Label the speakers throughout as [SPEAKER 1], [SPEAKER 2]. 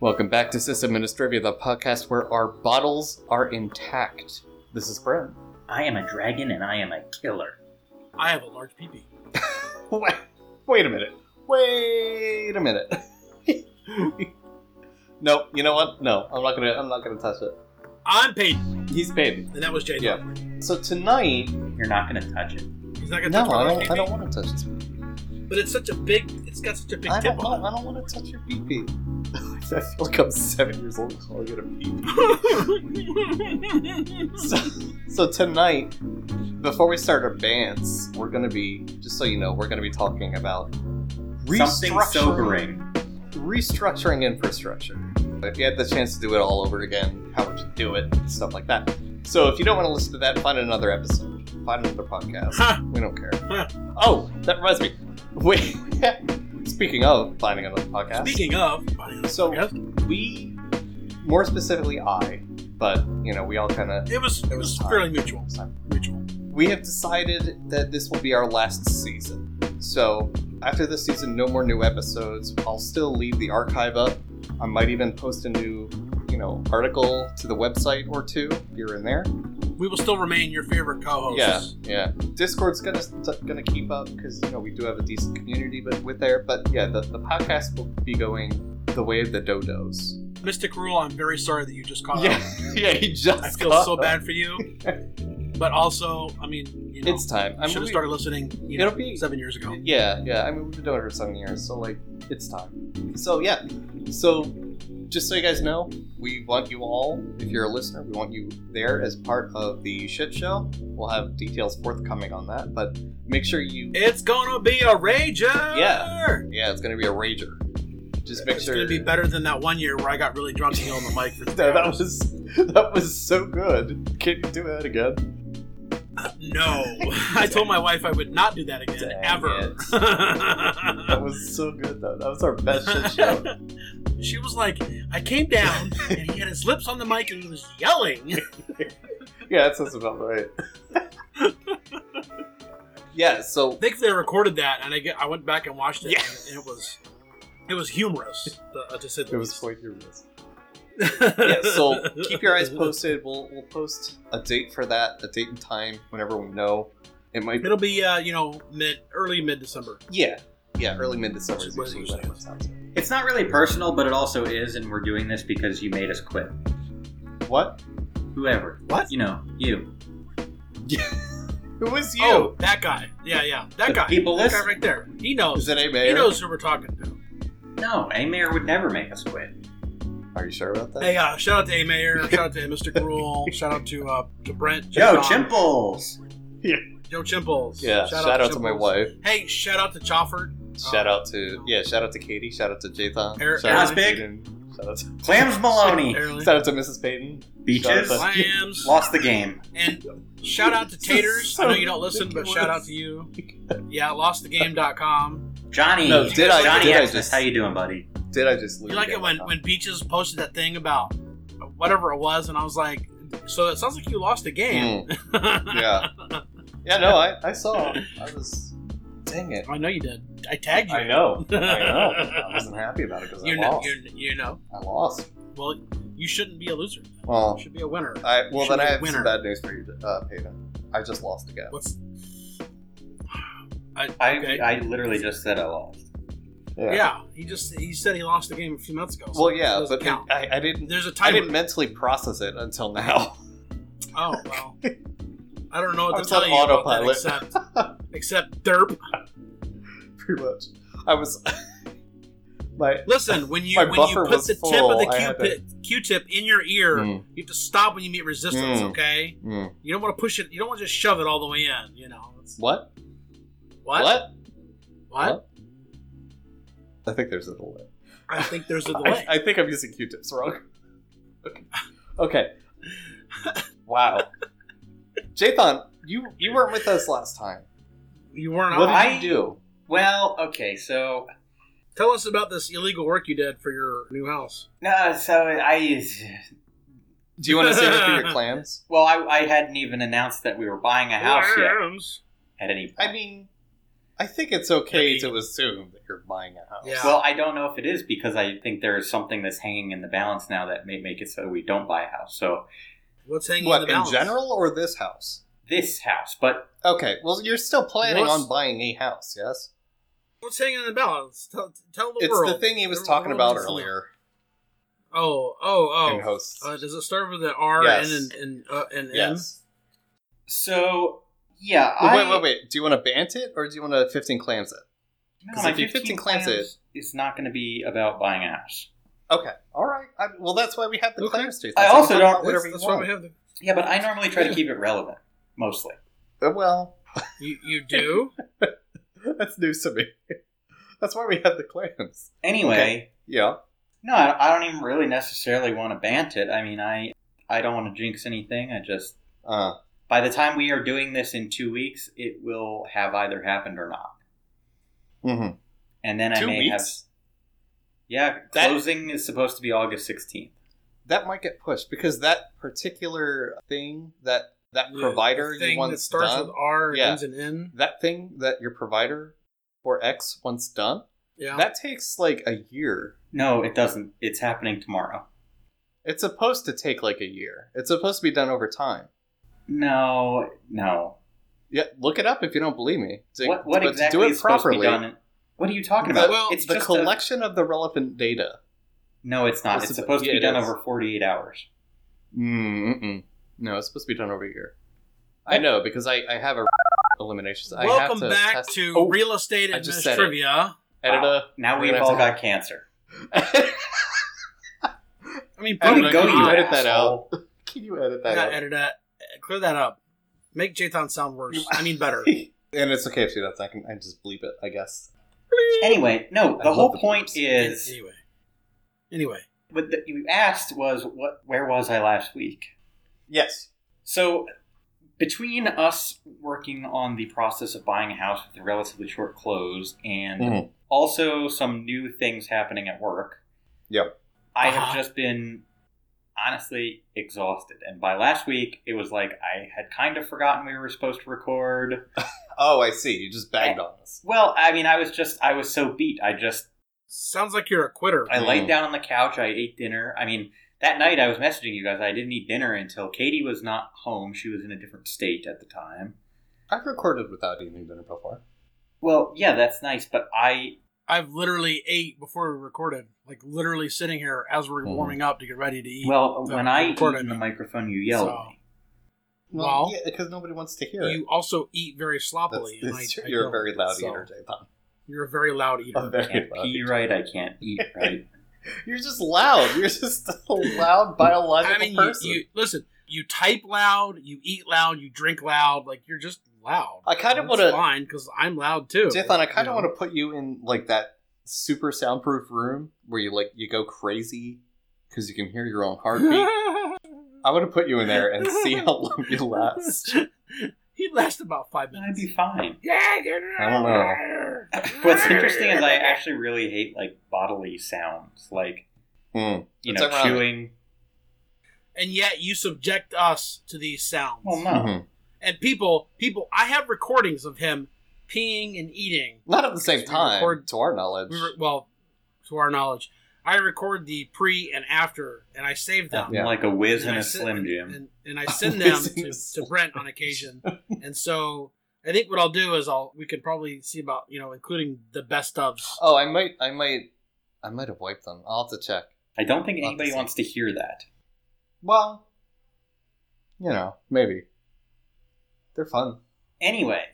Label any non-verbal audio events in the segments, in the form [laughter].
[SPEAKER 1] Welcome back to System Administrivia, the podcast where our bottles are intact. This is Brent.
[SPEAKER 2] I am a dragon and I am a killer.
[SPEAKER 3] I have a large peepee.
[SPEAKER 1] Wait, wait a minute. Wait a minute. [laughs] nope. You know what? No, I'm not gonna. I'm not gonna touch it.
[SPEAKER 3] I'm Peyton,
[SPEAKER 1] He's Peyton.
[SPEAKER 3] and that was Jaden.
[SPEAKER 1] Yeah. So tonight,
[SPEAKER 2] You're not going to touch it.
[SPEAKER 3] He's not gonna
[SPEAKER 1] no,
[SPEAKER 3] touch my
[SPEAKER 1] I
[SPEAKER 3] large
[SPEAKER 1] don't. I
[SPEAKER 3] peepee,
[SPEAKER 1] don't want to touch it.
[SPEAKER 3] but it's such a big. It's got such a big
[SPEAKER 1] I
[SPEAKER 3] tip
[SPEAKER 1] don't.
[SPEAKER 3] on
[SPEAKER 1] I don't want to touch your pee pee. [laughs] I feel like I'm seven years old calling it a pee pee.
[SPEAKER 3] it. [laughs]
[SPEAKER 1] so, so tonight, before we start our bands, we're gonna be just so you know, we're gonna be talking about
[SPEAKER 2] Something
[SPEAKER 1] restructuring-
[SPEAKER 2] sobering.
[SPEAKER 1] restructuring infrastructure. If you had the chance to do it all over again, how would you do it? Stuff like that. So if you don't want to listen to that, find another episode. Find another podcast.
[SPEAKER 3] Huh.
[SPEAKER 1] We don't care.
[SPEAKER 3] Huh.
[SPEAKER 1] Oh, that reminds me. [laughs] Wait. Speaking of finding another podcast,
[SPEAKER 3] Speaking of,
[SPEAKER 1] So-
[SPEAKER 3] Yes?
[SPEAKER 1] we, more specifically I, but you know, we all kind of
[SPEAKER 3] it was it was fairly mutual. Mutual.
[SPEAKER 1] we have decided that this will be our last season. So, after this season, no more new episodes. I'll still leave the archive up. I might even post a new, you know, article to the website or two here and there.
[SPEAKER 3] We will still remain your favorite co-hosts.
[SPEAKER 1] Yeah, yeah. Discord's gonna gonna keep up because you know we do have a decent community, but with there. But yeah, the, the podcast will be going the way of the dodos.
[SPEAKER 3] Mystic Rule, I'm very sorry that you just caught
[SPEAKER 1] Yeah,
[SPEAKER 3] up.
[SPEAKER 1] [laughs] yeah. He just
[SPEAKER 3] I feel
[SPEAKER 1] got
[SPEAKER 3] so
[SPEAKER 1] [laughs] up.
[SPEAKER 3] bad for you. But also, I mean, you know,
[SPEAKER 1] It's time.
[SPEAKER 3] I should have
[SPEAKER 1] really-
[SPEAKER 3] started listening you
[SPEAKER 1] It'll
[SPEAKER 3] know,
[SPEAKER 1] be-
[SPEAKER 3] seven years ago.
[SPEAKER 1] Yeah, yeah. I mean, we've been doing it for seven years, so like, it's time. So yeah. So, just so you guys know, we want you all. If you're a listener, we want you there as part of the shit show. We'll have details forthcoming on that, but make sure you.
[SPEAKER 3] It's gonna be a rager.
[SPEAKER 1] Yeah. yeah, it's gonna be a rager. Just make
[SPEAKER 3] It's
[SPEAKER 1] sure.
[SPEAKER 3] gonna be better than that one year where I got really drunk and yelled on
[SPEAKER 1] [laughs]
[SPEAKER 3] the mic for three
[SPEAKER 1] No, [laughs] that
[SPEAKER 3] hours.
[SPEAKER 1] was that was so good. Can you do that again?
[SPEAKER 3] No, I told my wife I would not do that again
[SPEAKER 1] Dang That
[SPEAKER 3] ever.
[SPEAKER 1] was so good though. That was our best shit show.
[SPEAKER 3] [laughs] she was like, I came down and he had his lips on the mic and he was yelling. [laughs]
[SPEAKER 1] Yeah, that sounds about right. [laughs] yeah. So
[SPEAKER 3] I think they recorded that, and I get, I went back and watched it,
[SPEAKER 1] Yeah.
[SPEAKER 3] and, and it was it was humorous uh, to say the
[SPEAKER 1] It was
[SPEAKER 3] least. [laughs]
[SPEAKER 1] quite humorous. [laughs] yeah, so keep your eyes posted. We'll we'll post a date for that, a date and time whenever we know. It might be
[SPEAKER 3] It'll be uh, you know mid early mid December.
[SPEAKER 1] yeah, yeah, early mid December is
[SPEAKER 3] What-
[SPEAKER 1] usually when
[SPEAKER 3] what-
[SPEAKER 1] it comes out.
[SPEAKER 2] It's not really personal, but it also is, and we're doing this because you made us quit.
[SPEAKER 1] What?
[SPEAKER 2] Whoever.
[SPEAKER 1] What?
[SPEAKER 2] You know, you.
[SPEAKER 1] Who was you?
[SPEAKER 3] Oh, that guy. Yeah, yeah, that
[SPEAKER 2] The
[SPEAKER 3] guy.
[SPEAKER 2] people
[SPEAKER 3] that guy
[SPEAKER 2] listen-
[SPEAKER 3] right there. He
[SPEAKER 1] is
[SPEAKER 3] knows.
[SPEAKER 1] it a
[SPEAKER 3] oh, He
[SPEAKER 1] mayor?
[SPEAKER 3] knows who we're talking to.
[SPEAKER 2] No, a mayor would never make us quit.
[SPEAKER 1] Are you sure about that?
[SPEAKER 3] Hey, uh, shout out to A Mayor, shout out to Mystic Rule, shout out to uh, to Brent,
[SPEAKER 2] Yo,
[SPEAKER 3] Tom,
[SPEAKER 2] Chimples!
[SPEAKER 3] Joe Chimples.
[SPEAKER 1] yeah. Shout, out, to my
[SPEAKER 3] Chimples.
[SPEAKER 1] wife.
[SPEAKER 3] Hey, shout out to Chofford. uh,
[SPEAKER 1] Shout out to yeah. Shout out to Katie. Shout out to Jathan.
[SPEAKER 3] Er-
[SPEAKER 1] shout out
[SPEAKER 2] Eric's
[SPEAKER 1] to
[SPEAKER 2] big.
[SPEAKER 1] Jaden. Shout [laughs] out to,
[SPEAKER 2] Clams Maloney!
[SPEAKER 3] Apparently.
[SPEAKER 1] shout out to Mrs. Payton.
[SPEAKER 2] Beaches!
[SPEAKER 1] Shout out
[SPEAKER 3] Clams.
[SPEAKER 2] Lost the game.
[SPEAKER 3] And shout out to
[SPEAKER 1] This is
[SPEAKER 3] Taters.
[SPEAKER 1] so
[SPEAKER 3] I know you don't listen, but shout out to you. Yeah, lostthegame.com.
[SPEAKER 2] Johnny!
[SPEAKER 1] No, did I-
[SPEAKER 2] Johnny
[SPEAKER 1] did I
[SPEAKER 2] Xmas,
[SPEAKER 1] just-
[SPEAKER 2] how you doing, buddy?
[SPEAKER 1] Did I just lose?
[SPEAKER 3] You like it
[SPEAKER 1] again?
[SPEAKER 3] when, when Beaches posted that thing about whatever it was, and I was like, so it sounds like you lost the game. [laughs]
[SPEAKER 1] Mm, yeah. Yeah. No, I I saw. I was. Dang it.
[SPEAKER 3] I know you did. I tagged you.
[SPEAKER 1] I know.
[SPEAKER 3] [laughs]
[SPEAKER 1] I know. I wasn't happy about it because I
[SPEAKER 3] You know,
[SPEAKER 1] lost.
[SPEAKER 3] you, you know.
[SPEAKER 1] I lost.
[SPEAKER 3] Well, you shouldn't be a loser. You
[SPEAKER 1] Well,
[SPEAKER 3] should be a winner.
[SPEAKER 1] I well then
[SPEAKER 3] Should be
[SPEAKER 1] I
[SPEAKER 3] a
[SPEAKER 1] have
[SPEAKER 3] winner.
[SPEAKER 1] some bad news for you, uh, Peyton. I just lost again.
[SPEAKER 3] What's
[SPEAKER 2] I,
[SPEAKER 3] Okay.
[SPEAKER 2] I literally just said I lost.
[SPEAKER 3] yeah. He just he said he lost the game a few months ago. so
[SPEAKER 1] Well,
[SPEAKER 3] it
[SPEAKER 1] yeah,
[SPEAKER 3] doesn't
[SPEAKER 1] but
[SPEAKER 3] count.
[SPEAKER 1] I, I didn't.
[SPEAKER 3] there's a
[SPEAKER 1] I
[SPEAKER 3] time.
[SPEAKER 1] didn't mentally process it until now. [laughs]
[SPEAKER 3] Oh well. I don't know
[SPEAKER 1] I
[SPEAKER 3] what
[SPEAKER 1] was
[SPEAKER 3] to tell
[SPEAKER 1] on
[SPEAKER 3] you about that
[SPEAKER 1] autopilot.
[SPEAKER 3] except
[SPEAKER 1] [laughs]
[SPEAKER 3] except derp.
[SPEAKER 1] Pretty much. I was. [laughs] my.
[SPEAKER 3] Listen, when you
[SPEAKER 1] My
[SPEAKER 3] when
[SPEAKER 1] buffer
[SPEAKER 3] you put
[SPEAKER 1] was
[SPEAKER 3] the tip
[SPEAKER 1] full,
[SPEAKER 3] of
[SPEAKER 1] I
[SPEAKER 3] the
[SPEAKER 1] had
[SPEAKER 3] Q-tip, Q-tip in your ear,
[SPEAKER 1] Mm,
[SPEAKER 3] you have to stop when you meet resistance.
[SPEAKER 1] Mm.
[SPEAKER 3] Okay,
[SPEAKER 1] mm.
[SPEAKER 3] you don't want to push it. You don't want to just shove it all the way in. You know It's-
[SPEAKER 1] What?
[SPEAKER 3] what? What?
[SPEAKER 1] What? I think there's a delay.
[SPEAKER 3] I think there's
[SPEAKER 1] [laughs]
[SPEAKER 3] a
[SPEAKER 1] I,
[SPEAKER 3] delay.
[SPEAKER 1] I think I'm using Q-tips wrong. [laughs] Okay.
[SPEAKER 3] [laughs]
[SPEAKER 1] okay. wow. Jathan, you you weren't with us last time.
[SPEAKER 3] you weren't.
[SPEAKER 1] What
[SPEAKER 3] on.
[SPEAKER 1] did you do?
[SPEAKER 2] Well, okay, so
[SPEAKER 3] Tell us about this illegal work you did for your new house.
[SPEAKER 2] no, so I
[SPEAKER 1] Do you want to save it for
[SPEAKER 3] [laughs]
[SPEAKER 1] your clams?
[SPEAKER 2] well, I, I hadn't even announced that we were buying a house yet
[SPEAKER 3] Clams.
[SPEAKER 2] at any.
[SPEAKER 1] I mean, I think it's okay to assume that you're buying a house.
[SPEAKER 3] Yeah.
[SPEAKER 2] Well, I don't know if it is because I think there is something that's hanging in the balance now that may make it so we don't buy a house. So
[SPEAKER 3] What's hanging in
[SPEAKER 1] What
[SPEAKER 3] the
[SPEAKER 1] in
[SPEAKER 3] balance?
[SPEAKER 1] general or this house?
[SPEAKER 2] this house, but
[SPEAKER 1] Okay, well you're still planning
[SPEAKER 3] What's-
[SPEAKER 1] on buying a house, yes?
[SPEAKER 3] What's hanging in the balance? Tell, tell the
[SPEAKER 1] it's
[SPEAKER 3] world.
[SPEAKER 1] the thing he was
[SPEAKER 3] The
[SPEAKER 1] talking
[SPEAKER 3] world
[SPEAKER 1] about
[SPEAKER 3] needs to know.
[SPEAKER 1] earlier.
[SPEAKER 3] Oh, oh,
[SPEAKER 1] in
[SPEAKER 3] oh.
[SPEAKER 1] hosts.
[SPEAKER 3] Uh, does it start with an R
[SPEAKER 1] Yes.
[SPEAKER 3] and an and, uh, an M?
[SPEAKER 1] yes.
[SPEAKER 2] so yeah.
[SPEAKER 1] Well,
[SPEAKER 2] I,
[SPEAKER 1] wait, wait, wait. Do you want to bant it or do you want to 15 clams it?
[SPEAKER 2] No,
[SPEAKER 1] 'Cause
[SPEAKER 2] my
[SPEAKER 1] if you
[SPEAKER 2] 15
[SPEAKER 1] 15 clams
[SPEAKER 2] clams is not going to be about buying a house.
[SPEAKER 1] Okay. All right. I, well, that's why we have the
[SPEAKER 3] Okay.
[SPEAKER 1] clams too.
[SPEAKER 2] I
[SPEAKER 1] That's
[SPEAKER 2] also
[SPEAKER 1] like,
[SPEAKER 2] don't-
[SPEAKER 1] talk about whatever you
[SPEAKER 3] That's- that's why we
[SPEAKER 1] want.
[SPEAKER 3] have the-
[SPEAKER 2] Yeah, but I normally try to keep it relevant mostly.
[SPEAKER 1] Uh, Well, [laughs]
[SPEAKER 3] You, you do?
[SPEAKER 1] that's news to me. [laughs] That's why we have the clams.
[SPEAKER 2] Anyway.
[SPEAKER 1] Okay. Yeah.
[SPEAKER 2] No, I, I don't even really necessarily want to bant it. I mean, I I don't want to jinx anything. I just
[SPEAKER 1] Uh,
[SPEAKER 2] by the time we are doing this in two weeks, it will have either happened or not,
[SPEAKER 1] mhm.
[SPEAKER 2] and then I
[SPEAKER 1] Two
[SPEAKER 2] may
[SPEAKER 1] weeks.
[SPEAKER 2] have. Yeah,
[SPEAKER 1] That-
[SPEAKER 2] closing is supposed to be August sixteenth.
[SPEAKER 1] That might get pushed because that particular thing that that
[SPEAKER 3] The- the
[SPEAKER 1] provider you
[SPEAKER 3] thing
[SPEAKER 1] want
[SPEAKER 3] that starts
[SPEAKER 1] done,
[SPEAKER 3] with R and
[SPEAKER 1] Yeah.
[SPEAKER 3] ends in N.
[SPEAKER 1] that thing that your provider for X wants done,
[SPEAKER 3] Yeah.
[SPEAKER 1] that takes like a year.
[SPEAKER 2] No, it doesn't. It's happening tomorrow.
[SPEAKER 1] It's supposed to take like a year. It's supposed to be done over time.
[SPEAKER 2] No, no.
[SPEAKER 1] Yeah, look it up if you don't believe me. To-
[SPEAKER 2] What what
[SPEAKER 1] but
[SPEAKER 2] exactly is supposed to be done? in- What are you talking
[SPEAKER 1] The-
[SPEAKER 2] about?
[SPEAKER 3] well,
[SPEAKER 2] it's
[SPEAKER 1] the
[SPEAKER 2] just a-
[SPEAKER 1] collection of the relevant data.
[SPEAKER 2] no, it's not.
[SPEAKER 1] It's
[SPEAKER 2] It's,
[SPEAKER 1] supp-
[SPEAKER 2] supposed
[SPEAKER 1] yeah,
[SPEAKER 2] to
[SPEAKER 1] it
[SPEAKER 2] be done
[SPEAKER 1] is.
[SPEAKER 2] over forty eight hours.
[SPEAKER 1] Mm, Mm-mm. No, it's supposed to be done over a year. I
[SPEAKER 2] What?
[SPEAKER 1] know because I, I have a eliminations. I have
[SPEAKER 3] Welcome
[SPEAKER 1] to
[SPEAKER 3] back
[SPEAKER 1] test-
[SPEAKER 3] to
[SPEAKER 1] oh,
[SPEAKER 3] real estate
[SPEAKER 1] I
[SPEAKER 3] and
[SPEAKER 1] just
[SPEAKER 3] Miss
[SPEAKER 1] said it.
[SPEAKER 3] trivia.
[SPEAKER 1] editor.
[SPEAKER 2] Now
[SPEAKER 1] We're
[SPEAKER 2] we've
[SPEAKER 1] gonna
[SPEAKER 2] all
[SPEAKER 1] have
[SPEAKER 2] got cancer.
[SPEAKER 3] [laughs] I mean,
[SPEAKER 1] I
[SPEAKER 2] Way
[SPEAKER 1] don't know,
[SPEAKER 2] to
[SPEAKER 3] boom,
[SPEAKER 2] go,
[SPEAKER 1] can
[SPEAKER 3] God.
[SPEAKER 1] you
[SPEAKER 2] you
[SPEAKER 1] edit that
[SPEAKER 2] asshole.
[SPEAKER 1] Can you edit
[SPEAKER 3] You
[SPEAKER 1] that?
[SPEAKER 3] gotta
[SPEAKER 1] out?
[SPEAKER 3] edit that. Clear that up. Make Jathan sound worse. I
[SPEAKER 1] [laughs]
[SPEAKER 3] mean, better.
[SPEAKER 1] and it's okay if she doesn't. I can I just bleep it. I guess.
[SPEAKER 2] Anyway, no.
[SPEAKER 1] I
[SPEAKER 2] The
[SPEAKER 1] love
[SPEAKER 2] whole
[SPEAKER 1] the
[SPEAKER 2] point
[SPEAKER 1] bleeps.
[SPEAKER 2] is
[SPEAKER 3] anyway. Anyway.
[SPEAKER 2] what the, you asked was what where was I last week?
[SPEAKER 1] Yes.
[SPEAKER 2] So between us working on the process of buying a house with a relatively short close and
[SPEAKER 1] Mhm.
[SPEAKER 2] also some new things happening at work.
[SPEAKER 1] Yep.
[SPEAKER 2] I
[SPEAKER 3] Uh-huh.
[SPEAKER 2] have just been honestly exhausted. And by last week it was like I had kind of forgotten we were supposed to record.
[SPEAKER 1] Oh, I see. You just bagged on us.
[SPEAKER 2] Well, I mean I was just I was so beat. I just
[SPEAKER 3] Sounds like you're a quitter.
[SPEAKER 2] I
[SPEAKER 1] Mm.
[SPEAKER 2] laid down on the couch. I ate dinner. I mean, that night I was messaging you guys. I didn't eat dinner until Katie was not home. She was in a different state at the time.
[SPEAKER 1] I've recorded without eating dinner before.
[SPEAKER 2] Well, yeah, that's nice, but I
[SPEAKER 3] I've literally ate before we recorded. Like, literally sitting here as we're
[SPEAKER 1] Mhm.
[SPEAKER 3] warming up to get ready to eat.
[SPEAKER 2] well,
[SPEAKER 3] the
[SPEAKER 2] when I eat
[SPEAKER 3] recording.
[SPEAKER 2] in the microphone, you yell
[SPEAKER 3] So-
[SPEAKER 2] at me.
[SPEAKER 3] Well,
[SPEAKER 1] yeah, because nobody wants to hear it.
[SPEAKER 3] you also eat very
[SPEAKER 1] That's,
[SPEAKER 3] sloppily. and
[SPEAKER 1] that's
[SPEAKER 3] I-
[SPEAKER 1] true.
[SPEAKER 3] I
[SPEAKER 1] You're a
[SPEAKER 3] don't,
[SPEAKER 1] very loud
[SPEAKER 3] so-
[SPEAKER 1] eater, Jathan.
[SPEAKER 3] You're a very loud
[SPEAKER 1] A
[SPEAKER 3] eater.
[SPEAKER 2] I
[SPEAKER 1] very
[SPEAKER 2] can't
[SPEAKER 1] loud.
[SPEAKER 2] pee
[SPEAKER 1] eater.
[SPEAKER 2] right. I can't eat
[SPEAKER 3] [laughs]
[SPEAKER 2] right.
[SPEAKER 1] You're just loud. You're just a loud biological
[SPEAKER 3] I mean, you,
[SPEAKER 1] person.
[SPEAKER 3] you listen. You type loud. You eat loud. You drink loud. Like you're just loud.
[SPEAKER 1] I kinda
[SPEAKER 3] That's
[SPEAKER 1] wanna-
[SPEAKER 3] fine because I'm loud too.
[SPEAKER 1] Jathan, I kind
[SPEAKER 3] You
[SPEAKER 1] of
[SPEAKER 3] know?
[SPEAKER 1] want to put you in like that super soundproof room where you like you go crazy because you can hear your own
[SPEAKER 3] [laughs]
[SPEAKER 1] heartbeat. I want to put you in there and see how long you last.
[SPEAKER 3] [laughs] He'd last about five
[SPEAKER 2] I'd
[SPEAKER 3] minutes.
[SPEAKER 2] be fine.
[SPEAKER 3] Yeah,
[SPEAKER 1] I don't
[SPEAKER 3] know.
[SPEAKER 2] What's interesting
[SPEAKER 3] [laughs]
[SPEAKER 2] is I actually really hate like bodily sounds, like
[SPEAKER 1] Hmm.
[SPEAKER 2] you
[SPEAKER 1] It's
[SPEAKER 2] know,
[SPEAKER 1] ironic.
[SPEAKER 2] chewing.
[SPEAKER 3] and yet you subject us to these sounds.
[SPEAKER 2] Well, no,
[SPEAKER 1] Mhm.
[SPEAKER 3] And people, people, I have recordings of him peeing and eating.
[SPEAKER 1] Not at the same
[SPEAKER 3] We
[SPEAKER 1] time,
[SPEAKER 3] record-
[SPEAKER 1] to our knowledge.
[SPEAKER 3] We were, well, to our knowledge, I record the pre and after, and I save them.
[SPEAKER 2] I'm
[SPEAKER 1] Yeah.
[SPEAKER 2] like a whiz
[SPEAKER 3] And
[SPEAKER 2] and
[SPEAKER 3] I
[SPEAKER 2] a
[SPEAKER 3] sen-
[SPEAKER 2] slim jim.
[SPEAKER 3] Mm-hmm. and,
[SPEAKER 1] [laughs]
[SPEAKER 3] and I send them
[SPEAKER 1] Always in
[SPEAKER 3] to,
[SPEAKER 1] the
[SPEAKER 3] to Brent on
[SPEAKER 1] [laughs]
[SPEAKER 3] occasion. And so I think what I'll do is I'll we can probably see about you know including the best ofs.
[SPEAKER 1] Oh, I might, I might, I might have wiped them. I'll have to check.
[SPEAKER 2] I don't think
[SPEAKER 1] Not the
[SPEAKER 2] anybody
[SPEAKER 1] same.
[SPEAKER 2] wants to hear that.
[SPEAKER 1] Well, you know, maybe they're fun.
[SPEAKER 2] Anyway,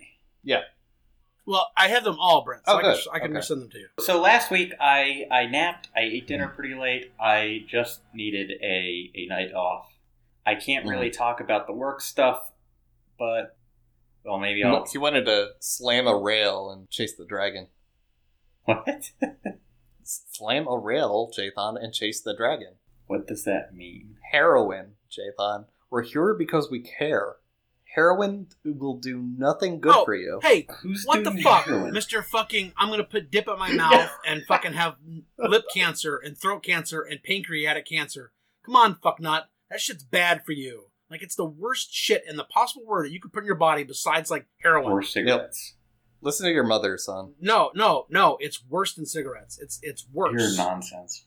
[SPEAKER 3] Well, I have them all, Brent. So
[SPEAKER 1] Oh,
[SPEAKER 3] I can,
[SPEAKER 1] good.
[SPEAKER 3] I can
[SPEAKER 1] Okay.
[SPEAKER 3] send them to you.
[SPEAKER 2] So last week I I napped. I ate dinner
[SPEAKER 3] Mm-hmm.
[SPEAKER 2] pretty late. I just needed a a night off. I can't really
[SPEAKER 3] Mm-hmm.
[SPEAKER 2] talk about the work stuff, but well, maybe I'll.
[SPEAKER 1] He wanted to slam a rail and chase the dragon.
[SPEAKER 2] [laughs] What?
[SPEAKER 1] S- Slam a rail, Jathan, and chase the dragon.
[SPEAKER 2] What does that mean?
[SPEAKER 1] heroin, Jathan. We're here because we care. Heroin will do nothing good
[SPEAKER 3] Oh,
[SPEAKER 1] for you.
[SPEAKER 3] Hey,
[SPEAKER 2] Who's
[SPEAKER 3] what the
[SPEAKER 2] doing
[SPEAKER 3] fuck,
[SPEAKER 2] heroin?
[SPEAKER 3] Mister Fucking? I'm gonna put dip
[SPEAKER 2] [laughs]
[SPEAKER 3] in my mouth and fucking have lip cancer and throat cancer and pancreatic cancer. Come on, fucknut. That shit's bad for you. Like it's the worst shit and the possible word that you could put in your body besides like heroin.
[SPEAKER 2] Or cigarettes?
[SPEAKER 1] Listen to your mother, son.
[SPEAKER 3] No, no, no. It's worse than cigarettes. It's it's worse.
[SPEAKER 2] Pure nonsense.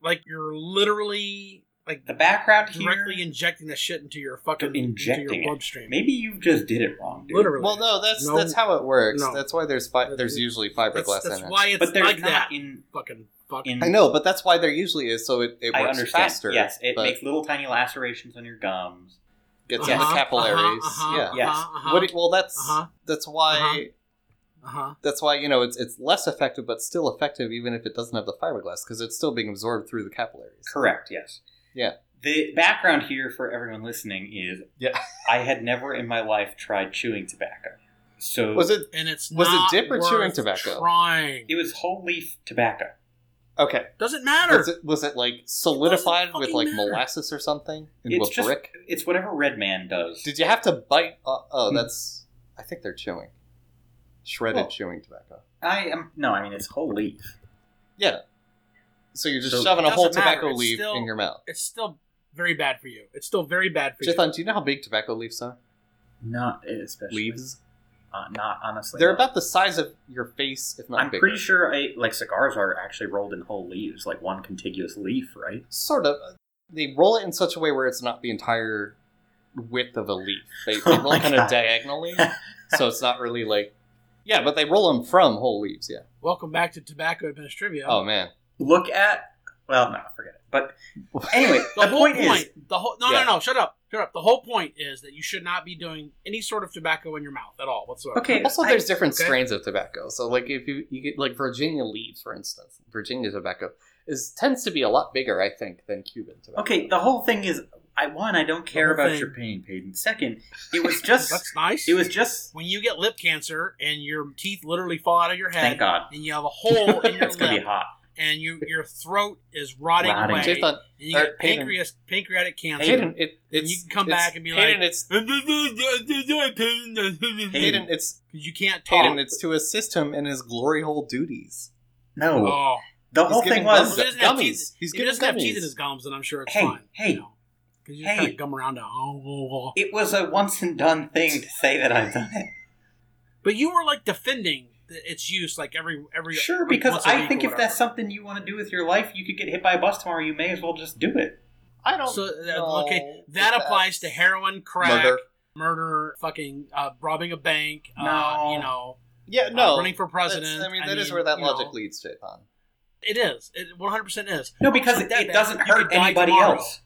[SPEAKER 3] Like you're literally like
[SPEAKER 2] The background here,
[SPEAKER 3] directly injecting the shit into your fucking into
[SPEAKER 2] Injecting
[SPEAKER 3] your
[SPEAKER 2] it.
[SPEAKER 3] bloodstream.
[SPEAKER 2] maybe you just did it wrong, dude.
[SPEAKER 3] Literally.
[SPEAKER 1] Well, no, that's
[SPEAKER 3] No.
[SPEAKER 1] that's how it works.
[SPEAKER 3] No.
[SPEAKER 1] That's why there's fi- there's usually
[SPEAKER 3] that's,
[SPEAKER 1] fiberglass
[SPEAKER 3] that's
[SPEAKER 1] in it.
[SPEAKER 3] why it's
[SPEAKER 2] But there's
[SPEAKER 3] like
[SPEAKER 2] not
[SPEAKER 3] that.
[SPEAKER 2] in
[SPEAKER 3] fucking fuck.
[SPEAKER 2] in.
[SPEAKER 1] I know, but that's why there usually is, so it, it
[SPEAKER 2] I
[SPEAKER 1] works
[SPEAKER 2] understand.
[SPEAKER 1] faster.
[SPEAKER 2] yes, it
[SPEAKER 1] but
[SPEAKER 2] makes little tiny lacerations on your gums.
[SPEAKER 1] gets
[SPEAKER 2] yes.
[SPEAKER 1] in the capillaries.
[SPEAKER 3] Uh-huh,
[SPEAKER 1] yeah.
[SPEAKER 3] uh-huh,
[SPEAKER 2] Yes.
[SPEAKER 3] Uh-huh,
[SPEAKER 1] What it- well, that's
[SPEAKER 3] Uh-huh.
[SPEAKER 1] that's why
[SPEAKER 3] Uh-huh. uh-huh.
[SPEAKER 1] that's why you know it's it's less effective, but still effective, even if it doesn't have the fiberglass, because it's still being absorbed through the capillaries.
[SPEAKER 2] Correct. Yes.
[SPEAKER 1] Yeah.
[SPEAKER 2] The background here for everyone listening is
[SPEAKER 1] Yeah.
[SPEAKER 2] [laughs] I had never in my life tried chewing tobacco, so
[SPEAKER 1] Was it
[SPEAKER 3] And it's
[SPEAKER 1] Was it
[SPEAKER 3] not
[SPEAKER 1] dip or chewing
[SPEAKER 3] worth
[SPEAKER 1] tobacco?
[SPEAKER 3] Trying
[SPEAKER 2] it was whole leaf tobacco.
[SPEAKER 1] okay?
[SPEAKER 3] doesn't matter.
[SPEAKER 1] Was it was it like solidified with
[SPEAKER 3] fucking
[SPEAKER 1] like
[SPEAKER 3] matter.
[SPEAKER 1] molasses or something into
[SPEAKER 2] It's
[SPEAKER 1] a
[SPEAKER 2] just
[SPEAKER 1] brick?
[SPEAKER 2] it's whatever Red Man does.
[SPEAKER 1] Did you have to bite? Uh, oh,
[SPEAKER 2] Hmm.
[SPEAKER 1] that's I think they're chewing shredded
[SPEAKER 3] Oh.
[SPEAKER 2] Well-
[SPEAKER 1] chewing tobacco.
[SPEAKER 2] I am no, I mean it's whole leaf.
[SPEAKER 1] So you're just
[SPEAKER 2] So-
[SPEAKER 1] shoving a whole
[SPEAKER 3] Doesn't matter,
[SPEAKER 1] tobacco
[SPEAKER 3] it's
[SPEAKER 1] leaf
[SPEAKER 3] still-
[SPEAKER 1] in your mouth.
[SPEAKER 3] it's still very bad for you. It's still very bad for you.
[SPEAKER 1] Jathan, do you know how big tobacco leaves are?
[SPEAKER 2] Not especially
[SPEAKER 1] Leaves.
[SPEAKER 2] Uh, not honestly.
[SPEAKER 1] They're
[SPEAKER 2] not.
[SPEAKER 1] about the size of your face, if not
[SPEAKER 2] I'm
[SPEAKER 1] bigger.
[SPEAKER 2] pretty sure I like cigars are actually rolled in whole leaves, like one contiguous leaf, right?
[SPEAKER 1] Sort of. They roll it in such a way where it's not the entire width of a leaf. They, they
[SPEAKER 2] Oh
[SPEAKER 1] roll
[SPEAKER 2] my
[SPEAKER 1] kind of
[SPEAKER 2] God.
[SPEAKER 1] diagonally, so it's not really like. Yeah, but they roll them from whole leaves. Yeah.
[SPEAKER 3] Welcome back to Tobacco Administrivia. Trivia.
[SPEAKER 1] Oh man.
[SPEAKER 2] Look at well, no, forget it. But anyway,
[SPEAKER 3] [laughs] the, whole point,
[SPEAKER 2] point is
[SPEAKER 3] the whole no
[SPEAKER 1] Yeah.
[SPEAKER 3] no no shut up shut up the whole point is that you should not be doing any sort of tobacco in your mouth at all whatsoever
[SPEAKER 2] Okay.
[SPEAKER 1] Also,
[SPEAKER 2] I-
[SPEAKER 1] there's different
[SPEAKER 3] okay.
[SPEAKER 1] strains of tobacco. So, like if you you get like Virginia leaves, for instance, Virginia tobacco is tends to be a lot bigger, I think, than Cuban tobacco.
[SPEAKER 2] Okay, the whole thing is I one, I don't care
[SPEAKER 3] whole
[SPEAKER 2] about
[SPEAKER 3] thing.
[SPEAKER 2] your pain, Peyton. Second, it [laughs] was just
[SPEAKER 3] that's nice
[SPEAKER 2] it was just
[SPEAKER 3] when you get lip cancer and your teeth literally fall out of your head
[SPEAKER 2] thank God.
[SPEAKER 3] and you have a hole
[SPEAKER 2] [laughs]
[SPEAKER 3] in your
[SPEAKER 2] It's gonna be
[SPEAKER 3] lip
[SPEAKER 2] hot.
[SPEAKER 3] and you, your throat is rotting,
[SPEAKER 2] Rotting.
[SPEAKER 3] away
[SPEAKER 1] Jathan,
[SPEAKER 3] and you
[SPEAKER 1] or
[SPEAKER 3] get
[SPEAKER 1] Peyton.
[SPEAKER 3] pancreas pancreatic cancer
[SPEAKER 1] Hayden, it, it's
[SPEAKER 3] you can come
[SPEAKER 1] it's-
[SPEAKER 3] back and be
[SPEAKER 1] Hayden, it's
[SPEAKER 3] because
[SPEAKER 1] Hayden, it's
[SPEAKER 3] you can't talk
[SPEAKER 1] Hayden, it's to assist him in his glory hole duties.
[SPEAKER 2] No.
[SPEAKER 3] oh
[SPEAKER 2] the
[SPEAKER 1] He's
[SPEAKER 2] whole
[SPEAKER 1] giving
[SPEAKER 2] thing was
[SPEAKER 3] If he doesn't have teeth-
[SPEAKER 1] gummies. He's
[SPEAKER 3] if he
[SPEAKER 1] giving
[SPEAKER 3] doesn't have
[SPEAKER 1] gummies.
[SPEAKER 3] teeth in his gums and I'm sure it's
[SPEAKER 2] Hey,
[SPEAKER 3] fine
[SPEAKER 2] hey,
[SPEAKER 3] you know, 'cause you just kind
[SPEAKER 2] hey.
[SPEAKER 3] of gum around to oh, oh, oh.
[SPEAKER 2] it was a once and done thing to say that I've done it.
[SPEAKER 3] But you were like defending th- its use, like every every
[SPEAKER 2] Sure,
[SPEAKER 3] like,
[SPEAKER 2] because
[SPEAKER 3] once a
[SPEAKER 2] I
[SPEAKER 3] week
[SPEAKER 2] think
[SPEAKER 3] or
[SPEAKER 2] if that's
[SPEAKER 3] whatever.
[SPEAKER 2] something you want to do with your life, you could get hit by a bus tomorrow. You may as well just do it.
[SPEAKER 1] I don't.
[SPEAKER 3] So, uh,
[SPEAKER 1] know
[SPEAKER 3] okay,
[SPEAKER 1] if
[SPEAKER 3] that
[SPEAKER 1] that's-
[SPEAKER 3] applies to heroin, crack,
[SPEAKER 1] Mother.
[SPEAKER 3] murder, fucking uh, robbing a bank.
[SPEAKER 2] No.
[SPEAKER 3] Uh, you know,
[SPEAKER 1] Yeah,
[SPEAKER 3] uh,
[SPEAKER 1] no.
[SPEAKER 3] running for
[SPEAKER 1] that's-
[SPEAKER 3] president.
[SPEAKER 1] I mean, that is where that logic leads, Jathan.
[SPEAKER 3] leads. It is. It one hundred percent is
[SPEAKER 2] No, because
[SPEAKER 3] It's
[SPEAKER 2] it,
[SPEAKER 3] not that
[SPEAKER 2] it
[SPEAKER 3] bad.
[SPEAKER 2] doesn't
[SPEAKER 3] You
[SPEAKER 2] hurt
[SPEAKER 3] could die
[SPEAKER 2] anybody
[SPEAKER 3] tomorrow.
[SPEAKER 2] else.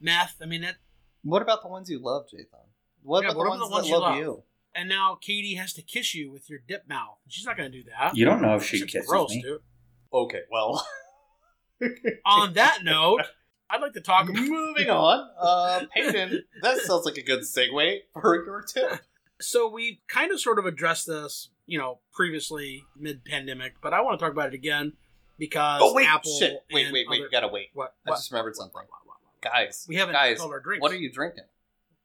[SPEAKER 3] meth. I mean, that,
[SPEAKER 1] What about the ones you love, Jathan? What
[SPEAKER 3] Yeah,
[SPEAKER 1] about
[SPEAKER 3] what
[SPEAKER 1] the
[SPEAKER 3] about
[SPEAKER 1] ones,
[SPEAKER 3] the ones
[SPEAKER 1] that
[SPEAKER 3] you
[SPEAKER 1] love,
[SPEAKER 3] love?
[SPEAKER 1] you?
[SPEAKER 3] and now Katie has to kiss you with your dip mouth. She's not going to do that.
[SPEAKER 2] You don't know if she
[SPEAKER 3] Shit's
[SPEAKER 2] kisses
[SPEAKER 3] gross,
[SPEAKER 2] me.
[SPEAKER 3] dude.
[SPEAKER 1] Okay, well,
[SPEAKER 3] On that note, [laughs] I'd like to talk. about...
[SPEAKER 1] [laughs] moving on. Uh, [laughs] Peyton, that sounds like a good segue for your tip.
[SPEAKER 3] [laughs] So we kind of sort of addressed this, you know, previously mid pandemic, but I want to talk about it again because
[SPEAKER 1] Oh wait,
[SPEAKER 3] Apple
[SPEAKER 1] shit! Wait,
[SPEAKER 3] and
[SPEAKER 1] wait, wait!
[SPEAKER 3] other-
[SPEAKER 1] You gotta wait.
[SPEAKER 3] What?
[SPEAKER 1] I
[SPEAKER 3] what-
[SPEAKER 1] just remembered something,
[SPEAKER 3] what- what- what- what-
[SPEAKER 1] guys.
[SPEAKER 3] We haven't
[SPEAKER 1] guys.
[SPEAKER 3] called our drinks.
[SPEAKER 1] What are you drinking?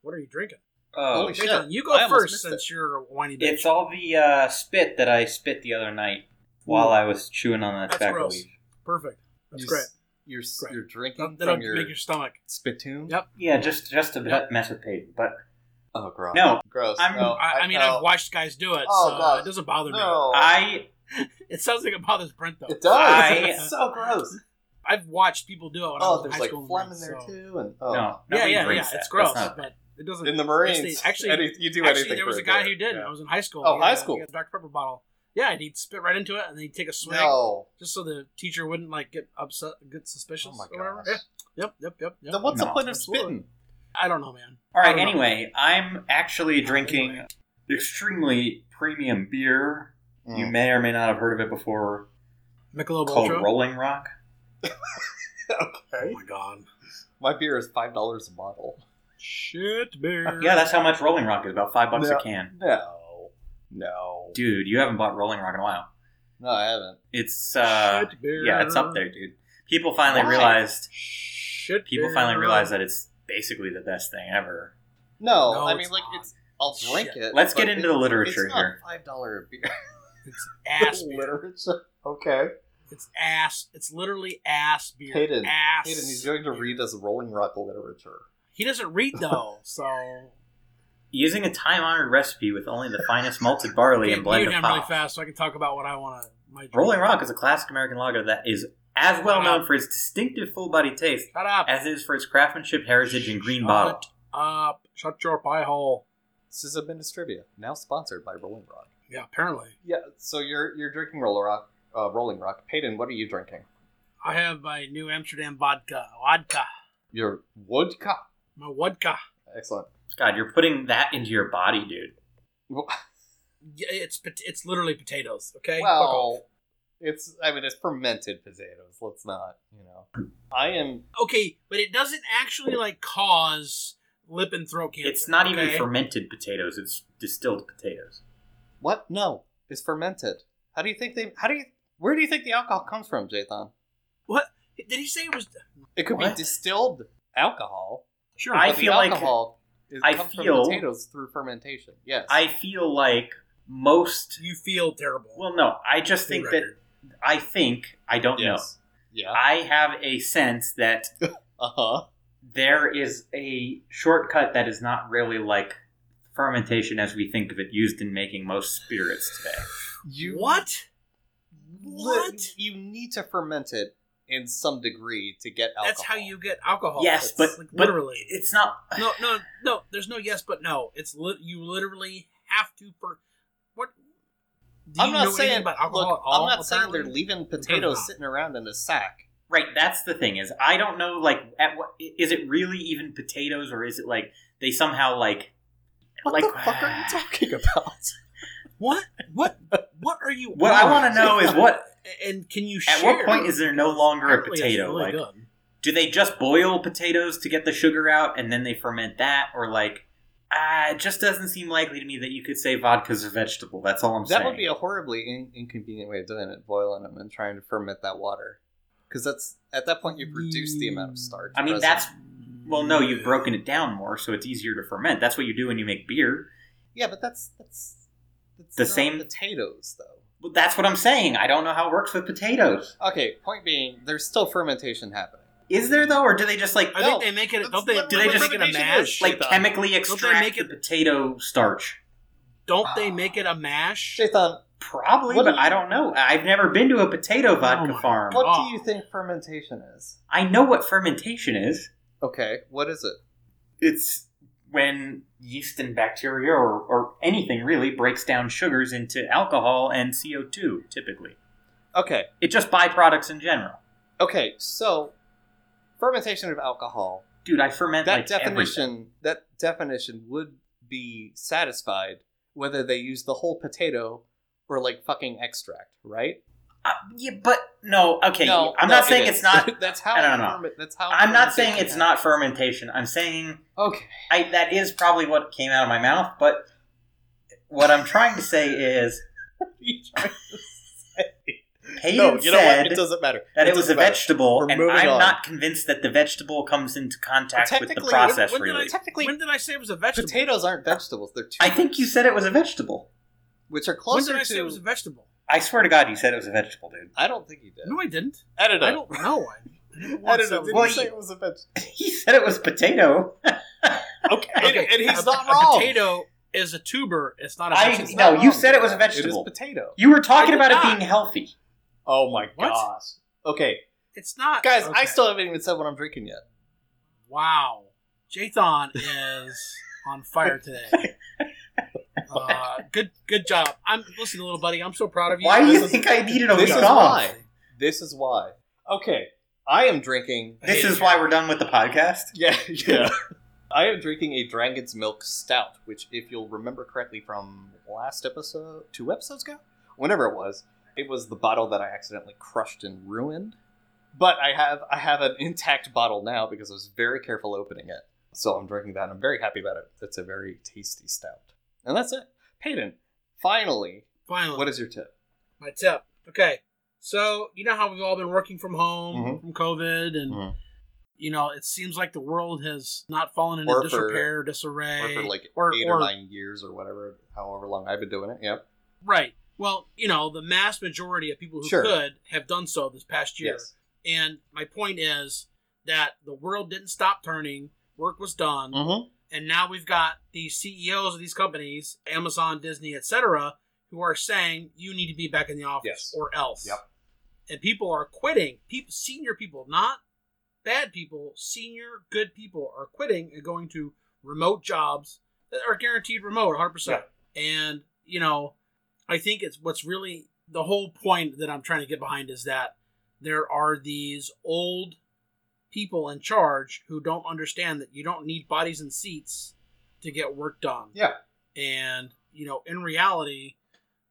[SPEAKER 3] What are you drinking?
[SPEAKER 2] Oh,
[SPEAKER 1] Holy shit.
[SPEAKER 3] Nathan, you go
[SPEAKER 1] I almost
[SPEAKER 3] first
[SPEAKER 1] missed
[SPEAKER 3] since you're a whiny bitch.
[SPEAKER 2] it's all the uh, spit that I spit the other night while I was chewing on that
[SPEAKER 3] That's
[SPEAKER 2] tobacco
[SPEAKER 3] gross.
[SPEAKER 2] leaf.
[SPEAKER 3] Perfect. That's
[SPEAKER 1] You
[SPEAKER 3] great.
[SPEAKER 1] s- You're s-
[SPEAKER 3] Great.
[SPEAKER 1] you're drinking
[SPEAKER 3] That- That'll
[SPEAKER 1] from your,
[SPEAKER 3] make your stomach.
[SPEAKER 1] spittoon.
[SPEAKER 3] Yep.
[SPEAKER 2] Yeah, just just to
[SPEAKER 3] Yep.
[SPEAKER 2] mess with Peyton, but
[SPEAKER 1] Oh, gross.
[SPEAKER 2] No,
[SPEAKER 1] gross.
[SPEAKER 2] I'm-
[SPEAKER 1] no,
[SPEAKER 3] I, I mean,
[SPEAKER 1] no.
[SPEAKER 3] I've watched guys do it,
[SPEAKER 1] Oh,
[SPEAKER 3] so
[SPEAKER 1] God.
[SPEAKER 3] it doesn't bother
[SPEAKER 1] No,
[SPEAKER 2] I
[SPEAKER 3] me. [laughs] It sounds like it bothers Brent though.
[SPEAKER 1] it does.
[SPEAKER 3] [laughs]
[SPEAKER 2] I-
[SPEAKER 1] it's so gross.
[SPEAKER 3] I've watched people do it when I
[SPEAKER 1] Oh,
[SPEAKER 3] was in
[SPEAKER 1] there's
[SPEAKER 3] high
[SPEAKER 1] like
[SPEAKER 3] school. and
[SPEAKER 1] phlegm in
[SPEAKER 3] Brent,
[SPEAKER 1] there
[SPEAKER 3] so-
[SPEAKER 1] too, and oh.
[SPEAKER 2] no,
[SPEAKER 3] Yeah,
[SPEAKER 2] nobody
[SPEAKER 3] yeah, yeah.
[SPEAKER 2] drinks that.
[SPEAKER 3] It's gross,
[SPEAKER 2] That's not,
[SPEAKER 3] but it doesn't.
[SPEAKER 1] in the Marines.
[SPEAKER 3] Yes, they- actually-
[SPEAKER 1] Any- you do
[SPEAKER 3] Actually,
[SPEAKER 1] anything.
[SPEAKER 3] there was
[SPEAKER 1] for
[SPEAKER 3] a guy
[SPEAKER 1] beer.
[SPEAKER 3] who did.
[SPEAKER 1] Yeah.
[SPEAKER 3] I was in high school.
[SPEAKER 1] Oh,
[SPEAKER 3] He
[SPEAKER 1] high
[SPEAKER 3] had a-
[SPEAKER 1] school.
[SPEAKER 3] he had a Dr Pepper bottle. Yeah, and he'd spit right into it, and then he'd take a swig
[SPEAKER 1] No.
[SPEAKER 3] just so the teacher wouldn't like get upset, get suspicious.
[SPEAKER 1] Oh my
[SPEAKER 3] or whatever.
[SPEAKER 1] gosh.
[SPEAKER 3] Yeah. Yep, yep, yep, yep.
[SPEAKER 1] Then what's the
[SPEAKER 2] No,
[SPEAKER 1] point of
[SPEAKER 3] absolutely.
[SPEAKER 1] spitting?
[SPEAKER 3] I don't know, man.
[SPEAKER 2] All
[SPEAKER 3] I
[SPEAKER 2] right.
[SPEAKER 3] don't know.
[SPEAKER 2] Anyway, I'm actually drinking
[SPEAKER 3] Anyway.
[SPEAKER 2] extremely premium beer. You
[SPEAKER 1] Mm.
[SPEAKER 2] may or may not have heard of it before.
[SPEAKER 3] Michelob
[SPEAKER 2] Called
[SPEAKER 3] Ultra.
[SPEAKER 2] Rolling Rock.
[SPEAKER 3] Oh
[SPEAKER 1] okay.
[SPEAKER 3] my god.
[SPEAKER 1] My beer is five dollars a bottle.
[SPEAKER 3] Shit, beer.
[SPEAKER 2] Yeah, that's how much Rolling Rock is. About five bucks
[SPEAKER 1] Yeah.
[SPEAKER 2] a can.
[SPEAKER 1] No. No.
[SPEAKER 2] Dude, you haven't bought Rolling Rock in a while.
[SPEAKER 1] No, I haven't.
[SPEAKER 2] It's uh,
[SPEAKER 3] Shit, beer.
[SPEAKER 2] yeah, it's up there, dude. People finally
[SPEAKER 1] Why?
[SPEAKER 2] realized.
[SPEAKER 3] Shit.
[SPEAKER 2] People
[SPEAKER 3] beer.
[SPEAKER 2] finally realized that it's basically the best thing ever.
[SPEAKER 1] No,
[SPEAKER 3] No,
[SPEAKER 1] I
[SPEAKER 3] it's
[SPEAKER 1] mean like
[SPEAKER 3] not.
[SPEAKER 1] it's. I'll drink
[SPEAKER 3] Shit.
[SPEAKER 1] it.
[SPEAKER 2] Let's
[SPEAKER 1] but
[SPEAKER 2] get into
[SPEAKER 1] it-
[SPEAKER 2] the literature
[SPEAKER 1] it's not
[SPEAKER 2] here.
[SPEAKER 1] Five dollar beer.
[SPEAKER 3] it's [laughs]
[SPEAKER 1] [laughs]
[SPEAKER 3] ass beer.
[SPEAKER 1] literature. Okay.
[SPEAKER 3] It's ass. It's literally ass beer.
[SPEAKER 1] Hayden,
[SPEAKER 3] ass.
[SPEAKER 1] Hayden, he's going to read us Rolling Rock literature. [laughs]
[SPEAKER 3] He doesn't read though, so
[SPEAKER 2] using a time honored recipe with only the finest malted barley and blend
[SPEAKER 3] you
[SPEAKER 2] of
[SPEAKER 3] him
[SPEAKER 2] hops.
[SPEAKER 3] really fast, so I can talk about what I want to. My drink.
[SPEAKER 2] Rolling Rock is a classic American lager that is as well known for its distinctive full body taste
[SPEAKER 3] Shut up.
[SPEAKER 2] as it is for its craftsmanship, heritage, and green
[SPEAKER 3] Shut
[SPEAKER 2] bottle.
[SPEAKER 3] Up. Shut your pie hole.
[SPEAKER 1] This has been Distrivia, now sponsored by Rolling Rock.
[SPEAKER 3] Yeah, apparently
[SPEAKER 1] Yeah, so you're you're drinking Roller Rock, uh, Rolling Rock. Peyton, what are you drinking?
[SPEAKER 3] I have my New Amsterdam vodka, vodka,
[SPEAKER 1] Your vodka.
[SPEAKER 3] my vodka.
[SPEAKER 1] Excellent.
[SPEAKER 2] God, you're putting that into your body, dude.
[SPEAKER 1] Well,
[SPEAKER 3] Yeah, It's pot- it's literally potatoes. Okay. Fuck off.
[SPEAKER 1] well, it's I mean it's fermented potatoes. Let's not, you know. I am
[SPEAKER 3] okay, but it doesn't actually like cause lip and throat cancer.
[SPEAKER 2] It's not even
[SPEAKER 3] okay?
[SPEAKER 2] fermented potatoes, it's distilled potatoes.
[SPEAKER 1] what? No, it's fermented. How do you think they? How do you? Where do you think the alcohol comes from, Jathan?
[SPEAKER 3] Did he say it was?
[SPEAKER 1] It could be
[SPEAKER 2] What?
[SPEAKER 1] distilled alcohol.
[SPEAKER 3] Sure.
[SPEAKER 2] I
[SPEAKER 1] but
[SPEAKER 2] feel
[SPEAKER 1] the
[SPEAKER 2] like-
[SPEAKER 1] alcohol is,
[SPEAKER 2] I
[SPEAKER 1] comes
[SPEAKER 2] feel-
[SPEAKER 1] from potatoes through fermentation. Yes,
[SPEAKER 2] I feel like most.
[SPEAKER 3] you feel terrible.
[SPEAKER 2] Well, no, I just think that. I think, I don't
[SPEAKER 1] Yes.
[SPEAKER 2] know.
[SPEAKER 1] Yeah.
[SPEAKER 2] I have a sense that
[SPEAKER 1] Uh huh.
[SPEAKER 2] there is a shortcut that is not really like fermentation as we think of it used in making most spirits today.
[SPEAKER 1] You
[SPEAKER 3] what?
[SPEAKER 1] li-
[SPEAKER 3] What?
[SPEAKER 1] You need to ferment it in some degree to get alcohol.
[SPEAKER 3] That's how you get alcohol.
[SPEAKER 2] Yes,
[SPEAKER 3] It's,
[SPEAKER 2] but-
[SPEAKER 3] like,
[SPEAKER 2] but-
[SPEAKER 3] literally.
[SPEAKER 2] It's not
[SPEAKER 3] no, no, no. There's no yes, but no. It's lit. you literally have to. For what? Do
[SPEAKER 1] I'm
[SPEAKER 3] you
[SPEAKER 1] not
[SPEAKER 3] know anything
[SPEAKER 1] saying.
[SPEAKER 3] about alcohol
[SPEAKER 1] look,
[SPEAKER 3] at all,
[SPEAKER 1] I'm not saying they're
[SPEAKER 3] apparently?
[SPEAKER 1] leaving
[SPEAKER 3] not.
[SPEAKER 1] potatoes sitting around in a sack.
[SPEAKER 2] right. That's the thing is I don't know like at what is it really even potatoes or is it like they somehow like
[SPEAKER 1] What
[SPEAKER 2] like
[SPEAKER 1] the fuck
[SPEAKER 3] [laughs]
[SPEAKER 1] are you talking about?
[SPEAKER 3] What? What? What are you?
[SPEAKER 2] What I want to know is what
[SPEAKER 3] And can you?
[SPEAKER 2] at
[SPEAKER 3] share?
[SPEAKER 2] what point is there no longer a
[SPEAKER 3] Apparently it's
[SPEAKER 2] potato?
[SPEAKER 3] really
[SPEAKER 2] Like
[SPEAKER 3] good.
[SPEAKER 2] do they just boil potatoes to get the sugar out and then they ferment that or like uh, it just doesn't seem likely to me that you could say vodka's a vegetable. That's all I'm
[SPEAKER 1] That
[SPEAKER 2] saying.
[SPEAKER 1] would be a horribly in- inconvenient way of doing it, boiling them and trying to ferment that water. Because that's at that point you've reduced the amount of starch.
[SPEAKER 2] I mean,
[SPEAKER 1] present.
[SPEAKER 2] that's well, no, you've broken it down more, so it's easier to ferment. That's what you do when you make beer.
[SPEAKER 1] yeah, but that's that's, that's
[SPEAKER 2] The
[SPEAKER 1] not
[SPEAKER 2] same-
[SPEAKER 1] potatoes though.
[SPEAKER 2] Well, that's what I'm saying. I don't know how it works with potatoes.
[SPEAKER 1] Okay, point being, there's still fermentation happening.
[SPEAKER 2] Is there though, or do they just like
[SPEAKER 3] I
[SPEAKER 1] No,
[SPEAKER 3] think they make it. Don't they?
[SPEAKER 1] that's
[SPEAKER 3] Do
[SPEAKER 2] what
[SPEAKER 3] they just make it a
[SPEAKER 1] fermentation
[SPEAKER 3] mash?
[SPEAKER 1] is.
[SPEAKER 2] like
[SPEAKER 1] Shit,
[SPEAKER 2] chemically extract
[SPEAKER 3] make
[SPEAKER 2] the
[SPEAKER 3] it-
[SPEAKER 2] potato starch?
[SPEAKER 3] Don't
[SPEAKER 1] uh,
[SPEAKER 3] they make it a mash?
[SPEAKER 1] Jathan,
[SPEAKER 2] Probably,
[SPEAKER 1] What
[SPEAKER 2] but
[SPEAKER 1] do Oh
[SPEAKER 2] I don't know. I've never been to a potato vodka
[SPEAKER 3] my
[SPEAKER 2] farm.
[SPEAKER 1] what
[SPEAKER 3] Ah.
[SPEAKER 1] do you think fermentation is?
[SPEAKER 2] I know what fermentation is.
[SPEAKER 1] Okay, what is it?
[SPEAKER 2] It's when yeast and bacteria or, or anything really breaks down sugars into alcohol and CO2 typically.
[SPEAKER 1] Okay,
[SPEAKER 2] It's just byproducts in general.
[SPEAKER 1] okay, so fermentation of alcohol.
[SPEAKER 2] Dude, I ferment
[SPEAKER 1] That
[SPEAKER 2] like
[SPEAKER 1] definition,
[SPEAKER 2] everything.
[SPEAKER 1] that definition would be satisfied whether they use the whole potato or like fucking extract, right?
[SPEAKER 2] Uh, yeah, but no, okay.
[SPEAKER 1] No,
[SPEAKER 2] I'm
[SPEAKER 1] no,
[SPEAKER 2] not saying
[SPEAKER 1] it
[SPEAKER 2] it's
[SPEAKER 1] is. [laughs]
[SPEAKER 2] not.
[SPEAKER 1] that's how.
[SPEAKER 2] I don't know.
[SPEAKER 1] ferment- That's how.
[SPEAKER 2] I'm not saying
[SPEAKER 1] fermentation
[SPEAKER 2] it's not fermentation. I'm saying
[SPEAKER 1] happens. Okay. [laughs]
[SPEAKER 2] I that is probably what came out of my mouth. But what I'm trying to say is, Hayden
[SPEAKER 1] no, you know
[SPEAKER 2] said
[SPEAKER 1] what? It doesn't matter.
[SPEAKER 2] that it was a
[SPEAKER 1] doesn't matter.
[SPEAKER 2] vegetable,
[SPEAKER 1] We're
[SPEAKER 2] and
[SPEAKER 1] moving
[SPEAKER 2] I'm
[SPEAKER 1] on.
[SPEAKER 2] not convenced that the vegetable comes into contact
[SPEAKER 1] Well,
[SPEAKER 2] with the
[SPEAKER 1] technically,
[SPEAKER 2] process.
[SPEAKER 3] when did I-
[SPEAKER 2] really,
[SPEAKER 1] Technically,
[SPEAKER 3] When did I say it was a vegetable?
[SPEAKER 1] potatoes aren't vegetables. They're two.
[SPEAKER 2] I think you said it was a vegetable.
[SPEAKER 1] which are
[SPEAKER 3] When
[SPEAKER 1] closer
[SPEAKER 3] did I say
[SPEAKER 1] to.
[SPEAKER 3] it was a vegetable?
[SPEAKER 2] I swear to God, you said it was a vegetable, dude.
[SPEAKER 1] I don't think you did.
[SPEAKER 3] No, I didn't.
[SPEAKER 1] Edit
[SPEAKER 3] I don't know. I- I never once
[SPEAKER 1] Edit
[SPEAKER 3] said
[SPEAKER 1] it.
[SPEAKER 3] it was-
[SPEAKER 1] Did
[SPEAKER 2] Well,
[SPEAKER 1] you
[SPEAKER 2] you-
[SPEAKER 1] say it was a vegetable?
[SPEAKER 2] [laughs] he said it was potato.
[SPEAKER 1] Okay,
[SPEAKER 3] Okay,
[SPEAKER 1] and [laughs] he's
[SPEAKER 3] a-
[SPEAKER 1] not
[SPEAKER 3] a
[SPEAKER 1] wrong.
[SPEAKER 3] potato is a tuber. It's not a
[SPEAKER 2] I-
[SPEAKER 3] vegetable.
[SPEAKER 2] no,
[SPEAKER 1] Not
[SPEAKER 2] you
[SPEAKER 1] wrong.
[SPEAKER 2] said it was a
[SPEAKER 1] It
[SPEAKER 2] vegetable.
[SPEAKER 1] is potato.
[SPEAKER 2] You were talking
[SPEAKER 3] did
[SPEAKER 2] about it
[SPEAKER 3] not.
[SPEAKER 2] being healthy.
[SPEAKER 1] Oh my
[SPEAKER 3] What?
[SPEAKER 1] gosh. Okay,
[SPEAKER 3] It's not.
[SPEAKER 1] guys, I
[SPEAKER 3] Okay.
[SPEAKER 1] still haven't even said what I'm drinking yet.
[SPEAKER 3] Wow. Jathan is on
[SPEAKER 1] [laughs]
[SPEAKER 3] fire today. Uh, good, good job. I'm listening, little buddy. I'm so proud of you.
[SPEAKER 2] Why do
[SPEAKER 3] This
[SPEAKER 2] you
[SPEAKER 3] is-
[SPEAKER 2] think I needed a
[SPEAKER 1] this
[SPEAKER 2] week
[SPEAKER 1] is
[SPEAKER 2] off?
[SPEAKER 1] why. This is why. Okay, I am drinking.
[SPEAKER 3] I
[SPEAKER 2] This
[SPEAKER 3] hate
[SPEAKER 2] is
[SPEAKER 3] you.
[SPEAKER 2] why we're done with the podcast.
[SPEAKER 1] Yeah, [laughs] yeah. I am drinking a Dragon's Milk Stout, which, if you'll remember correctly from last episode, two episodes ago, whenever it was, it was the bottle that I accidentally crushed and ruined. But I have I have an intact bottle now because I was very careful opening it. So I'm drinking that, and I'm very happy about it. It's a very tasty stout, and that's it. Peyton, finally,
[SPEAKER 3] Finally,
[SPEAKER 1] what is your tip?
[SPEAKER 3] my tip. Okay. So, you know how we've all been working from home
[SPEAKER 1] Mhm.
[SPEAKER 3] from COVID, and,
[SPEAKER 1] Mhm.
[SPEAKER 3] you know, it seems like the world has not fallen into
[SPEAKER 1] Or for-
[SPEAKER 3] disrepair,
[SPEAKER 1] Or
[SPEAKER 3] disarray.
[SPEAKER 1] for like
[SPEAKER 3] or-
[SPEAKER 1] eight
[SPEAKER 3] or-
[SPEAKER 1] or nine years or whatever, however long I've been doing it. Yep.
[SPEAKER 3] Right. Well, you know, the mass majority of people who
[SPEAKER 1] Sure.
[SPEAKER 3] could have done so this past year.
[SPEAKER 1] Yes.
[SPEAKER 3] And my point is that the world didn't stop turning, work was done,
[SPEAKER 1] Mm-hmm.
[SPEAKER 3] And now we've got these CEOs of these companies, Amazon, Disney, etc., who are saying you need to be back in the office
[SPEAKER 1] Yes.
[SPEAKER 3] or else.
[SPEAKER 1] Yep.
[SPEAKER 3] And people are quitting. People, senior people, not bad people, senior good people are quitting and going to remote jobs that are guaranteed remote 100%. And, you know, I think it's what's really the whole point that I'm trying to get behind is that there are these old people in charge who don't understand that you don't need bodies in seats to get work done.
[SPEAKER 1] Yeah.
[SPEAKER 3] And, you know, in reality,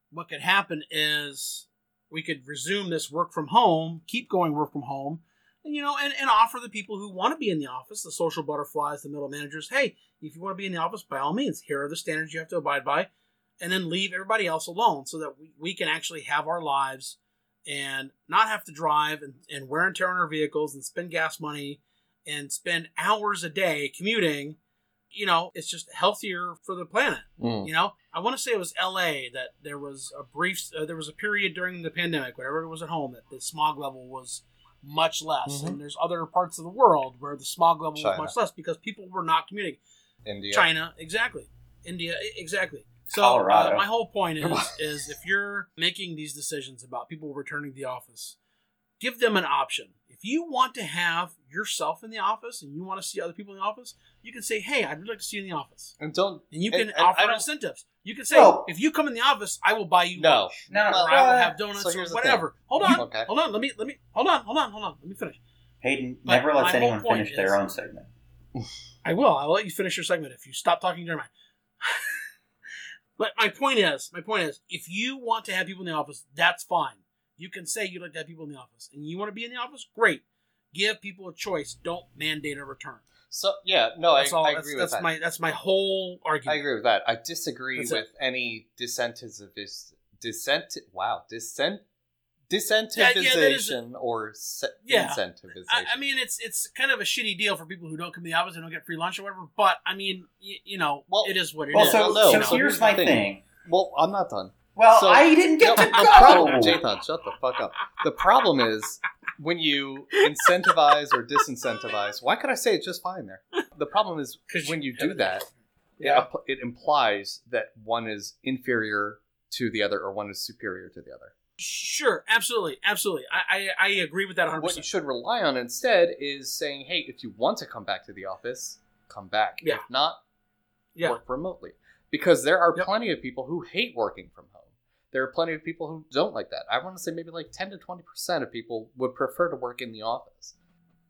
[SPEAKER 3] what could happen is we could resume this work from home, keep going work from home, and, you know, and, and offer the people who want to be in the office, the social butterflies, the middle managers, hey, if you want to be in the office, by all means, here are the standards you have to abide by, and then leave everybody else alone so that we, we can actually have our lives and not have to drive and, and wear and tear on our vehicles and spend gas money and spend hours a day commuting. You know, it's just healthier for the planet.
[SPEAKER 1] Mm.
[SPEAKER 3] You know, I want to say it was L.A. that there was a brief, uh, there was a period during the pandemic, whenever everyone was at home, that the smog level was much less.
[SPEAKER 1] Mhm.
[SPEAKER 3] And there's other parts of the world where the smog level
[SPEAKER 1] China.
[SPEAKER 3] was much less because people were not commuting.
[SPEAKER 1] India.
[SPEAKER 3] China, exactly. India, e- exactly. So
[SPEAKER 2] Colorado.
[SPEAKER 3] Uh, my whole point
[SPEAKER 1] Come on.
[SPEAKER 3] is, is if you're making these decisions about people returning to the office, give them an option. If you want to have yourself in the office and you want to see other people in the office, you can say, "Hey, I'd really like to see you in the office,"
[SPEAKER 1] And don't.
[SPEAKER 3] and you
[SPEAKER 1] And-
[SPEAKER 3] can
[SPEAKER 1] and I
[SPEAKER 3] offer
[SPEAKER 1] don't-
[SPEAKER 3] incentives. You can say,
[SPEAKER 1] No.
[SPEAKER 3] "If you come in the office, I will buy you
[SPEAKER 1] No.
[SPEAKER 3] lunch,
[SPEAKER 2] No, no,
[SPEAKER 1] Well,
[SPEAKER 3] or I will
[SPEAKER 2] uh,
[SPEAKER 3] have donuts,
[SPEAKER 1] so
[SPEAKER 3] or
[SPEAKER 1] here's the
[SPEAKER 3] whatever." Hold on,
[SPEAKER 1] Okay.
[SPEAKER 3] hold on. Let me, let me, hold on, hold on, hold on. Let me finish.
[SPEAKER 2] Hayden
[SPEAKER 3] But
[SPEAKER 2] never
[SPEAKER 3] my
[SPEAKER 2] lets
[SPEAKER 3] whole
[SPEAKER 2] anyone
[SPEAKER 3] point
[SPEAKER 2] finish
[SPEAKER 3] is-
[SPEAKER 2] their own segment.
[SPEAKER 3] I will. I'll let you finish your segment if you stop talking during mine. [laughs] but my point is, my point is, if you want to have people in the office, that's fine. You can say you'd like to have people in the office, and you want to be in the office, great. Give people a choice. Don't mandate a return.
[SPEAKER 1] So yeah, no, I,
[SPEAKER 3] That's all.
[SPEAKER 1] I
[SPEAKER 3] that's
[SPEAKER 1] agree with
[SPEAKER 3] that's
[SPEAKER 1] that.
[SPEAKER 3] my that's my whole
[SPEAKER 1] I
[SPEAKER 3] argument.
[SPEAKER 1] agree with that. I disagree
[SPEAKER 3] That's it.
[SPEAKER 1] with any dissenters of this dissent. Wow, dissent.
[SPEAKER 3] Yeah, yeah, that is-
[SPEAKER 1] Dissentivization or se-
[SPEAKER 3] Yeah.
[SPEAKER 1] incentivization.
[SPEAKER 3] I, I mean, it's it's kind of a shitty deal for people who don't come to the office and don't get free lunch or whatever. But I mean, y- you know,
[SPEAKER 1] Well-
[SPEAKER 3] it is what it is.
[SPEAKER 2] Well,
[SPEAKER 1] Yeah,
[SPEAKER 2] so,
[SPEAKER 1] well, no,
[SPEAKER 2] so,
[SPEAKER 1] no,
[SPEAKER 2] here's
[SPEAKER 1] here's
[SPEAKER 2] my
[SPEAKER 1] the thing.
[SPEAKER 2] thing.
[SPEAKER 1] well, I'm not done.
[SPEAKER 2] Well,
[SPEAKER 1] So-
[SPEAKER 2] I didn't get
[SPEAKER 1] No,
[SPEAKER 2] to
[SPEAKER 1] the problem,
[SPEAKER 2] go.
[SPEAKER 1] Jathan, shut the fuck up. The problem is when you incentivize or disincentivize. Why could I say it just fine there? The problem is
[SPEAKER 3] 'Cause
[SPEAKER 1] when you do that,
[SPEAKER 3] Yeah.
[SPEAKER 1] it, impl- it implies that one is inferior to the other or one is superior to the other.
[SPEAKER 3] sure, absolutely, absolutely. I I, I agree with that 100.
[SPEAKER 1] What you
[SPEAKER 3] percent
[SPEAKER 1] should rely on instead is saying, hey, if you want to come back to the office, come back.
[SPEAKER 3] Yeah.
[SPEAKER 1] If not,
[SPEAKER 3] Yeah,
[SPEAKER 1] work remotely. Because there are
[SPEAKER 3] Yep.
[SPEAKER 1] plenty of people who hate working from home. There are plenty of people who don't like that. I want to say maybe like 10 to 20% of people would prefer to work in the office.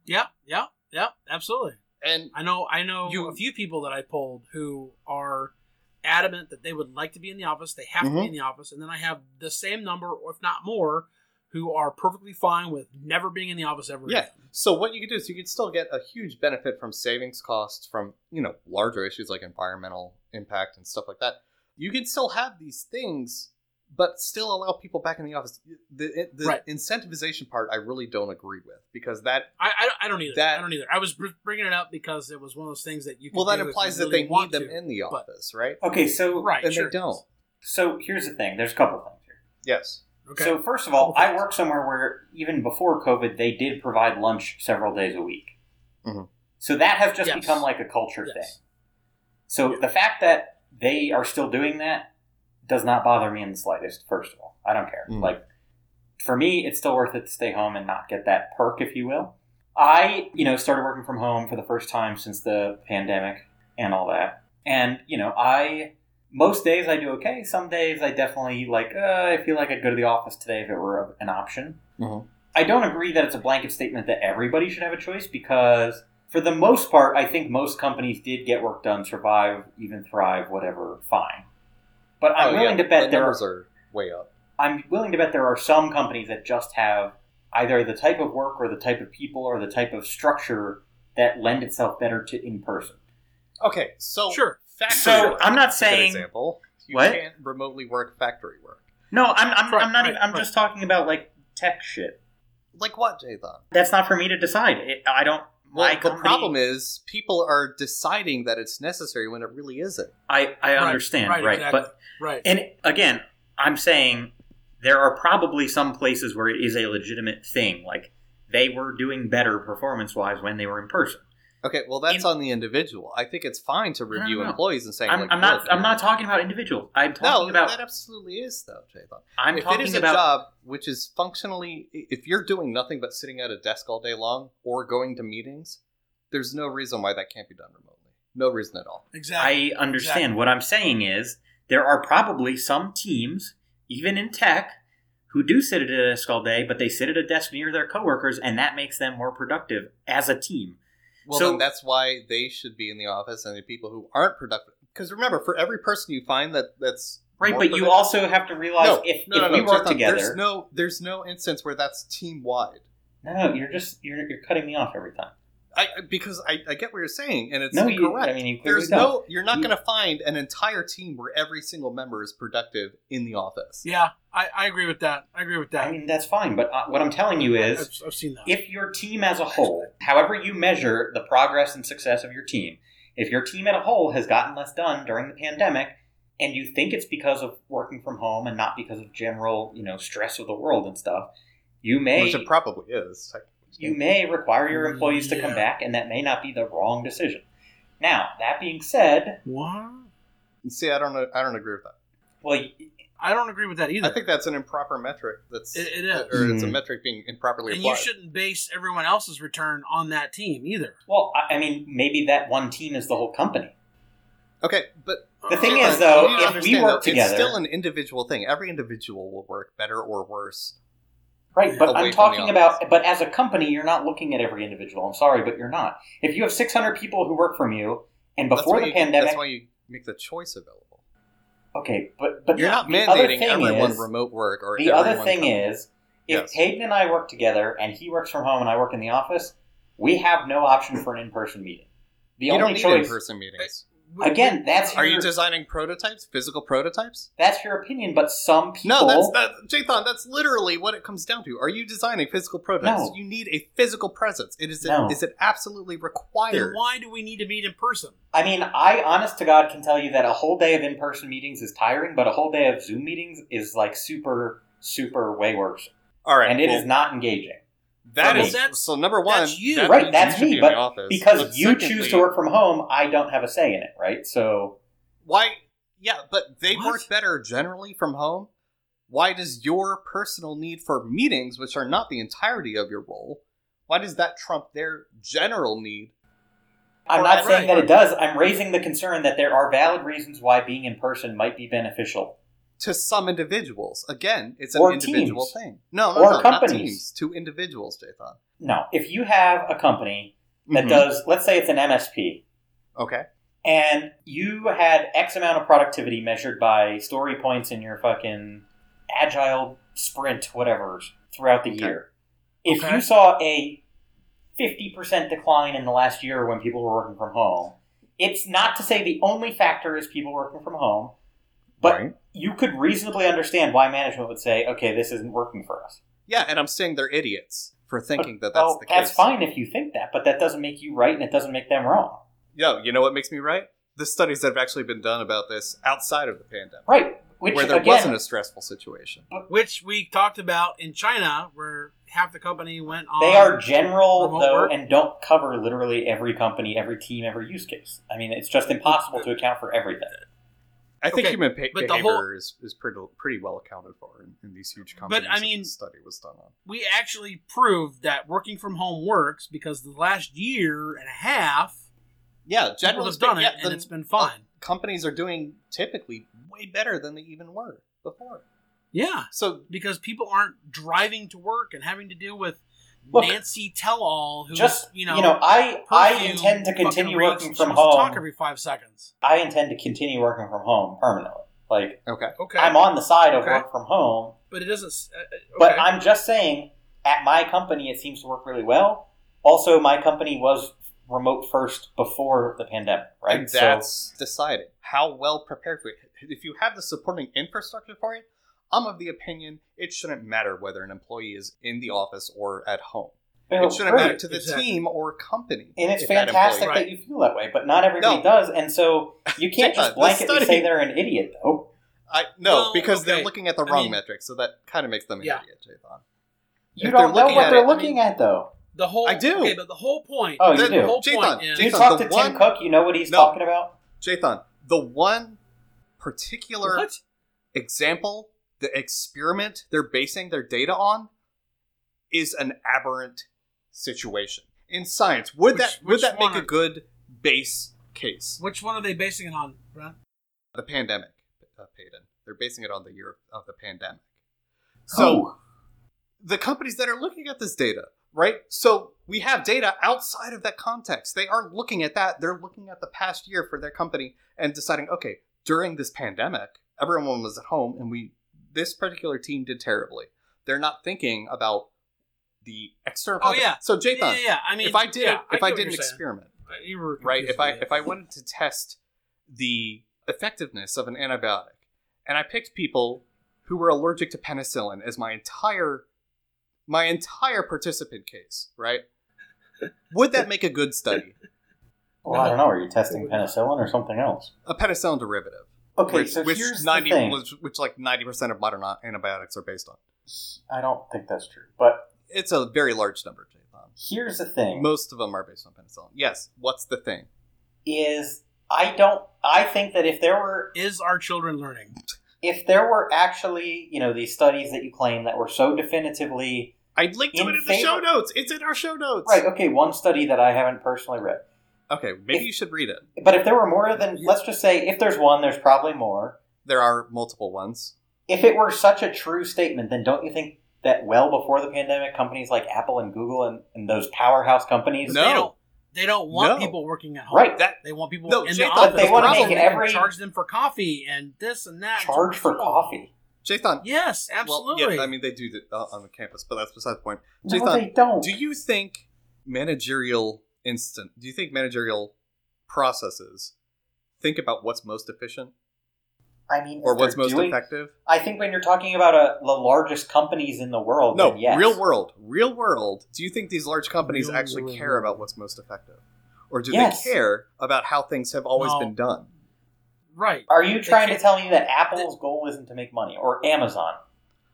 [SPEAKER 3] yeah, yeah, yeah. Absolutely.
[SPEAKER 1] And
[SPEAKER 3] I know I know
[SPEAKER 1] You-
[SPEAKER 3] a few people that I polled who are adamant that they would like to be in the office, they have to be
[SPEAKER 1] Mhm.
[SPEAKER 3] in the office, and then I have the same number, or if not more, who are perfectly fine with never being in the office ever.
[SPEAKER 1] yeah,
[SPEAKER 3] again.
[SPEAKER 1] so what you could do is you could still get a huge benefit from savings costs from, you know, larger issues like environmental impact and stuff like that. You can still have these things but still allow people back in the office. The, the
[SPEAKER 3] Right.
[SPEAKER 1] incentivization part I really don't agree with because that
[SPEAKER 3] I, I, I don't either.
[SPEAKER 1] That-
[SPEAKER 3] I don't either. I was br- bringing it up because it was one of those things that you. Could
[SPEAKER 1] well that
[SPEAKER 3] do if you
[SPEAKER 1] implies that
[SPEAKER 3] really
[SPEAKER 1] they need
[SPEAKER 3] want
[SPEAKER 1] them
[SPEAKER 3] to.
[SPEAKER 1] in the
[SPEAKER 3] but-
[SPEAKER 1] office, right?
[SPEAKER 2] Okay, so
[SPEAKER 3] Right,
[SPEAKER 1] and
[SPEAKER 3] sure.
[SPEAKER 1] they don't.
[SPEAKER 2] so here's the thing. There's a couple things here.
[SPEAKER 1] Yes.
[SPEAKER 3] Okay.
[SPEAKER 2] So first of all, I work somewhere where even before COVID, they did provide lunch several days a week.
[SPEAKER 1] Mhm.
[SPEAKER 2] So that has just
[SPEAKER 3] Yes.
[SPEAKER 2] become like a culture
[SPEAKER 3] Yes.
[SPEAKER 2] thing. So the fact that they are still doing that does not bother me in the slightest. First of all, I don't care.
[SPEAKER 1] Mm.
[SPEAKER 2] Like for me, it's still worth it to stay home and not get that perk, if you will. I, you know, started working from home for the first time since the pandemic and all that. And you know, I most days I do okay. Some days I definitely like. Uh, I feel like I'd go to the office today if it were an option.
[SPEAKER 1] Mhm.
[SPEAKER 2] I don't agree that it's a blanket statement that everybody should have a choice because, for the most part, I think most companies did get work done, survive, even thrive, whatever, fine. But I'm
[SPEAKER 1] Oh,
[SPEAKER 2] willing
[SPEAKER 1] yeah,
[SPEAKER 2] to bet
[SPEAKER 1] the
[SPEAKER 2] there are
[SPEAKER 1] numbers are way up.
[SPEAKER 2] I'm willing to bet there are some companies that just have either the type of work or the type of people or the type of structure that lend itself better to in person.
[SPEAKER 1] Okay, so
[SPEAKER 3] sure.
[SPEAKER 1] factory
[SPEAKER 2] So,
[SPEAKER 1] work
[SPEAKER 2] I'm not
[SPEAKER 1] is a good
[SPEAKER 2] saying-
[SPEAKER 1] example. You
[SPEAKER 2] What?
[SPEAKER 1] can't remotely work factory work.
[SPEAKER 2] No, I'm I'm,
[SPEAKER 3] Right,
[SPEAKER 2] I'm not
[SPEAKER 3] right,
[SPEAKER 2] even I'm
[SPEAKER 3] right.
[SPEAKER 2] just talking about like tech shit.
[SPEAKER 1] Like what, Jathan?
[SPEAKER 2] That's not for me to decide. It, I don't my
[SPEAKER 1] Well, the
[SPEAKER 2] company-
[SPEAKER 1] problem is people are deciding that it's necessary when it really isn't.
[SPEAKER 2] I I
[SPEAKER 3] Right,
[SPEAKER 2] understand, right?
[SPEAKER 3] right, exactly.
[SPEAKER 2] But
[SPEAKER 3] Right.
[SPEAKER 2] and again, I'm saying there are probably some places where it is a legitimate thing. Like they were doing better performance-wise when they were in person.
[SPEAKER 1] Okay, well, that's
[SPEAKER 2] In-
[SPEAKER 1] on the individual. I think it's fine to
[SPEAKER 2] no,
[SPEAKER 1] review
[SPEAKER 2] no.
[SPEAKER 1] employees and saying,
[SPEAKER 2] I'm,
[SPEAKER 1] like,
[SPEAKER 2] I'm
[SPEAKER 1] "Well, if
[SPEAKER 2] not. I'm
[SPEAKER 1] you're-
[SPEAKER 2] not talking about individuals. I'm talking
[SPEAKER 1] No,
[SPEAKER 2] about.
[SPEAKER 1] that absolutely is though, Jaylen.
[SPEAKER 2] I'm
[SPEAKER 1] if it
[SPEAKER 2] talking
[SPEAKER 1] is a
[SPEAKER 2] about.
[SPEAKER 1] job which is functionally, if you're doing nothing but sitting at a desk all day long or going to meetings, there's no reason why that can't be done remotely. No reason at all.
[SPEAKER 3] Exactly.
[SPEAKER 2] I understand. What I'm saying is there are probably some teams, even in tech, who do sit at a desk all day, but they sit at a desk near their coworkers, and that makes them more productive as a team.
[SPEAKER 1] Well,
[SPEAKER 2] So-
[SPEAKER 1] then that's why they should be in the office, and the people who aren't productive. Because remember, for every person you find that that's
[SPEAKER 2] Right,
[SPEAKER 1] more
[SPEAKER 2] but you
[SPEAKER 1] productive-
[SPEAKER 2] also have to realize
[SPEAKER 1] No,
[SPEAKER 2] if,
[SPEAKER 1] no, no,
[SPEAKER 2] if
[SPEAKER 1] no,
[SPEAKER 2] we work
[SPEAKER 1] Jaylen,
[SPEAKER 2] together.
[SPEAKER 1] There's no, there's no instance where that's team wide.
[SPEAKER 2] No, no, you're just you're, you're cutting me off every time.
[SPEAKER 1] I I- because I, I get what you're saying, and it's
[SPEAKER 2] no, you,
[SPEAKER 1] incorrect.
[SPEAKER 2] I mean, you clearly
[SPEAKER 1] There's
[SPEAKER 2] don't.
[SPEAKER 1] no, you're not
[SPEAKER 2] You-
[SPEAKER 1] going to find an entire team where every single member is productive in the office.
[SPEAKER 3] yeah, I, I agree with that. I agree with that.
[SPEAKER 2] I mean, that's fine, but uh, what I'm telling you is
[SPEAKER 3] I've, I've seen that.
[SPEAKER 2] if your team as a whole, however you measure the progress and success of your team, if your team as a whole has gotten less done during the pandemic, and you think it's because of working from home and not because of general, you know, stress of the world and stuff, you may
[SPEAKER 1] Which it probably is.
[SPEAKER 2] you may require your employees to come
[SPEAKER 3] Yeah.
[SPEAKER 2] back, and that may not be the wrong decision. Now, that being said,
[SPEAKER 3] what?
[SPEAKER 1] See, I don't know. I don't agree with that.
[SPEAKER 2] well, y-
[SPEAKER 3] I don't agree with that either.
[SPEAKER 1] I think that's an improper metric. That's
[SPEAKER 3] It- it is.
[SPEAKER 1] or it's a
[SPEAKER 2] Mhm.
[SPEAKER 1] metric being improperly
[SPEAKER 3] and
[SPEAKER 1] applied.
[SPEAKER 3] you shouldn't base everyone else's return on that team either.
[SPEAKER 2] well, I, I mean, maybe that one team is the whole company.
[SPEAKER 1] okay, Uh, but
[SPEAKER 2] The thing
[SPEAKER 1] Jaylen,
[SPEAKER 2] is, though,
[SPEAKER 1] you need to
[SPEAKER 2] if we
[SPEAKER 1] understand,
[SPEAKER 2] work
[SPEAKER 1] though,
[SPEAKER 2] together-
[SPEAKER 1] it's still an individual thing. Every individual will work better or worse.
[SPEAKER 2] Right, but
[SPEAKER 1] Away
[SPEAKER 2] I'm
[SPEAKER 1] from the
[SPEAKER 2] talking about, but as a company, you're not looking at every individual. I'm sorry, but you're not. If you have 600 people who work from you, and before
[SPEAKER 1] that's why
[SPEAKER 2] the
[SPEAKER 1] you,
[SPEAKER 2] pandemic,
[SPEAKER 1] that's why you make the choice available.
[SPEAKER 2] okay, but but
[SPEAKER 1] You're
[SPEAKER 2] the
[SPEAKER 1] not
[SPEAKER 2] other
[SPEAKER 1] mandating
[SPEAKER 2] thing
[SPEAKER 1] everyone
[SPEAKER 2] is-
[SPEAKER 1] remote work or
[SPEAKER 2] The other
[SPEAKER 1] everyone
[SPEAKER 2] thing
[SPEAKER 1] coming.
[SPEAKER 2] is, if
[SPEAKER 1] Yes.
[SPEAKER 2] Hayden and I work together, and he works from home and I work in the office, we have no option for an in-person meeting. The
[SPEAKER 1] you don't
[SPEAKER 2] only
[SPEAKER 1] need
[SPEAKER 2] choice,
[SPEAKER 1] in-person meetings.
[SPEAKER 2] Again, that's-
[SPEAKER 1] Are you
[SPEAKER 2] You're-
[SPEAKER 1] designing prototypes, physical prototypes?
[SPEAKER 2] that's your opinion, but some people,
[SPEAKER 1] No, that's that, Jathan. That's literally what it comes down to. Are you designing physical prototypes?
[SPEAKER 2] No.
[SPEAKER 1] You need a physical presence. It is.
[SPEAKER 2] No.
[SPEAKER 1] Is it absolutely
[SPEAKER 3] Then
[SPEAKER 1] required?
[SPEAKER 3] why do we need to meet in person?
[SPEAKER 2] I mean, I honest to God can tell you that a whole day of in-person meetings is tiring, but a whole day of Zoom meetings is like super, super way worse,
[SPEAKER 1] All right,
[SPEAKER 2] and it is
[SPEAKER 1] well,
[SPEAKER 2] not engaging.
[SPEAKER 1] That
[SPEAKER 2] Well,
[SPEAKER 1] is
[SPEAKER 3] that's-
[SPEAKER 1] so. Number one,
[SPEAKER 3] that's you.
[SPEAKER 1] that
[SPEAKER 2] Right,
[SPEAKER 1] means you
[SPEAKER 2] that's
[SPEAKER 1] should
[SPEAKER 2] me,
[SPEAKER 1] be in
[SPEAKER 2] but
[SPEAKER 1] the office.
[SPEAKER 2] because
[SPEAKER 1] But
[SPEAKER 2] you choose to
[SPEAKER 1] secondly,
[SPEAKER 2] work from home, I don't have a say in it, right? So
[SPEAKER 1] Why? Yeah, but they
[SPEAKER 3] What?
[SPEAKER 1] work better generally from home. Why does your personal need for meetings, which are not the entirety of your role, why does that trump their general need?
[SPEAKER 2] I'm
[SPEAKER 1] Right,
[SPEAKER 2] not saying
[SPEAKER 1] right.
[SPEAKER 2] that it does. I'm raising the concern that there are valid reasons why being in person might be beneficial.
[SPEAKER 1] to some individuals. Again, it's an
[SPEAKER 2] Or
[SPEAKER 1] individual
[SPEAKER 2] teams.
[SPEAKER 1] thing. No, no, no,
[SPEAKER 2] Or
[SPEAKER 1] not
[SPEAKER 2] companies.
[SPEAKER 1] teams. To individuals, Jathan.
[SPEAKER 2] No, if you have a company that
[SPEAKER 1] Mhm.
[SPEAKER 2] does, let's say it's an MSP,
[SPEAKER 1] Okay.
[SPEAKER 2] and you had X amount of productivity measured by story points in your fucking agile sprint, whatever, throughout the
[SPEAKER 1] Okay.
[SPEAKER 2] year. If
[SPEAKER 3] Okay.
[SPEAKER 2] you saw a 50% decline in the last year when people were working from home, it's not to say the only factor is people working from home, but
[SPEAKER 1] right.
[SPEAKER 2] you could reasonably understand why management would say, okay, this isn't working for us.
[SPEAKER 1] Yeah, and I'm saying they're idiots for thinking that that's
[SPEAKER 2] Well,
[SPEAKER 1] the case.
[SPEAKER 2] Oh, that's fine if you think that, but that doesn't make you right and it doesn't make them wrong.
[SPEAKER 1] Yo, you know what makes me right? The studies that have actually been done about this outside of the pandemic,
[SPEAKER 2] Right. Which,
[SPEAKER 1] where there
[SPEAKER 2] again,
[SPEAKER 1] wasn't a stressful situation.
[SPEAKER 3] Which we talked about in China, where half the company went on.
[SPEAKER 2] They are general
[SPEAKER 3] Um, Remote
[SPEAKER 2] though,
[SPEAKER 3] work?
[SPEAKER 2] and don't cover literally every company, every team, every use case. I mean, it's just impossible to account for everything.
[SPEAKER 1] I think
[SPEAKER 3] Okay,
[SPEAKER 1] human pa-
[SPEAKER 3] but the
[SPEAKER 1] behavior
[SPEAKER 3] whole-
[SPEAKER 1] is, is pretty pretty well accounted for in, in these huge
[SPEAKER 3] But, I
[SPEAKER 1] companies. that
[SPEAKER 3] mean-
[SPEAKER 1] the study was done on.
[SPEAKER 3] we actually proved that working from home works because the last year and a half,
[SPEAKER 1] Yeah,
[SPEAKER 3] people
[SPEAKER 1] generally
[SPEAKER 3] have done it,
[SPEAKER 1] yeah,
[SPEAKER 3] and
[SPEAKER 1] the
[SPEAKER 3] it's been fine.
[SPEAKER 2] oh.
[SPEAKER 1] companies are doing typically way better than they even were before.
[SPEAKER 3] Yeah,
[SPEAKER 1] So
[SPEAKER 3] because people aren't driving to work and having to deal with
[SPEAKER 2] Look,
[SPEAKER 3] Nancy Tell-all, who's
[SPEAKER 2] just
[SPEAKER 3] you know,
[SPEAKER 2] I I
[SPEAKER 3] perfume
[SPEAKER 2] intend to
[SPEAKER 3] fucking
[SPEAKER 2] continue
[SPEAKER 3] reeks
[SPEAKER 2] working
[SPEAKER 3] and
[SPEAKER 2] from
[SPEAKER 3] she wants to Talk
[SPEAKER 2] home.
[SPEAKER 3] every five seconds.
[SPEAKER 2] I intend to continue working from home permanently. Like
[SPEAKER 1] okay.
[SPEAKER 3] Okay,
[SPEAKER 2] I'm on the side of
[SPEAKER 3] Okay.
[SPEAKER 2] work from home,
[SPEAKER 3] but it doesn't. s- Uh, uh,
[SPEAKER 2] But
[SPEAKER 3] okay.
[SPEAKER 2] I'm just saying, at my company, it seems to work really well. Also, my company was remote first before the pandemic, right?
[SPEAKER 1] And
[SPEAKER 2] So-
[SPEAKER 1] that's deciding how well prepared for it. If you have the supporting infrastructure for it, I'm of the opinion it shouldn't matter whether an employee is in the office or at home. It shouldn't
[SPEAKER 2] Right.
[SPEAKER 1] matter to the
[SPEAKER 3] exactly.
[SPEAKER 1] team or company.
[SPEAKER 2] And it's
[SPEAKER 1] if that
[SPEAKER 2] fantastic
[SPEAKER 1] employee-
[SPEAKER 2] that you feel that way, but not everybody
[SPEAKER 1] No.
[SPEAKER 2] does. And so
[SPEAKER 1] [laughs]
[SPEAKER 2] you can't
[SPEAKER 1] Yeah,
[SPEAKER 2] just
[SPEAKER 1] the
[SPEAKER 2] blanketly
[SPEAKER 1] study-
[SPEAKER 2] say they're an idiot, though.
[SPEAKER 1] I, no,
[SPEAKER 3] Well,
[SPEAKER 1] because
[SPEAKER 3] okay.
[SPEAKER 1] they're looking at the
[SPEAKER 3] I
[SPEAKER 1] wrong
[SPEAKER 3] mean-
[SPEAKER 1] metric, so that kind of makes them an
[SPEAKER 3] Yeah.
[SPEAKER 1] idiot, Jathan.
[SPEAKER 2] You
[SPEAKER 1] If they're
[SPEAKER 2] don't know
[SPEAKER 1] looking
[SPEAKER 2] what
[SPEAKER 1] at
[SPEAKER 2] they're
[SPEAKER 1] it, I
[SPEAKER 2] looking
[SPEAKER 1] mean-
[SPEAKER 2] at, though.
[SPEAKER 3] The whole
[SPEAKER 1] I do.
[SPEAKER 3] Okay, but the whole point.
[SPEAKER 2] Oh, you
[SPEAKER 3] the
[SPEAKER 2] do.
[SPEAKER 3] whole
[SPEAKER 1] Cheat
[SPEAKER 3] point
[SPEAKER 1] on-
[SPEAKER 3] is
[SPEAKER 2] You
[SPEAKER 1] Jason,
[SPEAKER 2] talk
[SPEAKER 1] the
[SPEAKER 2] to
[SPEAKER 1] one-
[SPEAKER 2] Tim Cook, you know what he's
[SPEAKER 1] No.
[SPEAKER 2] talking about?
[SPEAKER 1] Jathan, the one particular
[SPEAKER 3] what?
[SPEAKER 1] example, the experiment they're basing their data on, is an aberrant situation in science. Would
[SPEAKER 3] Which-
[SPEAKER 1] that
[SPEAKER 3] which
[SPEAKER 1] would that make
[SPEAKER 3] one
[SPEAKER 1] a
[SPEAKER 3] are-
[SPEAKER 1] good base case?
[SPEAKER 3] Which one are they basing it on, Brent?
[SPEAKER 1] The pandemic, uh, Payton. They're basing it on the year of the pandemic. So the companies that are looking at this data, right? So we have data outside of that context. They aren't looking at that. They're looking at the past year for their company and deciding, okay, during this pandemic, everyone was at home and we this particular team did terribly. They're not thinking about the external
[SPEAKER 3] Oh,
[SPEAKER 1] context.
[SPEAKER 3] yeah.
[SPEAKER 1] So Jathan,
[SPEAKER 3] yeah, yeah. I mean,
[SPEAKER 1] if I did
[SPEAKER 3] yeah,
[SPEAKER 1] if
[SPEAKER 3] get
[SPEAKER 1] I,
[SPEAKER 3] what
[SPEAKER 1] did an
[SPEAKER 3] you're saying.
[SPEAKER 1] experiment,
[SPEAKER 3] Uh, You were
[SPEAKER 1] right? If I
[SPEAKER 3] confused
[SPEAKER 1] if
[SPEAKER 2] [laughs]
[SPEAKER 3] by
[SPEAKER 1] I wanted to test the effectiveness of an antibiotic, and I picked people who were allergic to penicillin as my entire my entire participant case, right? Would that make a good study?
[SPEAKER 2] Well, I don't know. Are you testing penicillin or something else?
[SPEAKER 1] A penicillin derivative,
[SPEAKER 2] Okay,
[SPEAKER 1] which,
[SPEAKER 2] so
[SPEAKER 1] which
[SPEAKER 2] here's
[SPEAKER 1] ninety
[SPEAKER 2] the thing.
[SPEAKER 1] which, which like ninety percent of modern antibiotics are based on.
[SPEAKER 2] I don't think that's true, but
[SPEAKER 1] It's a very large number, Jathan.
[SPEAKER 2] here's the thing:
[SPEAKER 1] Most of them are based on penicillin. Yes. What's the thing?
[SPEAKER 2] is I don't. I think that if there were
[SPEAKER 3] it. Is our children learning?
[SPEAKER 2] if there were actually you know these studies that you claim that were so definitively
[SPEAKER 1] I linked to
[SPEAKER 2] In
[SPEAKER 1] it in the
[SPEAKER 2] favor-
[SPEAKER 1] show notes. It's in our show notes.
[SPEAKER 2] right. Okay, one study that I haven't personally read.
[SPEAKER 1] Okay. Maybe you should read it.
[SPEAKER 2] But if there were more than, let's just say, if there's one, there's probably more.
[SPEAKER 1] There are multiple ones.
[SPEAKER 2] If it were such a true statement, then don't you think that well before the pandemic, companies like Apple and Google and, and those powerhouse companies,
[SPEAKER 3] 'Cause
[SPEAKER 1] No.
[SPEAKER 3] They don't, they don't want
[SPEAKER 1] No.
[SPEAKER 3] people working at home.
[SPEAKER 2] right? That
[SPEAKER 3] They want people
[SPEAKER 1] No,
[SPEAKER 3] in
[SPEAKER 1] Jay
[SPEAKER 3] the
[SPEAKER 1] thought
[SPEAKER 3] office.
[SPEAKER 1] they wanna
[SPEAKER 3] because
[SPEAKER 1] make
[SPEAKER 3] they can
[SPEAKER 2] every-
[SPEAKER 3] charge them for coffee and this and that.
[SPEAKER 2] charge for coffee?
[SPEAKER 1] Jathan,
[SPEAKER 3] Yes, absolutely.
[SPEAKER 1] Well, yeah, I mean they do that uh, on the campus, but that's beside the point.
[SPEAKER 2] No,
[SPEAKER 1] Jathan,
[SPEAKER 2] they don't.
[SPEAKER 1] do you think managerial instant? Do you think managerial processes think about what's most efficient
[SPEAKER 2] I mean,
[SPEAKER 1] or
[SPEAKER 2] if
[SPEAKER 1] what's
[SPEAKER 2] they're
[SPEAKER 1] most
[SPEAKER 2] doing-
[SPEAKER 1] effective?
[SPEAKER 2] I think when you're talking about uh the largest companies in the world,
[SPEAKER 1] No,
[SPEAKER 2] then yes.
[SPEAKER 1] real world, real world. Do you think these large companies
[SPEAKER 3] Real
[SPEAKER 1] actually
[SPEAKER 3] world.
[SPEAKER 1] care about what's most effective, or do
[SPEAKER 2] Yes.
[SPEAKER 1] they care about how things have always
[SPEAKER 3] No.
[SPEAKER 1] been done?
[SPEAKER 3] right.
[SPEAKER 2] Are you trying to
[SPEAKER 3] can't-
[SPEAKER 2] tell me that Apple's goal isn't to make money or Amazon?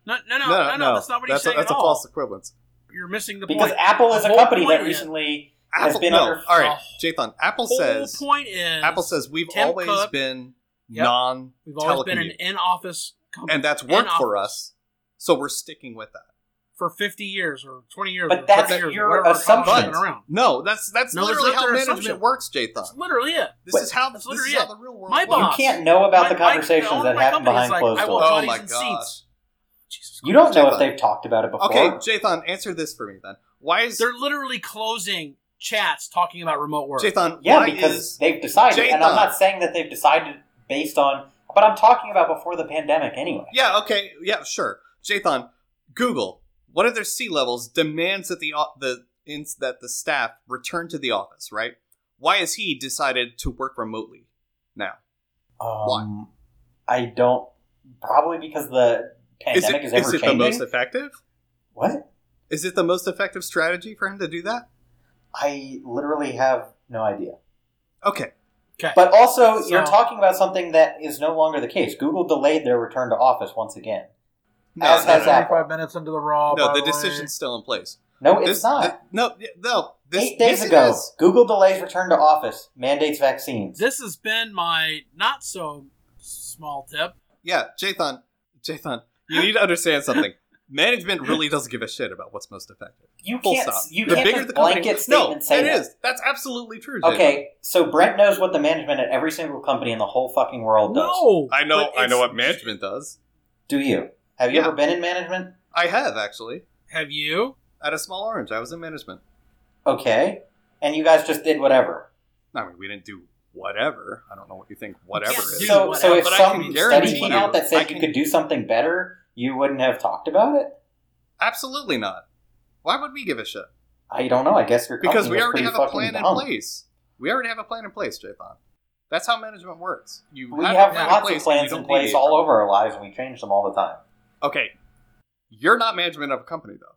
[SPEAKER 3] No, no, no, no, no, That's not what he's
[SPEAKER 1] that's a,
[SPEAKER 3] saying
[SPEAKER 1] that's
[SPEAKER 3] at
[SPEAKER 1] a
[SPEAKER 3] all.
[SPEAKER 1] false equivalence.
[SPEAKER 3] You're missing the
[SPEAKER 2] Because
[SPEAKER 3] point.
[SPEAKER 2] Apple is
[SPEAKER 3] The
[SPEAKER 2] a
[SPEAKER 3] whole
[SPEAKER 2] company that
[SPEAKER 3] point is-
[SPEAKER 2] recently has
[SPEAKER 1] Apple,
[SPEAKER 2] been
[SPEAKER 1] no,
[SPEAKER 2] under
[SPEAKER 1] all right,
[SPEAKER 3] Oh.
[SPEAKER 1] Jathan. Apple
[SPEAKER 3] whole
[SPEAKER 1] says
[SPEAKER 3] point is
[SPEAKER 1] Apple says we've
[SPEAKER 3] Tim
[SPEAKER 1] always
[SPEAKER 3] Cook-
[SPEAKER 1] been
[SPEAKER 3] Yep.
[SPEAKER 1] non
[SPEAKER 3] we've always been an
[SPEAKER 1] telecommu-
[SPEAKER 3] in-office company,
[SPEAKER 1] and that's
[SPEAKER 3] in
[SPEAKER 1] worked
[SPEAKER 3] office
[SPEAKER 1] for us. So we're sticking with that.
[SPEAKER 3] for 50 years or 20 years.
[SPEAKER 2] But
[SPEAKER 3] or
[SPEAKER 2] that's
[SPEAKER 3] 30 years
[SPEAKER 2] your
[SPEAKER 3] or whatever it's
[SPEAKER 2] assumption.
[SPEAKER 3] been around.
[SPEAKER 1] No, that's that's
[SPEAKER 3] No,
[SPEAKER 1] literally
[SPEAKER 3] that's not
[SPEAKER 1] how
[SPEAKER 3] their
[SPEAKER 1] management
[SPEAKER 3] assumption.
[SPEAKER 1] works,
[SPEAKER 3] That's
[SPEAKER 1] Jathan.
[SPEAKER 3] literally it.
[SPEAKER 1] This is how
[SPEAKER 3] That's
[SPEAKER 1] this
[SPEAKER 3] literally
[SPEAKER 1] is how
[SPEAKER 3] it.
[SPEAKER 1] the real world
[SPEAKER 3] My
[SPEAKER 1] works.
[SPEAKER 2] You
[SPEAKER 3] boss-
[SPEAKER 2] can't know about
[SPEAKER 3] My-
[SPEAKER 2] the
[SPEAKER 3] my-
[SPEAKER 2] conversations
[SPEAKER 3] owner of
[SPEAKER 2] that
[SPEAKER 3] my
[SPEAKER 2] happen
[SPEAKER 3] company is
[SPEAKER 2] behind
[SPEAKER 3] like,
[SPEAKER 2] closed
[SPEAKER 3] I
[SPEAKER 2] doors.
[SPEAKER 3] want
[SPEAKER 1] Oh
[SPEAKER 3] bodies
[SPEAKER 1] my
[SPEAKER 3] and
[SPEAKER 1] God.
[SPEAKER 3] seats. Jesus
[SPEAKER 2] You don't know
[SPEAKER 1] Jathan.
[SPEAKER 2] if they've talked about it before.
[SPEAKER 1] Okay, Jathan, answer this for me then. Why is
[SPEAKER 3] They're literally closing chats talking about remote work.
[SPEAKER 1] Jathan?
[SPEAKER 2] Yeah,
[SPEAKER 1] why
[SPEAKER 2] because
[SPEAKER 1] is
[SPEAKER 2] they've decided, and I'm
[SPEAKER 1] Jathan.
[SPEAKER 2] not saying that they've decided based on, but I'm talking about before the pandemic anyway.
[SPEAKER 1] yeah okay yeah sure Jathan, Google one of their C levels demands that the o- the ins that the staff return to the office right? Why has he decided to work remotely now?
[SPEAKER 2] Um, I don't. Probably because the
[SPEAKER 1] Is
[SPEAKER 2] pandemic
[SPEAKER 1] it,
[SPEAKER 2] is,
[SPEAKER 1] is
[SPEAKER 2] ever
[SPEAKER 1] it the
[SPEAKER 2] changing.
[SPEAKER 1] most effective?
[SPEAKER 2] what?
[SPEAKER 1] Is it the most effective strategy for him to do that?
[SPEAKER 2] I literally have no idea.
[SPEAKER 1] Okay.
[SPEAKER 3] Okay.
[SPEAKER 2] But also, you're
[SPEAKER 3] So-
[SPEAKER 2] talking about something that is no longer the case. Google delayed their return to office once again.
[SPEAKER 1] No,
[SPEAKER 2] As
[SPEAKER 1] no,
[SPEAKER 2] has
[SPEAKER 1] no,
[SPEAKER 2] Apple.
[SPEAKER 3] minutes into the raw.
[SPEAKER 1] no,
[SPEAKER 3] Oh, by
[SPEAKER 1] the
[SPEAKER 3] way.
[SPEAKER 1] decision's still in place.
[SPEAKER 2] No, it's
[SPEAKER 1] This-
[SPEAKER 2] not.
[SPEAKER 1] th- no, y- no. This,
[SPEAKER 2] Eight days
[SPEAKER 1] yes, it
[SPEAKER 2] ago,
[SPEAKER 1] is.
[SPEAKER 2] Google delays return to office, mandates vaccines.
[SPEAKER 3] This has been my not so small tip.
[SPEAKER 1] Yeah, Jathan, Jathan, you need to understand something. Management really doesn't give a shit about what's most effective.
[SPEAKER 2] You
[SPEAKER 1] Full
[SPEAKER 2] can't.
[SPEAKER 1] stop.
[SPEAKER 2] You
[SPEAKER 1] the
[SPEAKER 2] can't
[SPEAKER 1] bigger
[SPEAKER 2] just
[SPEAKER 1] the company,
[SPEAKER 2] blanket statement
[SPEAKER 1] no,
[SPEAKER 2] say
[SPEAKER 1] it
[SPEAKER 2] that.
[SPEAKER 1] is. That's absolutely true. Jathan.
[SPEAKER 2] Okay, so Brent knows what the management at every single company in the whole fucking world does.
[SPEAKER 3] No,
[SPEAKER 1] I know.
[SPEAKER 3] but
[SPEAKER 1] I know
[SPEAKER 3] it's-
[SPEAKER 1] what management does.
[SPEAKER 2] Do you? Have you
[SPEAKER 1] Yeah.
[SPEAKER 2] ever been in management?
[SPEAKER 1] I have actually
[SPEAKER 3] Have you?
[SPEAKER 1] at a small orange. I was in management.
[SPEAKER 2] Okay, and you guys just did whatever.
[SPEAKER 1] I mean, we didn't do whatever. I don't know what you think. Whatever
[SPEAKER 3] Yes,
[SPEAKER 1] is.
[SPEAKER 3] Dude,
[SPEAKER 2] so, so
[SPEAKER 3] whatever.
[SPEAKER 2] if
[SPEAKER 1] But I
[SPEAKER 2] some
[SPEAKER 1] can
[SPEAKER 2] study
[SPEAKER 1] guarantee
[SPEAKER 2] came out
[SPEAKER 1] you,
[SPEAKER 2] that
[SPEAKER 1] I
[SPEAKER 2] said you
[SPEAKER 1] can-
[SPEAKER 2] could do something better, you wouldn't have talked about it.
[SPEAKER 1] Absolutely not. Why would we give a shit?
[SPEAKER 2] I don't know. I guess your
[SPEAKER 1] Because
[SPEAKER 2] company
[SPEAKER 1] we
[SPEAKER 2] was
[SPEAKER 1] already
[SPEAKER 2] Oh, pretty
[SPEAKER 1] have a
[SPEAKER 2] fucking
[SPEAKER 1] plan in
[SPEAKER 2] dumb.
[SPEAKER 1] place. We already have a plan in place, Jathan. That's how management works. You
[SPEAKER 2] We
[SPEAKER 1] a
[SPEAKER 2] have
[SPEAKER 1] plan
[SPEAKER 2] lots of
[SPEAKER 1] and you
[SPEAKER 2] plans
[SPEAKER 1] don't
[SPEAKER 2] in place
[SPEAKER 1] deviate
[SPEAKER 2] all
[SPEAKER 1] from it.
[SPEAKER 2] over our lives, and we change them all the time.
[SPEAKER 1] Okay, you're not management of a company though.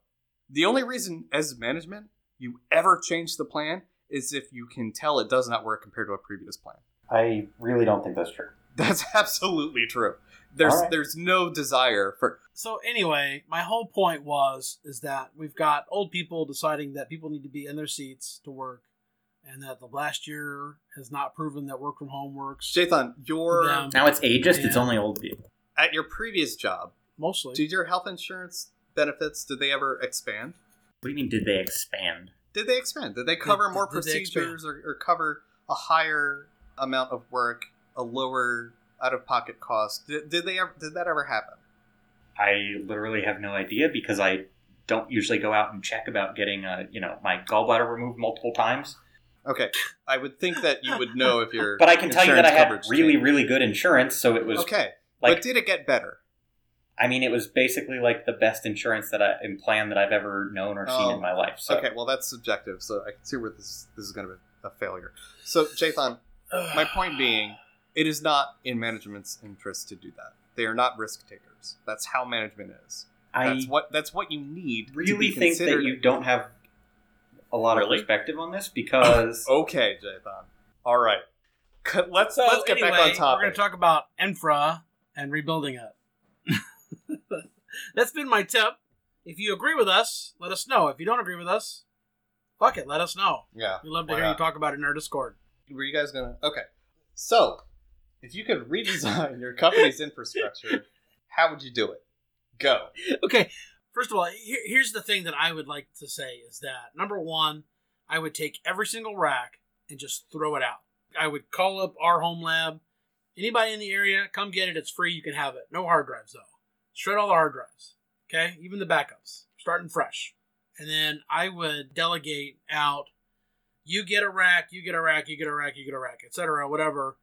[SPEAKER 1] The only reason, as management, you ever change the plan is if you can tell it does not work compared to a previous plan. [laughs]
[SPEAKER 2] I really don't think that's true.
[SPEAKER 1] That's absolutely true. there's
[SPEAKER 2] All right.
[SPEAKER 1] there's no desire for
[SPEAKER 3] So anyway, my whole point was is that we've got old people deciding that people need to be in their seats to work, and that the last year has not proven that work from home works.
[SPEAKER 1] Jathan. Your
[SPEAKER 3] Yeah.
[SPEAKER 2] Now it's ageist. It's
[SPEAKER 3] Yeah.
[SPEAKER 2] only old people.
[SPEAKER 1] at your previous job,
[SPEAKER 3] Mostly,
[SPEAKER 1] did your health insurance benefits did they ever expand?
[SPEAKER 2] What do you mean? Did they expand?
[SPEAKER 1] Did they expand? Did they cover
[SPEAKER 3] did-
[SPEAKER 1] more
[SPEAKER 3] did they expand?
[SPEAKER 1] procedures or, or cover a higher amount of work, a lower out of pocket cost? Did, did they ever, did that ever happen?
[SPEAKER 2] I literally have no idea because I don't usually go out and check about getting uh, you know my gallbladder removed multiple times.
[SPEAKER 1] Okay, I would think that you would know if your
[SPEAKER 2] [laughs] But I can tell you that I
[SPEAKER 1] insurance
[SPEAKER 2] had
[SPEAKER 1] coverage
[SPEAKER 2] really
[SPEAKER 1] changed.
[SPEAKER 2] really good insurance, so it was
[SPEAKER 1] okay.
[SPEAKER 2] like
[SPEAKER 1] but did it get better?
[SPEAKER 2] I mean it was basically like the best insurance that I and plan that I've ever known or seen
[SPEAKER 1] Oh,
[SPEAKER 2] in my life. So
[SPEAKER 1] Okay, well that's subjective, so I can see where this this is going to be a failure. So, Jathan,
[SPEAKER 3] [sighs]
[SPEAKER 1] my point being, it is not in management's interest to do that. They are not risk takers. That's how management is.
[SPEAKER 2] I
[SPEAKER 1] That's what that's what you need. to
[SPEAKER 2] really
[SPEAKER 1] be
[SPEAKER 2] think that
[SPEAKER 1] considered-
[SPEAKER 2] you don't have a lot
[SPEAKER 1] Really? Oh.
[SPEAKER 2] of perspective on this because
[SPEAKER 1] Okay, Jathan. All right. C- Let's
[SPEAKER 3] So
[SPEAKER 1] let's get back on
[SPEAKER 3] anyway, We're going
[SPEAKER 1] topic.
[SPEAKER 3] to talk about infra and rebuilding it. [laughs] That's been my tip. If you agree with us, let us know. If you don't agree with us, fuck it, let us know.
[SPEAKER 1] yeah.
[SPEAKER 3] We love to
[SPEAKER 1] Why
[SPEAKER 3] hear
[SPEAKER 1] not?
[SPEAKER 3] you talk about it in our Discord.
[SPEAKER 1] Were you guys gonna? Okay. So, if you could redesign your
[SPEAKER 3] [laughs]
[SPEAKER 1] company's infrastructure, how would you do it? Go.
[SPEAKER 3] [laughs] okay first of all here, here's the thing that i would like to say is that number one i would take every single rack and just throw it out i would call up our home lab anybody in the area come get it it's free you can have it no hard drives though shred all the hard drives okay even the backups starting fresh and then i would delegate out you get a rack you get a rack you get a rack you get a rack etc whatever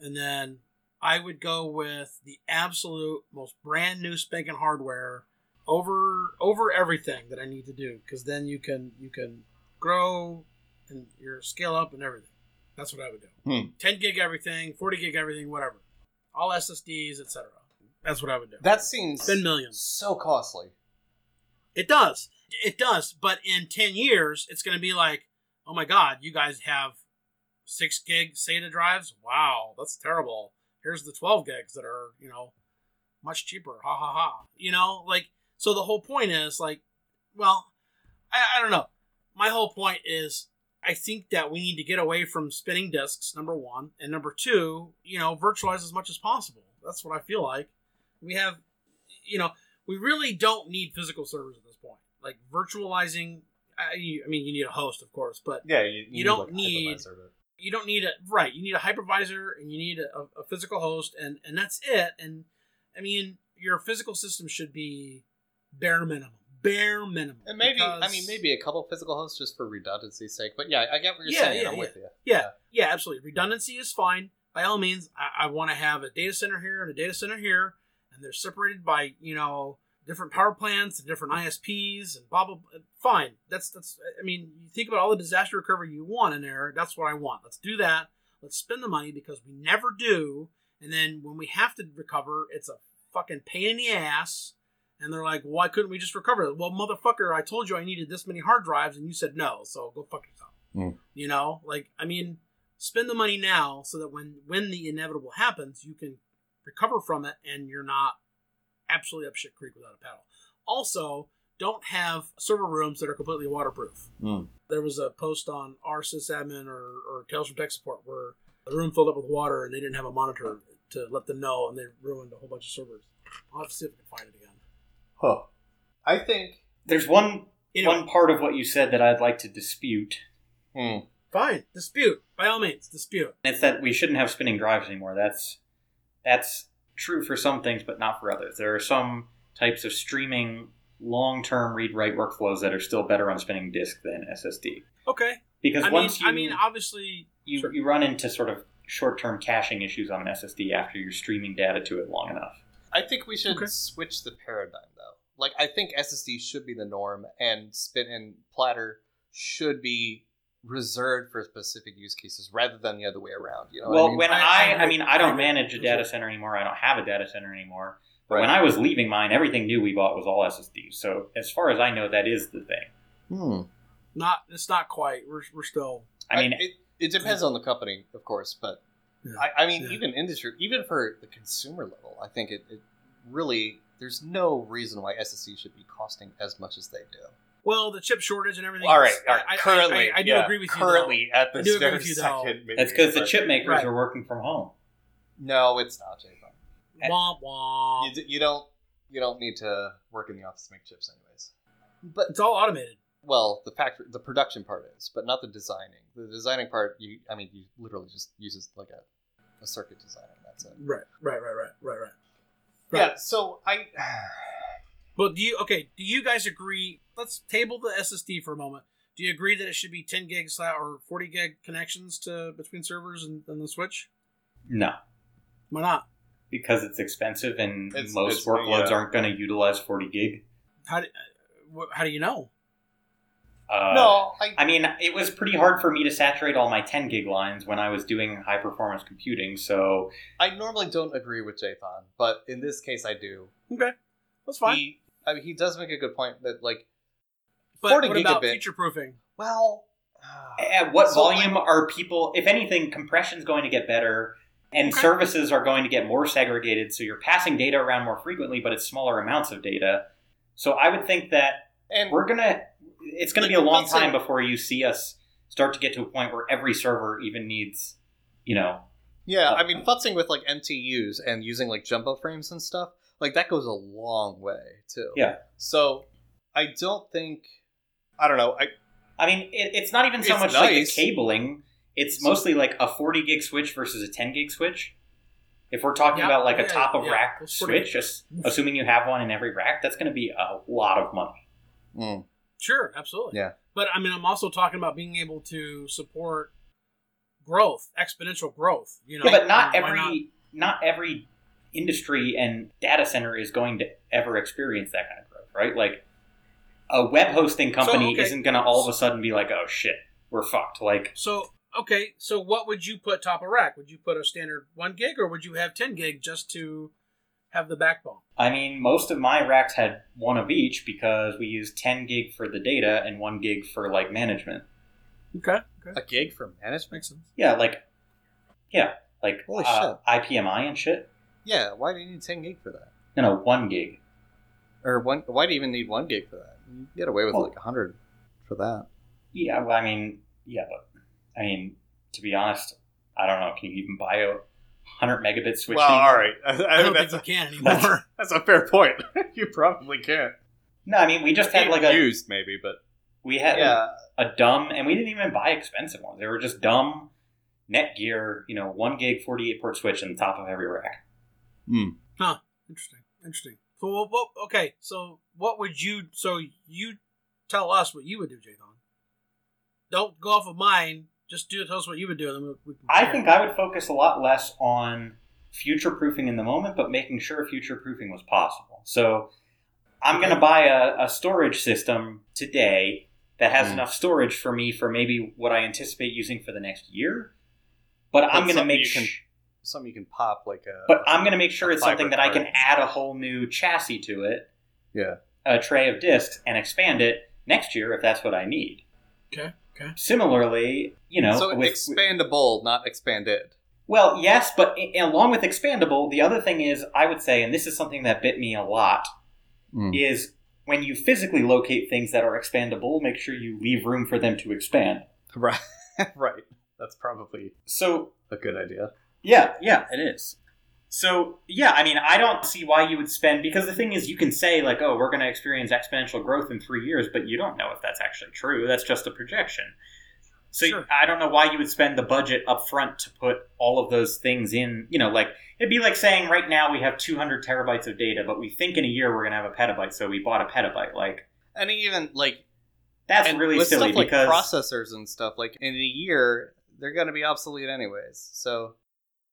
[SPEAKER 3] and then i would go with the absolute most brand new spanking hardware over over everything that I need to do because then you can you can grow and your scale up and everything. That's what I would do.
[SPEAKER 1] Hmm.
[SPEAKER 3] Ten gig everything, forty gig everything, whatever. All SSDs, etc. That's what I would do.
[SPEAKER 1] That seems
[SPEAKER 3] Spend millions.
[SPEAKER 1] so costly.
[SPEAKER 3] It does. It does. But in ten years, it's going to be like, oh my god, you guys have six gig SATA drives. Wow, that's terrible. Here's the twelve gigs that are you know much cheaper. Ha ha ha. You know, like so. The whole point is like, well, I, I don't know. My whole point is I think that we need to get away from spinning discs. Number one, and number two, you know, virtualize as much as possible. That's what I feel like. We have, you know, we really don't need physical servers at this point. Like virtualizing, I, I mean, you need a host, of course, but
[SPEAKER 1] Yeah, you,
[SPEAKER 3] need, don't like, a need- hypervisor,
[SPEAKER 1] But...
[SPEAKER 3] you don't need a right you need a hypervisor and you need a, a physical host and and that's it and i mean your physical system should be bare minimum bare minimum
[SPEAKER 1] And maybe I
[SPEAKER 3] because-
[SPEAKER 1] mean maybe a couple physical hosts just for redundancy's sake. But yeah, I get what you're
[SPEAKER 3] Yeah,
[SPEAKER 1] saying. and
[SPEAKER 3] yeah,
[SPEAKER 1] I'm with you.
[SPEAKER 3] yeah yeah absolutely redundancy is fine by all means i, I want to have a data center here and a data center here and they're separated by you know different power plants and different isps and blah blah, blah. fine that's that's i mean you think about all the disaster recovery you want in there that's what i want let's do that let's spend the money because we never do and then when we have to recover it's a fucking pain in the ass and they're like why couldn't we just recover it well motherfucker i told you i needed this many hard drives and you said no so go fuck yourself you know like i mean spend the money now so that when when the inevitable happens you can recover from it and you're not absolutely up shit creek without a paddle also don't have server rooms that are completely waterproof
[SPEAKER 2] Hmm.
[SPEAKER 1] Mm.
[SPEAKER 3] there was a post on our sysadmin or, or tales from tech support where the room filled up with water and they didn't have a monitor to let them know and they ruined a whole bunch of servers i'll have to see if i can find it again
[SPEAKER 1] Huh. I think.
[SPEAKER 2] there's one
[SPEAKER 3] Anyway.
[SPEAKER 2] one part of what you said that I'd like to dispute.
[SPEAKER 1] Hmm.
[SPEAKER 3] fine dispute by all means dispute
[SPEAKER 2] And it's that we shouldn't have spinning drives anymore. That's that's true for some things, but not for others. There are some types of streaming long-term read-write workflows that are still better on spinning disk than SSD.
[SPEAKER 3] okay
[SPEAKER 2] Because
[SPEAKER 3] i mean
[SPEAKER 2] once
[SPEAKER 3] i
[SPEAKER 2] you
[SPEAKER 3] mean obviously
[SPEAKER 2] you,
[SPEAKER 3] sure.
[SPEAKER 2] you run into sort of short-term caching issues on an SSD after you're streaming data to it long enough.
[SPEAKER 1] I think we should
[SPEAKER 3] Okay.
[SPEAKER 1] switch the paradigm though. Like I think SSD should be the norm and spin and platter should be reserved for specific use cases rather than the other way around. You know what
[SPEAKER 2] well,
[SPEAKER 1] I mean?
[SPEAKER 2] when
[SPEAKER 3] I-
[SPEAKER 2] I,
[SPEAKER 3] I
[SPEAKER 2] I, mean, I
[SPEAKER 3] agree.
[SPEAKER 2] don't manage a
[SPEAKER 3] That's
[SPEAKER 2] data
[SPEAKER 3] right.
[SPEAKER 2] center anymore. I don't have a data center anymore. But
[SPEAKER 1] Right.
[SPEAKER 2] when I was leaving mine, everything new we bought was all SSDs. So as far as I know, that is the thing.
[SPEAKER 1] Hmm.
[SPEAKER 3] not it's not quite we're, we're still
[SPEAKER 2] I mean,
[SPEAKER 1] it, it depends on the company, of course, but
[SPEAKER 3] Yeah.
[SPEAKER 1] I, I mean,
[SPEAKER 3] Yeah.
[SPEAKER 1] even industry, even for the consumer level, I think it, it really there's no reason why SSC should be costing as much as they do.
[SPEAKER 3] Well, the chip shortage and everything.
[SPEAKER 1] All right,
[SPEAKER 3] else,
[SPEAKER 1] all right.
[SPEAKER 3] I- I-
[SPEAKER 1] currently,
[SPEAKER 3] I, I, do
[SPEAKER 1] yeah,
[SPEAKER 3] agree with you. though.
[SPEAKER 1] currently at
[SPEAKER 3] I
[SPEAKER 1] this
[SPEAKER 3] do agree
[SPEAKER 1] very
[SPEAKER 3] with you, though.
[SPEAKER 1] second. maybe,
[SPEAKER 2] That's because the
[SPEAKER 1] but-
[SPEAKER 2] chip makers
[SPEAKER 3] Right.
[SPEAKER 2] are working from home.
[SPEAKER 1] No, it's not. Jacob.
[SPEAKER 3] Womp womp.
[SPEAKER 1] eh, You, d- you don't you don't need to work in the office to make chips, anyways. But
[SPEAKER 3] It's all automated.
[SPEAKER 1] well, the factory, the production part is, but not the designing. The designing part, you, I mean, you literally just uses like a, a circuit designer. and That's it.
[SPEAKER 3] Right, right, right, right, right, right.
[SPEAKER 1] Yeah. So [sighs] I,
[SPEAKER 3] But do you okay? Do you guys agree? Let's table the SSD for a moment. Do you agree that it should be 10 gig sla- or 40 gig connections to between servers and, and the switch?
[SPEAKER 2] No,
[SPEAKER 3] Why not?
[SPEAKER 2] because it's expensive and
[SPEAKER 1] It's-
[SPEAKER 2] most
[SPEAKER 1] it's-
[SPEAKER 2] workloads
[SPEAKER 1] yeah.
[SPEAKER 2] aren't going to utilize 40 gig.
[SPEAKER 3] How do, uh, wh- how do you know?
[SPEAKER 2] Uh,
[SPEAKER 1] no, I,
[SPEAKER 2] I mean, it was pretty hard for me to saturate all my 10 gig lines when I was doing high performance computing. So,
[SPEAKER 1] I normally don't agree with Jathan, but in this case, I do.
[SPEAKER 3] That's fine.
[SPEAKER 1] He, I mean, he does make a good point that like
[SPEAKER 3] but
[SPEAKER 1] 40
[SPEAKER 3] what about
[SPEAKER 1] gigabit.
[SPEAKER 3] future proofing?
[SPEAKER 1] well, [sighs]
[SPEAKER 2] at eh, what
[SPEAKER 1] So,
[SPEAKER 2] volume are people, if anything, compression's going to get better and
[SPEAKER 3] Okay.
[SPEAKER 2] services are going to get more segregated. So, you're passing data around more frequently, but it's smaller amounts of data. So, I would think that
[SPEAKER 1] and
[SPEAKER 2] we're gonna it's gonna be a
[SPEAKER 1] Like,
[SPEAKER 2] long
[SPEAKER 1] let's say-
[SPEAKER 2] time before you see us start to get to a point where every server even needs you know
[SPEAKER 1] yeah, I mean, futzing with like MTUs and using like jumbo frames and stuff like that goes a long way too.
[SPEAKER 2] Yeah.
[SPEAKER 1] So I don't think I don't know. I
[SPEAKER 2] i mean it, it's not even so
[SPEAKER 1] It's
[SPEAKER 2] much like
[SPEAKER 1] nice.
[SPEAKER 2] the cabling it's
[SPEAKER 1] So-
[SPEAKER 2] mostly like a 40 gig switch versus a 10 gig switch if we're talking
[SPEAKER 3] Yeah,
[SPEAKER 2] about like
[SPEAKER 3] yeah,
[SPEAKER 2] a top of
[SPEAKER 3] yeah.
[SPEAKER 2] rack
[SPEAKER 3] Well, 40
[SPEAKER 2] switch just assuming you have one in every rack that's going to be a lot of money
[SPEAKER 1] mm,
[SPEAKER 3] Sure, absolutely.
[SPEAKER 1] Yeah.
[SPEAKER 3] But I mean, I'm also talking about being able to support growth, exponential growth. You know,
[SPEAKER 2] Yeah, but not
[SPEAKER 3] I mean, why
[SPEAKER 2] every
[SPEAKER 3] not?
[SPEAKER 2] not every industry and data center is going to ever experience that kind of growth, right? Like a web hosting company
[SPEAKER 3] okay.
[SPEAKER 2] isn't going to all of a sudden be like, "Oh shit, we're fucked." Like
[SPEAKER 3] So okay, so what would you put top of rack? Would you put a standard one gig, or would you have ten gig just to have the backbone?
[SPEAKER 2] I mean, most of my racks had one of each because we used 10 gig for the data and 1 gig for like management.
[SPEAKER 3] Okay, okay,
[SPEAKER 1] a gig for management.
[SPEAKER 3] makes sense.
[SPEAKER 2] Yeah, like yeah, like
[SPEAKER 1] Holy
[SPEAKER 2] uh, IPMI and shit.
[SPEAKER 1] Yeah. Why do you need ten gig for that?
[SPEAKER 2] No, no, 1 gig.
[SPEAKER 1] Or one? Why do you even need one gig for that? You get away with
[SPEAKER 2] Well-
[SPEAKER 1] like a hundred for that.
[SPEAKER 2] Yeah, well, I mean, yeah, but I mean, to be honest, I don't know. Can you even buy a hundred megabit switch? thing?
[SPEAKER 1] right. [laughs] I,
[SPEAKER 3] I, don't think we can anymore. [laughs]
[SPEAKER 1] that's a fair point. [laughs] you probably can't.
[SPEAKER 2] No, I mean, we just had like a
[SPEAKER 1] used maybe, but
[SPEAKER 2] we had
[SPEAKER 1] yeah.
[SPEAKER 2] a dumb, and we didn't even buy expensive ones. They were just dumb Netgear, you know, one gig forty eight port switch in the top of every rack.
[SPEAKER 3] interesting, interesting. So what, what? Okay, so what would you? So you tell us what you would do, Jathan. Don't go off of mine. Just do tell us what you would do. and Then we, we can
[SPEAKER 2] I
[SPEAKER 3] compare.
[SPEAKER 2] think I would focus a lot less on future proofing in the moment, but making sure future proofing was possible. So I'm going to buy a, a storage system today that has
[SPEAKER 1] Mm.
[SPEAKER 2] enough storage for me for maybe what I anticipate using for the next year. But I'm going to
[SPEAKER 1] something
[SPEAKER 2] make
[SPEAKER 1] you can-
[SPEAKER 2] sh-
[SPEAKER 1] something you can pop like a.
[SPEAKER 2] but I'm going to make sure
[SPEAKER 1] a
[SPEAKER 2] it's something
[SPEAKER 1] fiber
[SPEAKER 2] that I can
[SPEAKER 1] card.
[SPEAKER 2] add a whole new chassis to it.
[SPEAKER 1] Yeah.
[SPEAKER 2] A tray of discs and expand it next year if that's what I need.
[SPEAKER 3] Okay, okay.
[SPEAKER 2] Similarly, you know,
[SPEAKER 1] so
[SPEAKER 2] with,
[SPEAKER 1] expandable, not expanded.
[SPEAKER 2] well, yes, but i- along with expandable, the other thing is I would say, and this is something that bit me a lot,
[SPEAKER 1] Mm.
[SPEAKER 2] is when you physically locate things that are expandable, make sure you leave room for them to expand.
[SPEAKER 1] Right, [laughs] right. That's probably
[SPEAKER 2] So
[SPEAKER 1] a good idea.
[SPEAKER 2] Yeah, yeah, it is. So, yeah, I mean, I don't see why you would spend because the thing is, you can say, like, oh, we're going to experience exponential growth in three years, but you don't know if that's actually true. That's just a projection. So,
[SPEAKER 3] Sure.
[SPEAKER 2] I don't know why you would spend the budget up front to put all of those things in. You know, like, it'd be like saying right now we have 200 terabytes of data, but we think in a year we're going to have a petabyte, so we bought a petabyte. Like,
[SPEAKER 1] And even like
[SPEAKER 2] that's
[SPEAKER 1] and
[SPEAKER 2] really
[SPEAKER 1] with
[SPEAKER 2] silly
[SPEAKER 1] stuff like
[SPEAKER 2] because.
[SPEAKER 1] processors and stuff. Like in a year, they're going to be obsolete anyways. So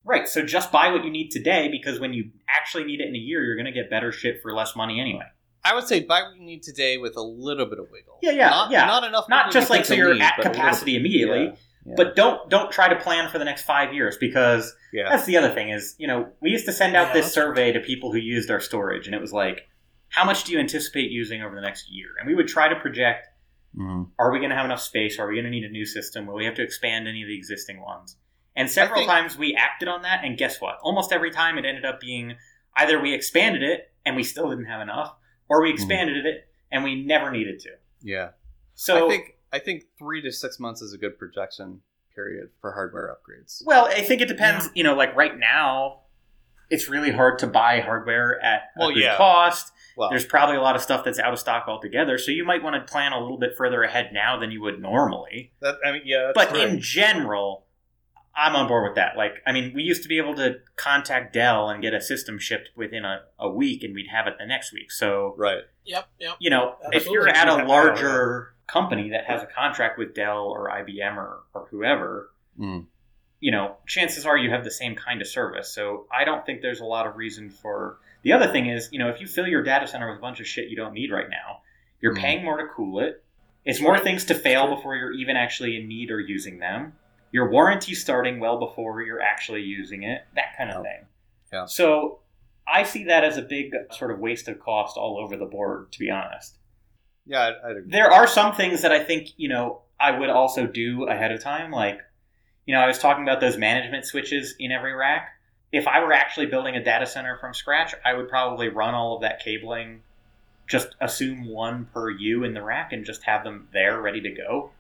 [SPEAKER 2] right, so just buy what you need today because when you actually need it in a year, you're going to get better shit for less money anyway.
[SPEAKER 1] I would say buy what you need today with a little bit of wiggle.
[SPEAKER 2] Yeah, yeah,
[SPEAKER 1] not,
[SPEAKER 2] yeah.
[SPEAKER 1] Not enough.
[SPEAKER 2] not
[SPEAKER 1] wiggle
[SPEAKER 2] just
[SPEAKER 1] you
[SPEAKER 2] like so
[SPEAKER 1] think
[SPEAKER 2] you're
[SPEAKER 1] you'll need,
[SPEAKER 2] at
[SPEAKER 1] but a little
[SPEAKER 2] capacity
[SPEAKER 1] bit.
[SPEAKER 2] immediately
[SPEAKER 1] Yeah, yeah.
[SPEAKER 2] but don't don't try to plan for the next five years because
[SPEAKER 1] yeah,
[SPEAKER 2] that's the other thing is you know we used to send out
[SPEAKER 3] Yeah,
[SPEAKER 2] this
[SPEAKER 3] that's-
[SPEAKER 2] survey to people who used our storage and it was like how much do you anticipate using over the next year and we would try to project
[SPEAKER 3] Mm.
[SPEAKER 2] are we going to have enough space are we going to need a new system will we have to expand any of the existing ones And several
[SPEAKER 1] think-
[SPEAKER 2] times we acted on that, and guess what? Almost every time it ended up being either we expanded it and we still didn't have enough, or
[SPEAKER 1] Mm-hmm.
[SPEAKER 2] we expanded it and we never needed to.
[SPEAKER 1] Yeah.
[SPEAKER 2] So,
[SPEAKER 1] I think I think three to six months is a good projection period for hardware upgrades.
[SPEAKER 2] well, I think it depends. You know, like right now, it's really hard to buy hardware at
[SPEAKER 1] Well,
[SPEAKER 2] a good
[SPEAKER 1] yeah.
[SPEAKER 2] cost.
[SPEAKER 1] Well,
[SPEAKER 2] There's probably a lot of stuff that's out of stock altogether, so you might want to plan a little bit further ahead now than you would normally.
[SPEAKER 1] that, I mean, yeah, that's
[SPEAKER 2] but
[SPEAKER 1] right.
[SPEAKER 2] in general, I'm on board with that. Like, I mean, we used to be able to contact Dell and get a system shipped within a, a week, and we'd have it the next week. So,
[SPEAKER 1] right,
[SPEAKER 3] Yep, yep.
[SPEAKER 2] you know, if
[SPEAKER 3] Absolutely.
[SPEAKER 2] you're at
[SPEAKER 1] Yeah,
[SPEAKER 2] a larger company that has a contract with Dell or IBM or, or whoever,
[SPEAKER 1] Mm.
[SPEAKER 2] you know, chances are you have the same kind of service. So, I don't think there's a lot of reason for. The other thing is, you know, if you fill your data center with a bunch of shit you don't need right now, you're
[SPEAKER 1] Mm.
[SPEAKER 2] paying more to cool it. It's more things to fail
[SPEAKER 3] true.
[SPEAKER 2] before you're even actually in need or using them. Your warranty starting well before you're actually using it, that kind of
[SPEAKER 1] Yeah.
[SPEAKER 2] thing.
[SPEAKER 1] Yeah.
[SPEAKER 2] So I see that as a big sort of waste of cost all over the board, to be honest.
[SPEAKER 1] yeah, I'd, I'd agree.
[SPEAKER 2] There are some things that I think, you know, I would also do ahead of time. Like, you know, I was talking about those management switches in every rack. If I were actually building a data center from scratch, I would probably run all of that cabling, just assume one per U in the rack and just have them there ready to go.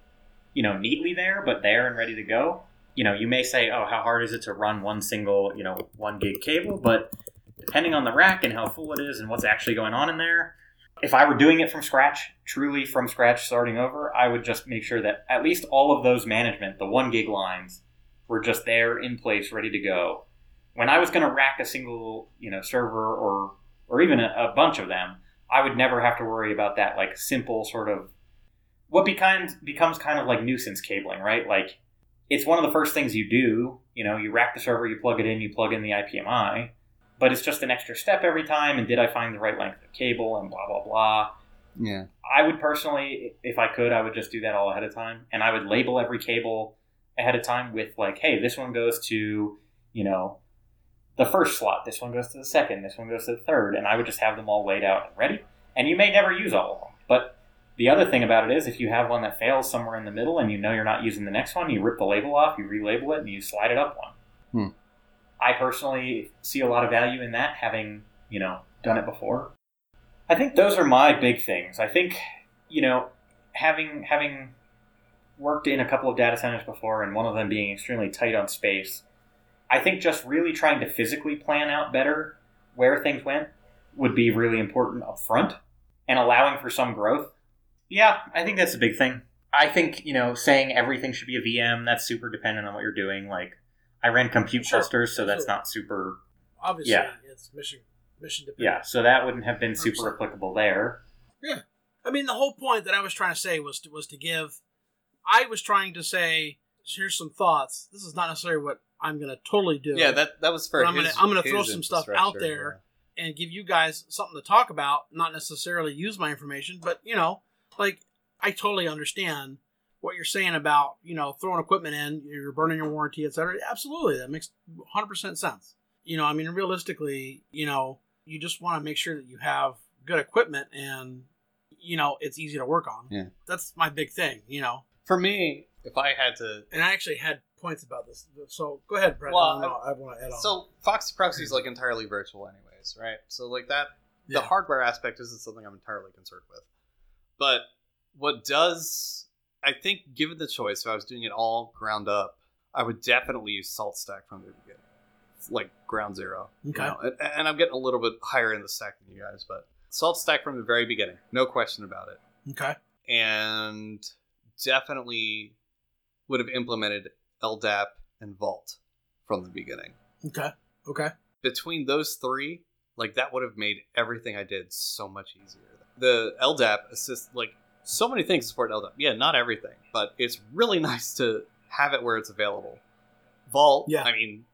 [SPEAKER 2] You know, neatly there, but there and ready to go. You know, you may say, oh, how hard is it to run one single, you know, one gig cable? But depending on the rack and how full it is and what's actually going on in there, if I were doing it from scratch, truly from scratch, starting over, I would just make sure that at least all of those management, the one gig lines, were just there in place, ready to go. When I was going to rack a single, you know, server or or even a, a bunch of them, I would never have to worry about that like simple sort of what becomes becomes kind of like nuisance cabling, right? Like it's one of the first things you do. You know, you rack the server, you plug it in, you plug in the IPMI but it's just an extra step every time. And did I find the right length of cable and blah blah blah?
[SPEAKER 1] yeah,
[SPEAKER 2] I would personally, if I could, I would just do that all ahead of time, and I would label every cable ahead of time with like, hey, this one goes to you know the first slot, this one goes to the second, this one goes to the third, and I would just have them all laid out and ready. And you may never use all of them, but the other thing about it is, if you have one that fails somewhere in the middle and you know you're not using the next one, you rip the label off, you relabel it, and you slide it up one. I personally see a lot of value in that, having, you know, done it before. I think those are my big things. I think, you know, having having worked in a couple of data centers before and one of them being extremely tight on space, I think just really trying to physically plan out better where things went would be really important up front and allowing for some growth. Yeah, I think that's a big thing. I think, you know, saying everything should be a VM, that's super dependent on what you're doing. Like I ran compute
[SPEAKER 3] Sure.
[SPEAKER 2] clusters, so that's
[SPEAKER 3] Absolutely.
[SPEAKER 2] not super
[SPEAKER 3] Obviously,
[SPEAKER 2] Yeah.
[SPEAKER 3] it's mission mission dependent.
[SPEAKER 2] yeah, so that wouldn't have been super
[SPEAKER 3] Absolutely.
[SPEAKER 2] applicable there.
[SPEAKER 3] I mean, the whole point that I was trying to say was to, was to give. I was trying to say, here's some thoughts. This is not necessarily what I'm going to totally do.
[SPEAKER 1] yeah. That that was for.
[SPEAKER 3] But I'm gonna-
[SPEAKER 1] his-
[SPEAKER 3] I'm gonna throw
[SPEAKER 1] his
[SPEAKER 3] some stuff out
[SPEAKER 1] infrastructure,
[SPEAKER 3] there. and give you guys something to talk about, not necessarily use my information, but you know, like I totally understand what you're saying about, you know, throwing equipment in, you're burning your warranty, et cetera. Absolutely. That makes 100% sense. You know, I mean, realistically, you know, you just want to make sure that you have good equipment and, you know, it's easy to work on.
[SPEAKER 1] Yeah.
[SPEAKER 3] That's my big thing, you know.
[SPEAKER 1] For me, if I had to
[SPEAKER 3] And I actually had points about this. So go ahead, Brett.
[SPEAKER 1] Well,
[SPEAKER 3] No, no, I want to add on.
[SPEAKER 1] So Foxy Proxy is like entirely virtual, anyways, right? So like that, the
[SPEAKER 3] Yeah.
[SPEAKER 1] hardware aspect isn't something I'm entirely concerned with. But what does I think, given the choice, if I was doing it all ground up, I would definitely use Salt Stack from the beginning, like ground zero. you
[SPEAKER 3] Okay.
[SPEAKER 1] know? And, and I'm getting a little bit higher in the stack than you guys, but Salt Stack from the very beginning, no question about it
[SPEAKER 3] okay.
[SPEAKER 1] and definitely would have implemented LDAP and Vault from the beginning.
[SPEAKER 3] Okay. Okay.
[SPEAKER 1] Between those three, like that would have made everything I did so much easier. The LDAP assist like so many things support LDAP. Yeah, not everything, but it's really [laughs] nice to have it where it's available. Vault,
[SPEAKER 3] Yeah.
[SPEAKER 1] I mean,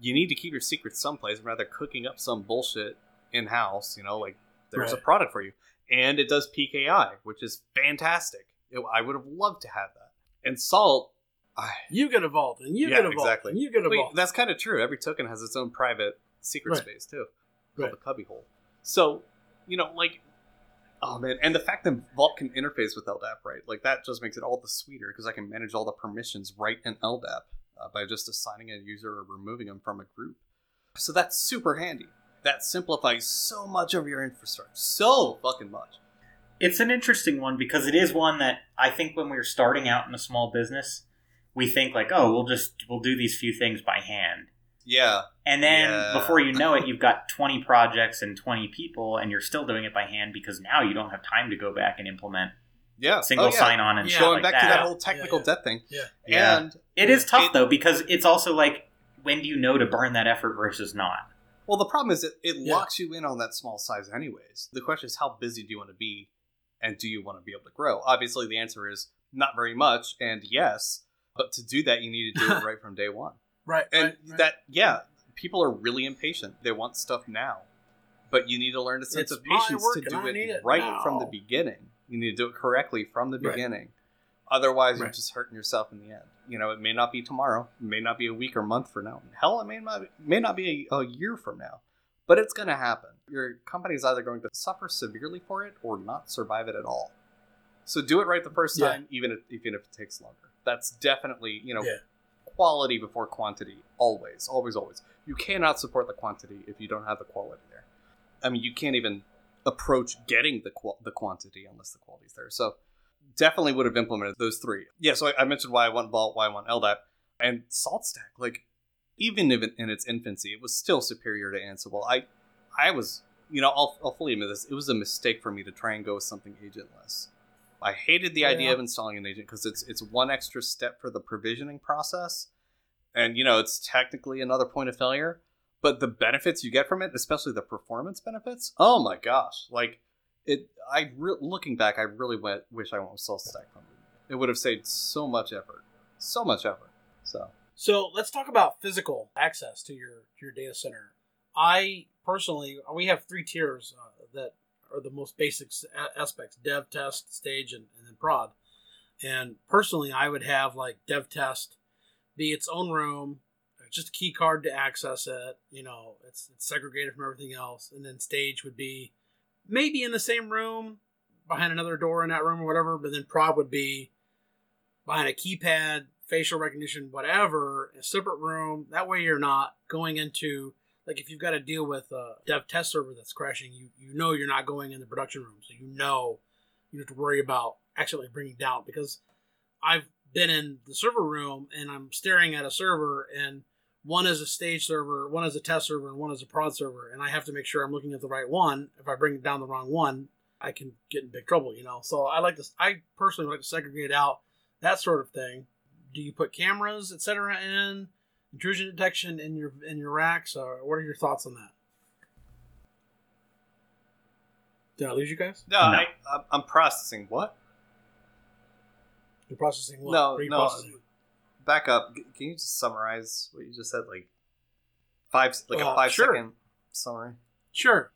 [SPEAKER 1] you need to keep your secrets someplace rather than cooking up some bullshit in house, you know, like there's a
[SPEAKER 3] Right.
[SPEAKER 1] product for you. And it does PKI, which is fantastic. It- I would have loved to have that. And Salt, I,
[SPEAKER 3] You get involved and you
[SPEAKER 1] Yeah,
[SPEAKER 3] get involved.
[SPEAKER 1] exactly.
[SPEAKER 3] And you get
[SPEAKER 1] Wait,
[SPEAKER 3] involved.
[SPEAKER 1] that's kind of true. Every token has its own private secret
[SPEAKER 3] Right.
[SPEAKER 1] space too,
[SPEAKER 3] Right.
[SPEAKER 1] called the cubbyhole. So, you know, like, oh man, and the fact that Vault can interface with LDAP, right? Like that just makes it all the sweeter because I can manage all the permissions right in LDAP. uh, by just assigning a user or removing them from a group. So that's super handy. That simplifies so much of your infrastructure, so fucking much.
[SPEAKER 2] It's an interesting one because it is one that I think when we were starting out in a small business, we think like, oh, we'll just we'll do these few things by hand.
[SPEAKER 1] Yeah,
[SPEAKER 2] And then
[SPEAKER 1] Yeah.
[SPEAKER 2] before you know
[SPEAKER 1] [laughs]
[SPEAKER 2] it, you've got 20 projects and 20 people, and you're still doing it by hand because now you don't have time to go back and implement
[SPEAKER 1] yeah.
[SPEAKER 2] single
[SPEAKER 1] Oh, yeah.
[SPEAKER 2] sign on and
[SPEAKER 3] Yeah.
[SPEAKER 2] shit
[SPEAKER 1] Going back
[SPEAKER 2] like that.
[SPEAKER 1] to that whole technical
[SPEAKER 3] Yeah, yeah.
[SPEAKER 1] debt thing.
[SPEAKER 3] Yeah.
[SPEAKER 2] Yeah.
[SPEAKER 1] And
[SPEAKER 2] it is tough
[SPEAKER 1] it-
[SPEAKER 2] though because it's also like when do you know to burn that effort versus not?
[SPEAKER 1] Well, the problem is it, it
[SPEAKER 3] Yeah.
[SPEAKER 1] locks you in on that small size, anyways. The question is, how busy do you want to be, and do you want to be able to grow? Obviously, the answer is not very much, and yes. But to do that, you need to do
[SPEAKER 3] [laughs]
[SPEAKER 1] it right from day one.
[SPEAKER 3] Right.
[SPEAKER 1] And
[SPEAKER 3] right, right.
[SPEAKER 1] that, yeah, people are really impatient. They want stuff now, but you need to learn a sense
[SPEAKER 3] It's
[SPEAKER 1] of
[SPEAKER 3] my
[SPEAKER 1] patience
[SPEAKER 3] work
[SPEAKER 1] to
[SPEAKER 3] and
[SPEAKER 1] do
[SPEAKER 3] I
[SPEAKER 1] it,
[SPEAKER 3] need it
[SPEAKER 1] right
[SPEAKER 3] now.
[SPEAKER 1] from the beginning. You need to do it correctly from the
[SPEAKER 3] Right.
[SPEAKER 1] beginning. Otherwise, you're
[SPEAKER 3] Right.
[SPEAKER 1] just hurting yourself in the end. You know, it may not be tomorrow, it may not be a week or month from now. Hell, it may not may not be a, a year from now, but it's going to happen. Your company's either going to suffer severely for it or not survive it at all. So do it right the first
[SPEAKER 3] Yeah.
[SPEAKER 1] time, even if, even if it takes longer. That's definitely you know
[SPEAKER 3] Yeah.
[SPEAKER 1] quality before quantity. Always, always, always. You cannot support the quantity if you don't have the quality there. I mean, you can't even approach getting the qu- the quantity unless the quality's there. So definitely would have implemented those three. Yeah. So I, I mentioned why I want Vault, why I want LDAP, and SaltStack. Like even if it- in its infancy, it was still superior to Ansible. I I was you know I'll, I'll fully admit this. It was a mistake for me to try and go with something agentless. I hated the idea
[SPEAKER 3] Yeah.
[SPEAKER 1] of installing an agent because it's it's one extra step for the provisioning process, and you know it's technically another point of failure. But the benefits you get from it, especially the performance benefits, oh my gosh! Like it, I re- looking back, I really went wish I went with SaltStack. It would have saved so much effort, so much effort. So
[SPEAKER 3] So let's talk about physical access to your to your data center. I personally, we have three tiers uh, that are the most basic s- a- aspects: dev, test, stage, and, and then prod. And personally, I would have like dev test be its own room, just a key card to access it. You know, it's, it's segregated from everything else. And then stage would be maybe in the same room, behind another door in that room or whatever. But then prod would be behind a keypad, facial recognition, whatever, a separate room. That way you're not going into like if you've got to deal with a dev test server that's crashing, you you know you're not going in the production room, so you know you don't have to worry about accidentally bringing down because I've been in the server room and I'm staring at a server and one is a stage server, one is a test server, and one is a prod server, and I have to make sure I'm looking at the right one. If I bring down the wrong one, I can get in big trouble, you know. So I like to, I personally like to segregate out that sort of thing. Do you put cameras, et cetera, in intrusion detection in your in your racks? Or what are your thoughts on that? Did I lose you guys?
[SPEAKER 1] no, I, I'm- I'm processing what.
[SPEAKER 3] You're processing what?
[SPEAKER 1] No,
[SPEAKER 3] What are you
[SPEAKER 1] no.
[SPEAKER 3] processing?
[SPEAKER 1] back up. G- Can you just summarize what you just said, like five, like a
[SPEAKER 3] Well,
[SPEAKER 1] five second
[SPEAKER 3] Oh, sure.
[SPEAKER 1] summary?
[SPEAKER 3] Sure.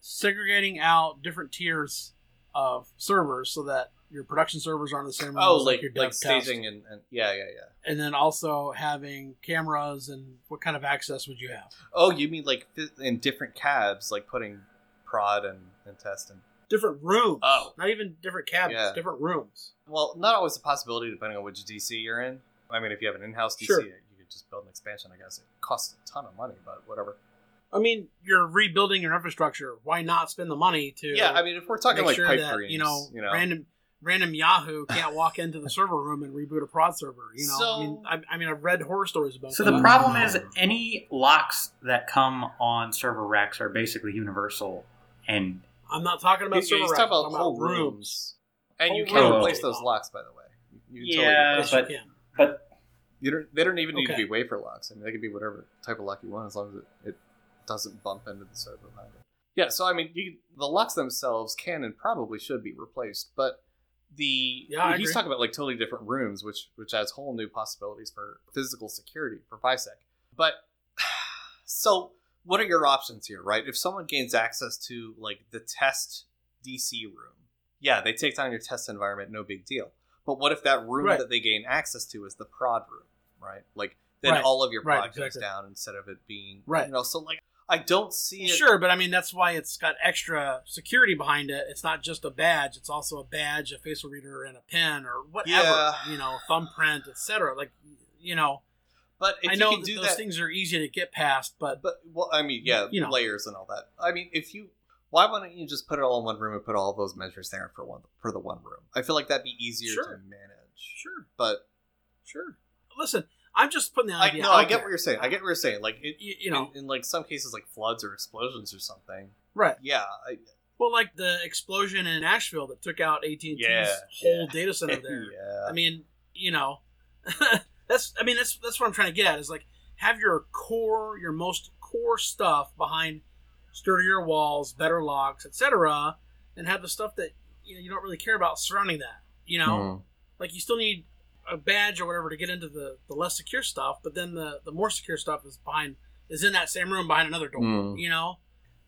[SPEAKER 3] Segregating out different tiers of servers so that your production servers aren't the same.
[SPEAKER 1] Oh,
[SPEAKER 3] as,
[SPEAKER 1] like
[SPEAKER 3] your dev
[SPEAKER 1] like
[SPEAKER 3] test.
[SPEAKER 1] staging and, and yeah, yeah, yeah.
[SPEAKER 3] and then also having cameras and what kind of access would you have?
[SPEAKER 1] Oh, you mean like fi- in different cabs, like putting prod and, and test and
[SPEAKER 3] Different rooms.
[SPEAKER 1] Oh.
[SPEAKER 3] not even different cabinets.
[SPEAKER 1] Yeah.
[SPEAKER 3] Different rooms.
[SPEAKER 1] well, not always a possibility depending on which DC you're in. I mean, if you have an in-house DC,
[SPEAKER 3] Sure.
[SPEAKER 1] you could just build an expansion. I guess it costs a ton of money, but whatever.
[SPEAKER 3] I mean, you're rebuilding your infrastructure. Why not spend the money to
[SPEAKER 1] Yeah, I mean, if we're talking
[SPEAKER 3] make
[SPEAKER 1] like
[SPEAKER 3] sure
[SPEAKER 1] pipe
[SPEAKER 3] that
[SPEAKER 1] dreams,
[SPEAKER 3] you know, random
[SPEAKER 1] [laughs]
[SPEAKER 3] random Yahoo can't walk into the server room and reboot a prod server? You know, I
[SPEAKER 1] So-
[SPEAKER 3] mean, I, I mean, I've read horror stories about.
[SPEAKER 2] So
[SPEAKER 3] that.
[SPEAKER 2] the problem is any locks that come on server racks are basically universal and
[SPEAKER 3] I'm not talking about
[SPEAKER 1] He's-
[SPEAKER 3] server
[SPEAKER 1] he's
[SPEAKER 3] racks,
[SPEAKER 1] talking about
[SPEAKER 3] I'm
[SPEAKER 1] whole
[SPEAKER 3] rooms.
[SPEAKER 1] rooms, and you
[SPEAKER 3] Whole
[SPEAKER 1] can
[SPEAKER 2] rooms.
[SPEAKER 1] replace those locks, by the way. You, you can totally
[SPEAKER 2] Yeah,
[SPEAKER 1] replace
[SPEAKER 3] Yes,
[SPEAKER 2] but-
[SPEAKER 3] you can.
[SPEAKER 2] but
[SPEAKER 1] You don't. They don't even need to
[SPEAKER 3] Okay.
[SPEAKER 1] be wafer locks. I mean, they can be whatever type of lock you want, as long as it, it doesn't bump into the server router. Yeah. So I mean, you, the locks themselves can and probably should be replaced, but the
[SPEAKER 3] Yeah, I
[SPEAKER 1] he's
[SPEAKER 3] agree.
[SPEAKER 1] talking about like totally different rooms, which which adds whole new possibilities for physical security for PISEC. But [sighs] so, what are your options here, right? If someone gains access to like the test DC room, yeah, they take down your test environment, no big deal. But what if that room
[SPEAKER 3] Right.
[SPEAKER 1] that they gain access to is the prod room, right? Like then
[SPEAKER 3] Right.
[SPEAKER 1] all of your
[SPEAKER 3] Right,
[SPEAKER 1] prod goes
[SPEAKER 3] exactly.
[SPEAKER 1] down instead of it being
[SPEAKER 3] Right.
[SPEAKER 1] You know, so like I don't see it.
[SPEAKER 3] Sure, but I mean that's why it's got extra security behind it. It's not just a badge; it's also a badge, a facial reader, and a pen, or whatever
[SPEAKER 1] Yeah.
[SPEAKER 3] you know, thumbprint, etc. Like, you know,
[SPEAKER 1] But if
[SPEAKER 3] I
[SPEAKER 1] you
[SPEAKER 3] know
[SPEAKER 1] can
[SPEAKER 3] that
[SPEAKER 1] do
[SPEAKER 3] those
[SPEAKER 1] that,
[SPEAKER 3] things are easy to get past, but
[SPEAKER 1] but well, I mean, yeah,
[SPEAKER 3] You know.
[SPEAKER 1] layers and all that. I mean, if you, why wouldn't you just put it all in one room and put all those measures there for one for the one room? I feel like that'd be easier
[SPEAKER 3] Sure.
[SPEAKER 1] to manage.
[SPEAKER 3] sure,
[SPEAKER 1] But
[SPEAKER 3] sure. Listen, I'm just putting the
[SPEAKER 1] I,
[SPEAKER 3] idea.
[SPEAKER 1] no,
[SPEAKER 3] out
[SPEAKER 1] I get
[SPEAKER 3] there.
[SPEAKER 1] what you're saying. I get what you're saying. Like it,
[SPEAKER 3] You, you know,
[SPEAKER 1] in, in like some cases, like floods or explosions or something.
[SPEAKER 3] right?
[SPEAKER 1] Yeah, I,
[SPEAKER 3] Well, like the explosion in Asheville that took out AT and T's
[SPEAKER 1] Yeah,
[SPEAKER 3] whole
[SPEAKER 1] yeah. [laughs]
[SPEAKER 3] data center there.
[SPEAKER 1] yeah.
[SPEAKER 3] I mean, you know, [laughs] that's I mean that's that's what I'm trying to get at is like have your core, your most core stuff behind sturdier walls, better locks, etc., and have the stuff that you know you don't really care about surrounding that. You
[SPEAKER 1] Mm-hmm.
[SPEAKER 3] know, like you still need a badge or whatever to get into the the less secure stuff, but then the the more secure stuff is behind is in that same room behind another door.
[SPEAKER 1] Mm.
[SPEAKER 3] You know,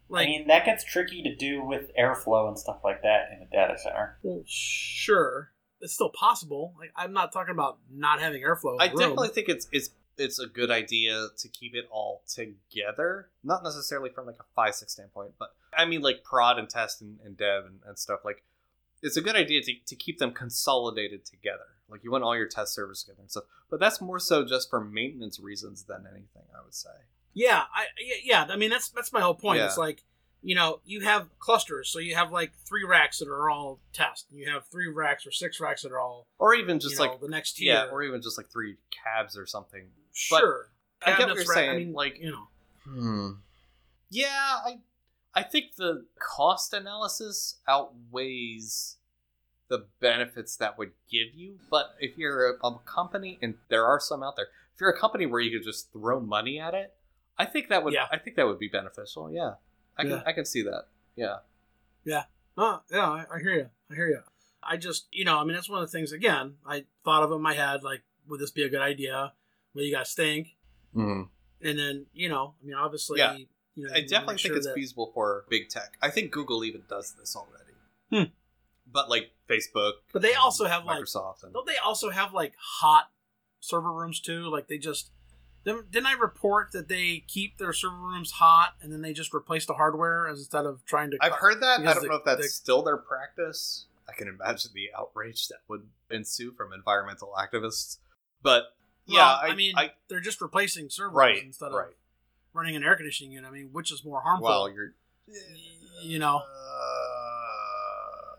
[SPEAKER 3] like
[SPEAKER 2] I mean, that gets tricky to do with airflow and stuff like that in a data center.
[SPEAKER 3] well, sure. It's still possible. Like, I'm not talking about not having airflow. In
[SPEAKER 1] I
[SPEAKER 3] the room.
[SPEAKER 1] definitely think it's it's it's a good idea to keep it all together. Not necessarily from like a five six standpoint, but I mean like prod and test and, and dev and, and stuff. Like it's a good idea to, to keep them consolidated together. Like you want all your test servers together and stuff. But that's more so just for maintenance reasons than anything, I would say.
[SPEAKER 3] Yeah, I yeah, yeah, I mean that's that's my whole point.
[SPEAKER 1] Yeah.
[SPEAKER 3] It's like you know you have clusters, so you have like three racks that are all test. and You have three racks or six racks that are all
[SPEAKER 1] Or even just
[SPEAKER 3] just like
[SPEAKER 1] like
[SPEAKER 3] the next tier.
[SPEAKER 1] yeah, or even just like three cabs or something.
[SPEAKER 3] sure,
[SPEAKER 1] I get what
[SPEAKER 3] Cabinets,
[SPEAKER 1] you're
[SPEAKER 3] rack-
[SPEAKER 1] saying, like-
[SPEAKER 3] you know,
[SPEAKER 1] Hmm. Yeah, I I think the cost analysis outweighs the benefits that would give you. But if you're a, a company, and there are some out there, if you're a company where you could just throw money at it, I think that would
[SPEAKER 3] Yeah.
[SPEAKER 1] I think that would be beneficial. Yeah, I can
[SPEAKER 3] Yeah.
[SPEAKER 1] I can see that. Yeah.
[SPEAKER 3] oh, yeah, I, I hear you. I hear you. I just you know, I mean that's one of the things. Again, I thought of in my head like, would this be a good idea? What do you guys think? And then you know, I mean obviously,
[SPEAKER 1] Yeah.
[SPEAKER 3] you
[SPEAKER 1] I
[SPEAKER 3] know, you wanna
[SPEAKER 1] definitely
[SPEAKER 3] make
[SPEAKER 1] think
[SPEAKER 3] sure
[SPEAKER 1] it's
[SPEAKER 3] that-
[SPEAKER 1] feasible for big tech. I think Google even does this already.
[SPEAKER 3] Hmm.
[SPEAKER 1] But like Facebook,
[SPEAKER 3] But they
[SPEAKER 1] and
[SPEAKER 3] also have, like,
[SPEAKER 1] Microsoft and
[SPEAKER 3] Don't they also have like hot server rooms too? Like they just didn't didn't I report that they keep their server rooms hot and then they just replace the hardware as instead of trying to.
[SPEAKER 1] I've heard that. I
[SPEAKER 3] Because
[SPEAKER 1] don't
[SPEAKER 3] the-
[SPEAKER 1] know if that's
[SPEAKER 3] the-
[SPEAKER 1] still their practice. I can imagine the outrage that would ensue from environmental activists. But
[SPEAKER 3] Well,
[SPEAKER 1] yeah, I,
[SPEAKER 3] I mean,
[SPEAKER 1] I,
[SPEAKER 3] they're just replacing server
[SPEAKER 1] right,
[SPEAKER 3] rooms instead
[SPEAKER 1] right.
[SPEAKER 3] of running an air conditioning unit. I mean, which is more harmful?
[SPEAKER 1] Well, you're,
[SPEAKER 3] you know.
[SPEAKER 1] Uh,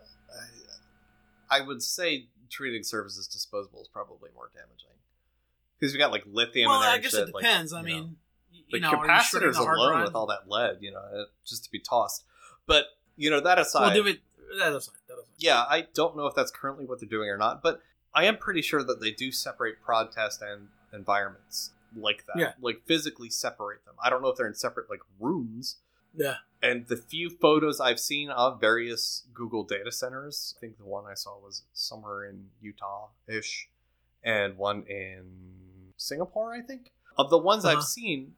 [SPEAKER 1] I, I would say treating service as disposable is probably more damaging because we got like lithium.
[SPEAKER 3] well,
[SPEAKER 1] in there
[SPEAKER 3] I
[SPEAKER 1] and
[SPEAKER 3] guess
[SPEAKER 1] shit,
[SPEAKER 3] it
[SPEAKER 1] like,
[SPEAKER 3] depends. I
[SPEAKER 1] you know.
[SPEAKER 3] mean, y-
[SPEAKER 1] the
[SPEAKER 3] you know, are you shorting
[SPEAKER 1] capacitors
[SPEAKER 3] the hard
[SPEAKER 1] alone
[SPEAKER 3] drive?
[SPEAKER 1] with all that lead, you know, it- just to be tossed. But you know that aside,
[SPEAKER 3] Well, do it. That doesn't. That doesn't.
[SPEAKER 1] yeah, I don't know if that's currently what they're doing or not, but I am pretty sure that they do separate prod test and environments like that.
[SPEAKER 3] Yeah.
[SPEAKER 1] Like physically separate them. I don't know if they're in separate like rooms.
[SPEAKER 3] Yeah.
[SPEAKER 1] And the few photos I've seen of various Google data centers, I think the one I saw was somewhere in Utah ish, and one in Singapore, I think. Of the ones
[SPEAKER 3] Uh-huh.
[SPEAKER 1] I've seen,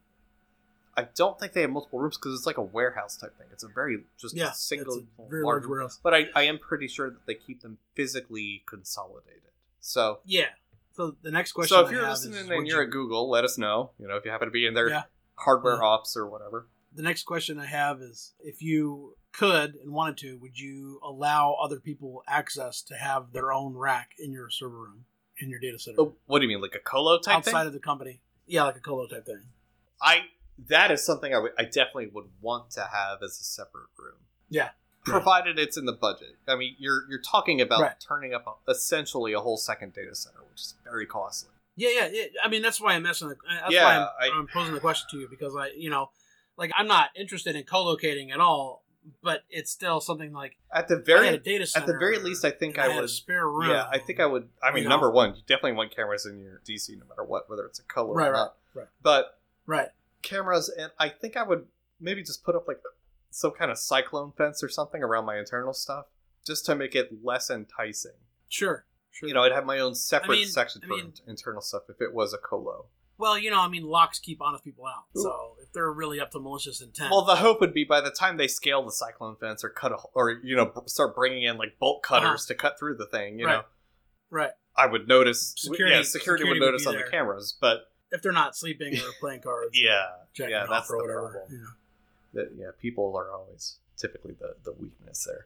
[SPEAKER 1] I don't think they have multiple rooms because it's like a warehouse type thing. It's a very just
[SPEAKER 3] Yeah,
[SPEAKER 1] a single
[SPEAKER 3] it's a very large
[SPEAKER 1] large
[SPEAKER 3] warehouse.
[SPEAKER 1] but I, I am pretty sure that they keep them physically consolidated. So,
[SPEAKER 3] Yeah. So the next question.
[SPEAKER 1] so if
[SPEAKER 3] I
[SPEAKER 1] you're
[SPEAKER 3] have is,
[SPEAKER 1] listening
[SPEAKER 3] would
[SPEAKER 1] and you're
[SPEAKER 3] you-
[SPEAKER 1] at Google, let us know. You know, if you happen to be in their
[SPEAKER 3] Yeah.
[SPEAKER 1] hardware
[SPEAKER 3] Yeah.
[SPEAKER 1] ops or whatever.
[SPEAKER 3] The next question I have is if you could and wanted to, would you allow other people access to have their own rack in your server room, in your data center?
[SPEAKER 1] Oh, what do you mean, like a colo type
[SPEAKER 3] outside
[SPEAKER 1] thing?
[SPEAKER 3] of the company. Yeah, like a colo type thing.
[SPEAKER 1] I that is something I would- I definitely would want to have as a separate room.
[SPEAKER 3] Yeah.
[SPEAKER 1] Provided it's in the budget. I mean, you're you're talking about
[SPEAKER 3] Right.
[SPEAKER 1] turning up a, essentially a whole second data center, which is very costly.
[SPEAKER 3] Yeah, yeah, yeah. I mean, that's why I'm asking. The, that's
[SPEAKER 1] Yeah,
[SPEAKER 3] why I'm,
[SPEAKER 1] I-
[SPEAKER 3] I'm posing the question to you because I, you know, like I'm not interested in co-locating at all, but it's still something like
[SPEAKER 1] At the
[SPEAKER 3] I had a
[SPEAKER 1] very
[SPEAKER 3] data
[SPEAKER 1] at
[SPEAKER 3] center.
[SPEAKER 1] the very least, I think
[SPEAKER 3] and I,
[SPEAKER 1] I
[SPEAKER 3] had a
[SPEAKER 1] would
[SPEAKER 3] spare room.
[SPEAKER 1] Yeah, I think I would. I mean,
[SPEAKER 3] You know?
[SPEAKER 1] number one, you definitely want cameras in your DC, no matter what, whether it's a color
[SPEAKER 3] Right,
[SPEAKER 1] or
[SPEAKER 3] right,
[SPEAKER 1] not.
[SPEAKER 3] right.
[SPEAKER 1] But
[SPEAKER 3] right.
[SPEAKER 1] cameras, and I think I would maybe just put up like some kind of cyclone fence or something around my internal stuff, just to make it less enticing.
[SPEAKER 3] Sure. Sure.
[SPEAKER 1] You know, I'd have my own separate
[SPEAKER 3] I mean-
[SPEAKER 1] section
[SPEAKER 3] I
[SPEAKER 1] for
[SPEAKER 3] mean-
[SPEAKER 1] in- internal stuff if it was a colo.
[SPEAKER 3] Well, you know, I mean, locks keep honest people out. So if they're really up to malicious intent,
[SPEAKER 1] Well, the hope would be by the time they scale the cyclone fence or cut a, or you know b- start bringing in like bolt cutters to cut through the thing, you
[SPEAKER 3] Uh-huh. Right.
[SPEAKER 1] know,
[SPEAKER 3] right?
[SPEAKER 1] I would notice.
[SPEAKER 3] Security-
[SPEAKER 1] yeah, security,
[SPEAKER 3] security
[SPEAKER 1] would
[SPEAKER 3] would
[SPEAKER 1] notice
[SPEAKER 3] be
[SPEAKER 1] on
[SPEAKER 3] there.
[SPEAKER 1] the cameras, but
[SPEAKER 3] If they're not
[SPEAKER 1] [laughs]
[SPEAKER 3] sleeping or playing cards,
[SPEAKER 1] yeah,
[SPEAKER 3] checking
[SPEAKER 1] yeah,
[SPEAKER 3] off
[SPEAKER 1] that's
[SPEAKER 3] or
[SPEAKER 1] the
[SPEAKER 3] whatever.
[SPEAKER 1] problem.
[SPEAKER 3] you know.
[SPEAKER 1] that yeah, people are always typically the the weakness there.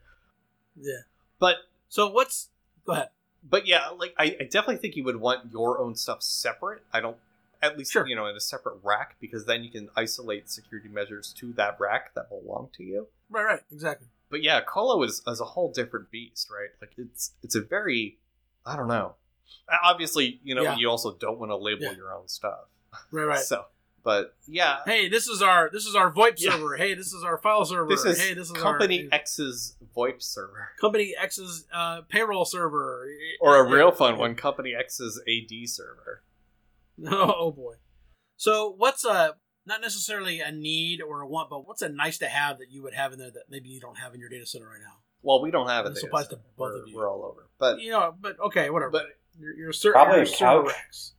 [SPEAKER 3] Yeah.
[SPEAKER 1] But
[SPEAKER 3] So what's go ahead?
[SPEAKER 1] but yeah, like I, I definitely think you would want your own stuff separate. I don't at least
[SPEAKER 3] Sure.
[SPEAKER 1] you know in a separate rack because then you can isolate security measures to that rack that belong to you.
[SPEAKER 3] Right, right, exactly.
[SPEAKER 1] But yeah, Colo is is a whole different beast, right? Like it's it's a very I don't know. Obviously, you know,
[SPEAKER 3] Yeah.
[SPEAKER 1] you also don't want to label
[SPEAKER 3] Yeah.
[SPEAKER 1] your own stuff.
[SPEAKER 3] Right, right.
[SPEAKER 1] So, but yeah,
[SPEAKER 3] hey, this is our this is our VoIP
[SPEAKER 1] Yeah.
[SPEAKER 3] server. Hey, this is our file server.
[SPEAKER 1] this is,
[SPEAKER 3] hey, this is
[SPEAKER 1] company
[SPEAKER 3] our,
[SPEAKER 1] X's VoIP server.
[SPEAKER 3] company X's uh, payroll server.
[SPEAKER 1] Or a real
[SPEAKER 3] Yeah.
[SPEAKER 1] fun one, Company X's AD server.
[SPEAKER 3] [laughs] Oh, oh boy. So what's a not necessarily a need or a want, but what's a nice to have that you would have in there that maybe you don't have in your data center right now?
[SPEAKER 1] Well, we don't have it.
[SPEAKER 3] This applies to both
[SPEAKER 1] we're,
[SPEAKER 3] of you.
[SPEAKER 1] We're all over. But [laughs]
[SPEAKER 3] You know, but okay, whatever.
[SPEAKER 1] but
[SPEAKER 3] your, your ser-
[SPEAKER 2] Probably
[SPEAKER 3] your
[SPEAKER 2] a
[SPEAKER 3] server
[SPEAKER 2] couch.
[SPEAKER 3] racks.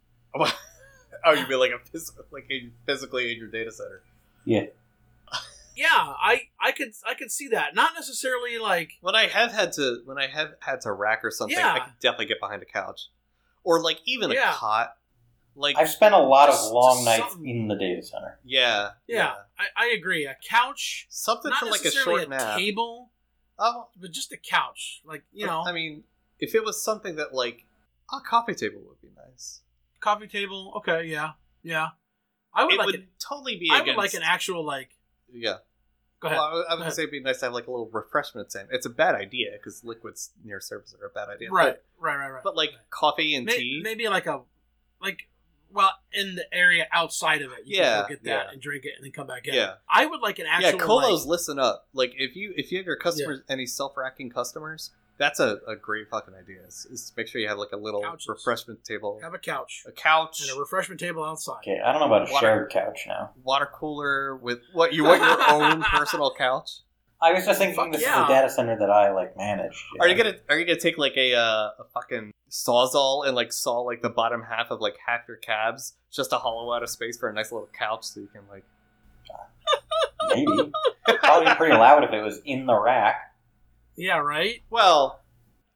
[SPEAKER 1] oh, you mean like a phys- like a, physically in your data center?
[SPEAKER 3] Yeah, I I could I could see that. Not necessarily like
[SPEAKER 1] When I have had to when I have had to rack or something, I
[SPEAKER 3] Yeah.
[SPEAKER 1] could definitely get behind a couch, or like even
[SPEAKER 3] Yeah.
[SPEAKER 1] a cot. Like
[SPEAKER 2] I've spent a lot
[SPEAKER 3] Just-
[SPEAKER 2] of long
[SPEAKER 3] just
[SPEAKER 2] nights
[SPEAKER 3] something.
[SPEAKER 2] in the data center.
[SPEAKER 1] yeah,
[SPEAKER 3] yeah, I, I agree. A couch,
[SPEAKER 1] something
[SPEAKER 3] not
[SPEAKER 1] for like a
[SPEAKER 3] necessarily
[SPEAKER 1] short
[SPEAKER 3] a,
[SPEAKER 1] nap.
[SPEAKER 3] table,
[SPEAKER 1] Oh,
[SPEAKER 3] but just a couch. Like you know,
[SPEAKER 1] I mean, if it was something that like a coffee table would be nice.
[SPEAKER 3] coffee table. Okay, yeah, yeah. I would
[SPEAKER 1] it
[SPEAKER 3] like
[SPEAKER 1] would
[SPEAKER 3] an,
[SPEAKER 1] totally be.
[SPEAKER 3] I would
[SPEAKER 1] against,
[SPEAKER 3] like an actual like.
[SPEAKER 1] yeah.
[SPEAKER 3] Go ahead.
[SPEAKER 1] Well, I was- I was
[SPEAKER 3] Go
[SPEAKER 1] gonna
[SPEAKER 3] ahead.
[SPEAKER 1] say it'd be nice to have like a little refreshment stand. It's a bad idea because liquids near surface are a bad idea.
[SPEAKER 3] right,
[SPEAKER 1] But,
[SPEAKER 3] right, right, right.
[SPEAKER 1] but, like coffee and
[SPEAKER 3] May-
[SPEAKER 1] tea.
[SPEAKER 3] Maybe like a like well in the area outside of it. You
[SPEAKER 1] Yeah,
[SPEAKER 3] can go get that
[SPEAKER 1] yeah.
[SPEAKER 3] and drink it and then come back in.
[SPEAKER 1] yeah,
[SPEAKER 3] I would like an actual.
[SPEAKER 1] yeah. Colos,
[SPEAKER 3] like-
[SPEAKER 1] listen up. Like if you if you have your customers any self racking customers, that's a, a great fucking idea. Is, is to make sure you have like a little
[SPEAKER 3] Couches.
[SPEAKER 1] refreshment table,
[SPEAKER 3] have a couch
[SPEAKER 1] a couch,
[SPEAKER 3] and a refreshment table outside.
[SPEAKER 2] Okay, I don't know about a
[SPEAKER 1] Water.
[SPEAKER 2] shared couch now.
[SPEAKER 1] water cooler with what you want
[SPEAKER 3] [laughs]
[SPEAKER 1] your own personal couch.
[SPEAKER 2] I was just thinking
[SPEAKER 3] Fuck
[SPEAKER 2] this
[SPEAKER 3] yeah.
[SPEAKER 2] is a data center that I like manage.
[SPEAKER 1] Are you gonna are you gonna take like a uh, a fucking sawzall and like saw like the bottom half of like half your cabs just to hollow out a space for a nice little couch so you can like
[SPEAKER 2] Maybe.
[SPEAKER 3] [laughs]
[SPEAKER 2] Probably be pretty loud if it was in the rack.
[SPEAKER 3] Yeah, right.
[SPEAKER 1] well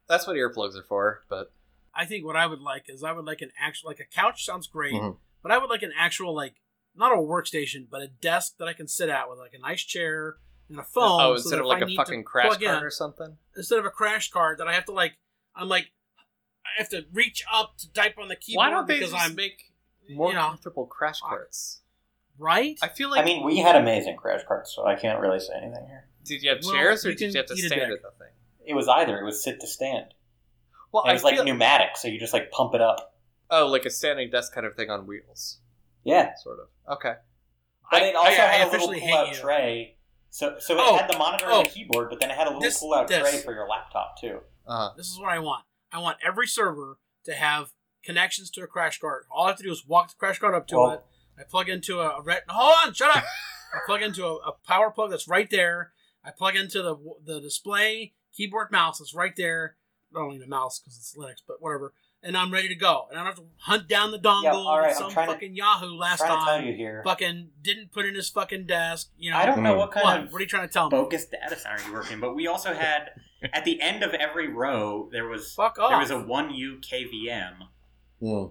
[SPEAKER 1] that's what earplugs are for but
[SPEAKER 3] I think what I would like is I would like an actual like a couch sounds great,
[SPEAKER 1] Mhm.
[SPEAKER 3] but I would like an actual like not a workstation but a desk that I can sit at with like a nice chair and a phone.
[SPEAKER 1] oh
[SPEAKER 3] so
[SPEAKER 1] instead of
[SPEAKER 3] that if I
[SPEAKER 1] like
[SPEAKER 3] need
[SPEAKER 1] a
[SPEAKER 3] to
[SPEAKER 1] fucking crash
[SPEAKER 3] plug in-
[SPEAKER 1] cart or something
[SPEAKER 3] instead of a crash card that I have to like I'm like I have to reach up to type on the keyboard
[SPEAKER 1] why don't they
[SPEAKER 3] because
[SPEAKER 1] just
[SPEAKER 3] I'm
[SPEAKER 1] make more
[SPEAKER 3] you know,
[SPEAKER 1] comfortable crash
[SPEAKER 3] fuck.
[SPEAKER 1] carts
[SPEAKER 3] right.
[SPEAKER 1] I feel like
[SPEAKER 2] I mean, we had amazing crash carts, so I can't really say anything here.
[SPEAKER 1] did you have
[SPEAKER 3] well,
[SPEAKER 1] chairs or
[SPEAKER 3] you
[SPEAKER 1] did
[SPEAKER 3] can
[SPEAKER 1] you have to
[SPEAKER 3] eat a
[SPEAKER 1] stand
[SPEAKER 3] dick.
[SPEAKER 1] at the thing
[SPEAKER 2] It was either. It was sit to stand.
[SPEAKER 1] well
[SPEAKER 2] And it
[SPEAKER 1] I
[SPEAKER 2] was like
[SPEAKER 1] feel
[SPEAKER 2] pneumatic, so you just like pump it up.
[SPEAKER 1] oh like
[SPEAKER 2] [laughs]
[SPEAKER 1] a standing desk kind of thing on wheels
[SPEAKER 2] Yeah.
[SPEAKER 1] sort of okay
[SPEAKER 2] But
[SPEAKER 1] I-
[SPEAKER 2] it also
[SPEAKER 1] I- I
[SPEAKER 2] had a little
[SPEAKER 3] officially hate
[SPEAKER 2] pull-out
[SPEAKER 3] you.
[SPEAKER 2] tray. So, so it
[SPEAKER 3] Oh,
[SPEAKER 2] had the monitor
[SPEAKER 3] oh.
[SPEAKER 2] and the keyboard, but then it had a little
[SPEAKER 3] This-
[SPEAKER 2] pull-out
[SPEAKER 3] this.
[SPEAKER 2] tray for your laptop too.
[SPEAKER 1] uh
[SPEAKER 3] This is what I want. I want every server to have connections to a crash card. All I have to do is walk the crash card up to
[SPEAKER 2] Well-
[SPEAKER 3] it. I plug into a, a red. Hold on,
[SPEAKER 2] [laughs]
[SPEAKER 3] shut up. I plug into a, a power plug that's right there. I plug into the the display, keyboard, mouse that's right there. I don't need a mouse because it's Linux, but whatever. And I'm ready to go. And I don't have to hunt down the dongle.
[SPEAKER 2] Yeah, all right,
[SPEAKER 3] that
[SPEAKER 2] I'm
[SPEAKER 3] some
[SPEAKER 2] trying to-
[SPEAKER 3] fucking Yahoo last
[SPEAKER 2] trying to
[SPEAKER 3] time.
[SPEAKER 2] tell you here.
[SPEAKER 3] Fucking didn't put in his fucking desk. You know.
[SPEAKER 2] I don't know
[SPEAKER 1] Mm.
[SPEAKER 2] what kind
[SPEAKER 3] What?
[SPEAKER 2] of
[SPEAKER 3] What are you trying to tell me?
[SPEAKER 2] bogus data center you work in, but we
[SPEAKER 3] [laughs]
[SPEAKER 2] also had at the end of every row there was
[SPEAKER 3] Fuck off.
[SPEAKER 2] there was a one U KVM
[SPEAKER 3] okay.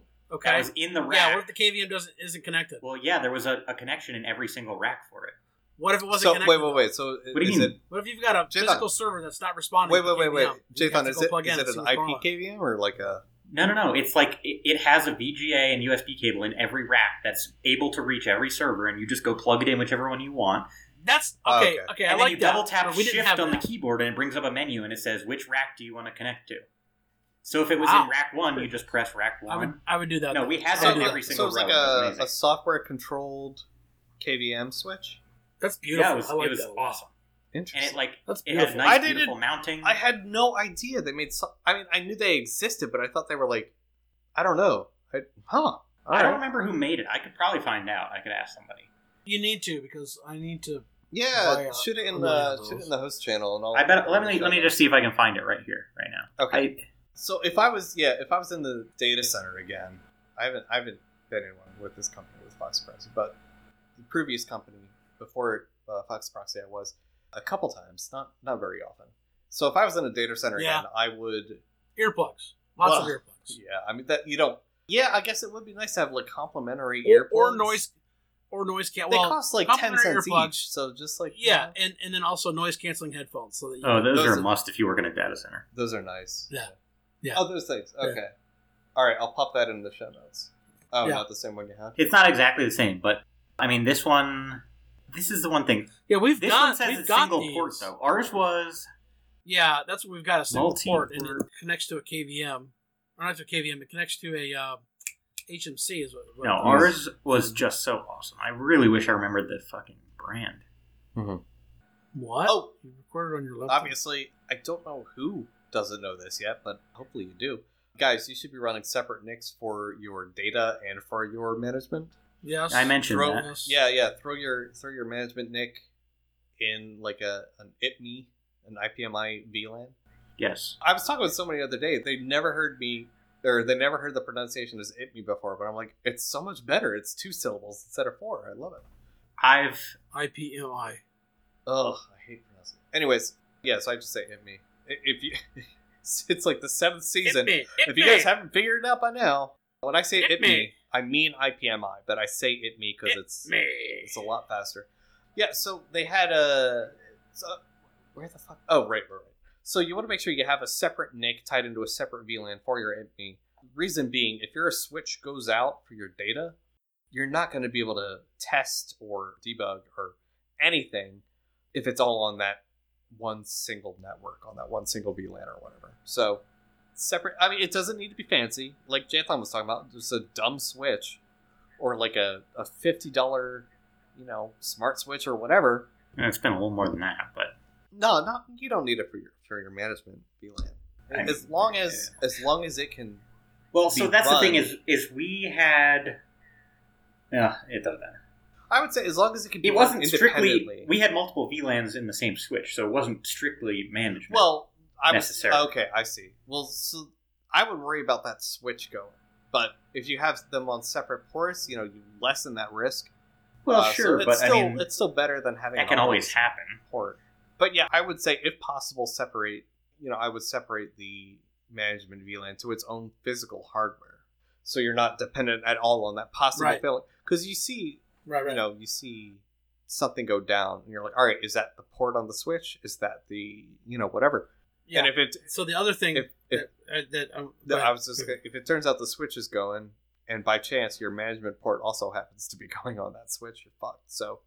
[SPEAKER 2] that was in the
[SPEAKER 3] Yeah,
[SPEAKER 2] rack.
[SPEAKER 3] what if the KVM doesn't isn't connected?
[SPEAKER 2] well, yeah, there was a, a connection in every single rack for it.
[SPEAKER 3] What if it wasn't
[SPEAKER 1] so
[SPEAKER 3] connected?
[SPEAKER 1] wait wait wait so
[SPEAKER 2] What do you
[SPEAKER 1] is
[SPEAKER 2] mean?
[SPEAKER 1] it
[SPEAKER 3] What if you've got a
[SPEAKER 1] Jathan.
[SPEAKER 3] physical server that's not responding?
[SPEAKER 1] Wait,
[SPEAKER 3] to
[SPEAKER 1] wait, wait, wait.
[SPEAKER 3] KVM? You have
[SPEAKER 1] Jathan,
[SPEAKER 3] to
[SPEAKER 1] is
[SPEAKER 3] go
[SPEAKER 1] it,
[SPEAKER 3] plug in
[SPEAKER 1] is
[SPEAKER 3] and
[SPEAKER 1] it
[SPEAKER 3] see
[SPEAKER 1] an
[SPEAKER 3] what's going
[SPEAKER 1] IP KVM
[SPEAKER 3] on.
[SPEAKER 1] or like a.
[SPEAKER 2] No, no, no. It's like it, it has a VGA and USB cable in every rack that's able to reach every server, and you just go plug it in whichever one you want.
[SPEAKER 3] That's
[SPEAKER 1] Oh,
[SPEAKER 3] okay.
[SPEAKER 1] okay.
[SPEAKER 3] Okay, I
[SPEAKER 2] and then
[SPEAKER 3] like
[SPEAKER 2] you
[SPEAKER 3] that.
[SPEAKER 2] double tap
[SPEAKER 3] But we didn't
[SPEAKER 2] shift
[SPEAKER 3] have
[SPEAKER 2] on
[SPEAKER 3] that.
[SPEAKER 2] the keyboard, and it brings up a menu, and it says which rack do you want to connect to. So if it was
[SPEAKER 3] Wow.
[SPEAKER 2] in rack one, you just press rack
[SPEAKER 3] I would,
[SPEAKER 2] one.
[SPEAKER 3] I would do that.
[SPEAKER 2] No,
[SPEAKER 3] though.
[SPEAKER 2] we had
[SPEAKER 3] I
[SPEAKER 2] that
[SPEAKER 3] would do
[SPEAKER 2] every
[SPEAKER 1] so
[SPEAKER 2] single
[SPEAKER 1] it was like
[SPEAKER 2] row. It was
[SPEAKER 1] a,
[SPEAKER 2] amazing.
[SPEAKER 1] a software controlled KVM switch?
[SPEAKER 3] That's beautiful.
[SPEAKER 2] Yeah, it was,
[SPEAKER 3] I like
[SPEAKER 2] it was
[SPEAKER 3] that. a lot.
[SPEAKER 2] awesome, and
[SPEAKER 1] Interesting.
[SPEAKER 2] it like
[SPEAKER 3] That's
[SPEAKER 2] it had
[SPEAKER 3] beautiful.
[SPEAKER 2] nice,
[SPEAKER 1] I didn't-
[SPEAKER 2] beautiful mounting.
[SPEAKER 1] I had no idea they made. So- I mean, I knew they existed, but I thought they were like. I don't know. I, huh. All
[SPEAKER 2] I don't
[SPEAKER 1] right.
[SPEAKER 2] remember who made it. I could probably find out. I could ask somebody.
[SPEAKER 3] you need to because I need to. Buy
[SPEAKER 1] Yeah,
[SPEAKER 3] a-
[SPEAKER 1] shoot it
[SPEAKER 3] a
[SPEAKER 1] in
[SPEAKER 3] million
[SPEAKER 1] the
[SPEAKER 3] of
[SPEAKER 1] shoot it
[SPEAKER 3] those.
[SPEAKER 1] in the host channel and all.
[SPEAKER 2] I bet. Let me let me just see if I can find it right here, right now.
[SPEAKER 1] Okay.
[SPEAKER 2] I,
[SPEAKER 1] So if I was yeah, if I was in the data center again, I haven't I haven't been in one with this company with Fox Proxy, but the previous company before uh, Fox Proxy, I was a couple times, not not very often. So if I was in a data center
[SPEAKER 3] Yeah.
[SPEAKER 1] again, I would
[SPEAKER 3] Earplugs. Lots of
[SPEAKER 1] Ugh.
[SPEAKER 3] earplugs.
[SPEAKER 1] yeah. I mean that you don't yeah. I guess it would be nice to have like complimentary earplugs
[SPEAKER 3] Or, or noise. Or noise can
[SPEAKER 1] They
[SPEAKER 3] Well,
[SPEAKER 1] cost like ten
[SPEAKER 3] complimentary
[SPEAKER 1] cents
[SPEAKER 3] earplugs.
[SPEAKER 1] each, so just like you
[SPEAKER 3] yeah,
[SPEAKER 1] know,
[SPEAKER 3] and, and then also noise canceling headphones so that you
[SPEAKER 2] oh, those,
[SPEAKER 1] Those
[SPEAKER 2] are
[SPEAKER 1] are-
[SPEAKER 2] a must if you work in a data center.
[SPEAKER 1] those are nice.
[SPEAKER 3] Yeah. Yeah.
[SPEAKER 1] Oh, those things.
[SPEAKER 3] Yeah.
[SPEAKER 1] Okay. All right, I'll pop that in the show notes. Oh,
[SPEAKER 3] Yeah.
[SPEAKER 1] not the same one you had.
[SPEAKER 2] It's not exactly the same, but I mean, this one. This is the one thing.
[SPEAKER 3] Yeah, we've
[SPEAKER 2] This
[SPEAKER 3] got
[SPEAKER 2] one says
[SPEAKER 3] we've
[SPEAKER 2] it's
[SPEAKER 3] got
[SPEAKER 2] single
[SPEAKER 3] these.
[SPEAKER 2] port though. Ours was
[SPEAKER 3] Yeah, that's what we've got a single port, and it
[SPEAKER 2] Multi-port.
[SPEAKER 3] connects to a KVM. Or not to a KVM, it connects to a uh, HMC. Is what, what
[SPEAKER 2] no.
[SPEAKER 3] it is.
[SPEAKER 2] Ours was just so awesome. I really wish I remembered the fucking brand.
[SPEAKER 3] What?
[SPEAKER 1] Oh,
[SPEAKER 3] you recorded on your left.
[SPEAKER 1] obviously, I don't know who doesn't know this yet, but hopefully you do. Guys, you should be running separate NICs for your data and for your management.
[SPEAKER 3] Yes.
[SPEAKER 2] I mentioned
[SPEAKER 1] Throw,
[SPEAKER 2] that.
[SPEAKER 3] Yes.
[SPEAKER 1] yeah, yeah. Throw your throw your management NIC in like a an IPMI, an IPMI VLAN.
[SPEAKER 2] Yes.
[SPEAKER 1] I was talking with somebody the other day. They never heard me, or they never heard the pronunciation as "it me" before. But I'm like, it's so much better. It's two syllables instead of four. I love it.
[SPEAKER 2] I've
[SPEAKER 3] IPMI.
[SPEAKER 1] Ugh, I hate pronouncing. Anyways, yeah. So I just say "it me." I- If you, [laughs] it's like the seventh season.
[SPEAKER 3] Hit me, hit
[SPEAKER 1] If you
[SPEAKER 3] me,
[SPEAKER 1] guys haven't figured it out by now, when I say
[SPEAKER 3] It
[SPEAKER 1] "it,
[SPEAKER 3] me.
[SPEAKER 1] me. I mean IPMI, but I say "it me" because
[SPEAKER 3] It
[SPEAKER 1] it's
[SPEAKER 3] me.
[SPEAKER 1] it's a lot faster. Yeah. So they had a. So, where the fuck? Oh, right, right, right. So you want to make sure you have a separate NIC tied into a separate VLAN for your IPMI. Reason being, if your switch goes out for your data, you're not going to be able to test or debug or anything if it's all on that one single network, on that one single VLAN or whatever. So separate. I mean, it doesn't need to be fancy. Like Jathan was talking about, just a dumb switch or like a, a fifty dollar, you know, smart switch or whatever.
[SPEAKER 2] and it's been a little more than that, but
[SPEAKER 1] No, not you don't need it for your for your management VLAN.
[SPEAKER 2] I mean,
[SPEAKER 1] As long as as long as it can.
[SPEAKER 2] well, so
[SPEAKER 1] be
[SPEAKER 2] that's the
[SPEAKER 1] run.
[SPEAKER 2] thing is is we had. Yeah, it doesn't matter.
[SPEAKER 1] I would say as long as it can be
[SPEAKER 2] It
[SPEAKER 1] run
[SPEAKER 2] wasn't strictly.
[SPEAKER 1] independently.
[SPEAKER 2] We had multiple VLANs in the same switch, so it wasn't strictly management.
[SPEAKER 1] well, I was
[SPEAKER 2] necessarily.
[SPEAKER 1] okay. I see. Well, so I would worry about that switch going, but if you have them on separate ports, you know, you lessen that risk.
[SPEAKER 2] well,
[SPEAKER 1] Uh, so
[SPEAKER 2] sure,
[SPEAKER 1] it's
[SPEAKER 2] but
[SPEAKER 1] still,
[SPEAKER 2] I mean,
[SPEAKER 1] it's still better than having
[SPEAKER 2] that
[SPEAKER 1] it
[SPEAKER 2] can
[SPEAKER 1] on
[SPEAKER 2] always
[SPEAKER 1] one
[SPEAKER 2] happen.
[SPEAKER 1] port. But yeah, I would say if possible, separate. You know, I would separate the management VLAN to its own physical hardware, so you're not dependent at all on that possible
[SPEAKER 3] Right.
[SPEAKER 1] failing. Because you see,
[SPEAKER 3] Right, right.
[SPEAKER 1] you know, you see something go down, and you're like, all right, is that the port on the switch? Is that the you know whatever?
[SPEAKER 3] yeah.
[SPEAKER 1] And if it
[SPEAKER 3] so the other thing
[SPEAKER 1] if if
[SPEAKER 3] that, uh, that, um,
[SPEAKER 1] the,
[SPEAKER 3] but-
[SPEAKER 1] I was just gonna- if it turns out the switch is going, and by chance your management port also happens to be [laughs] going on that switch, you're fucked. So,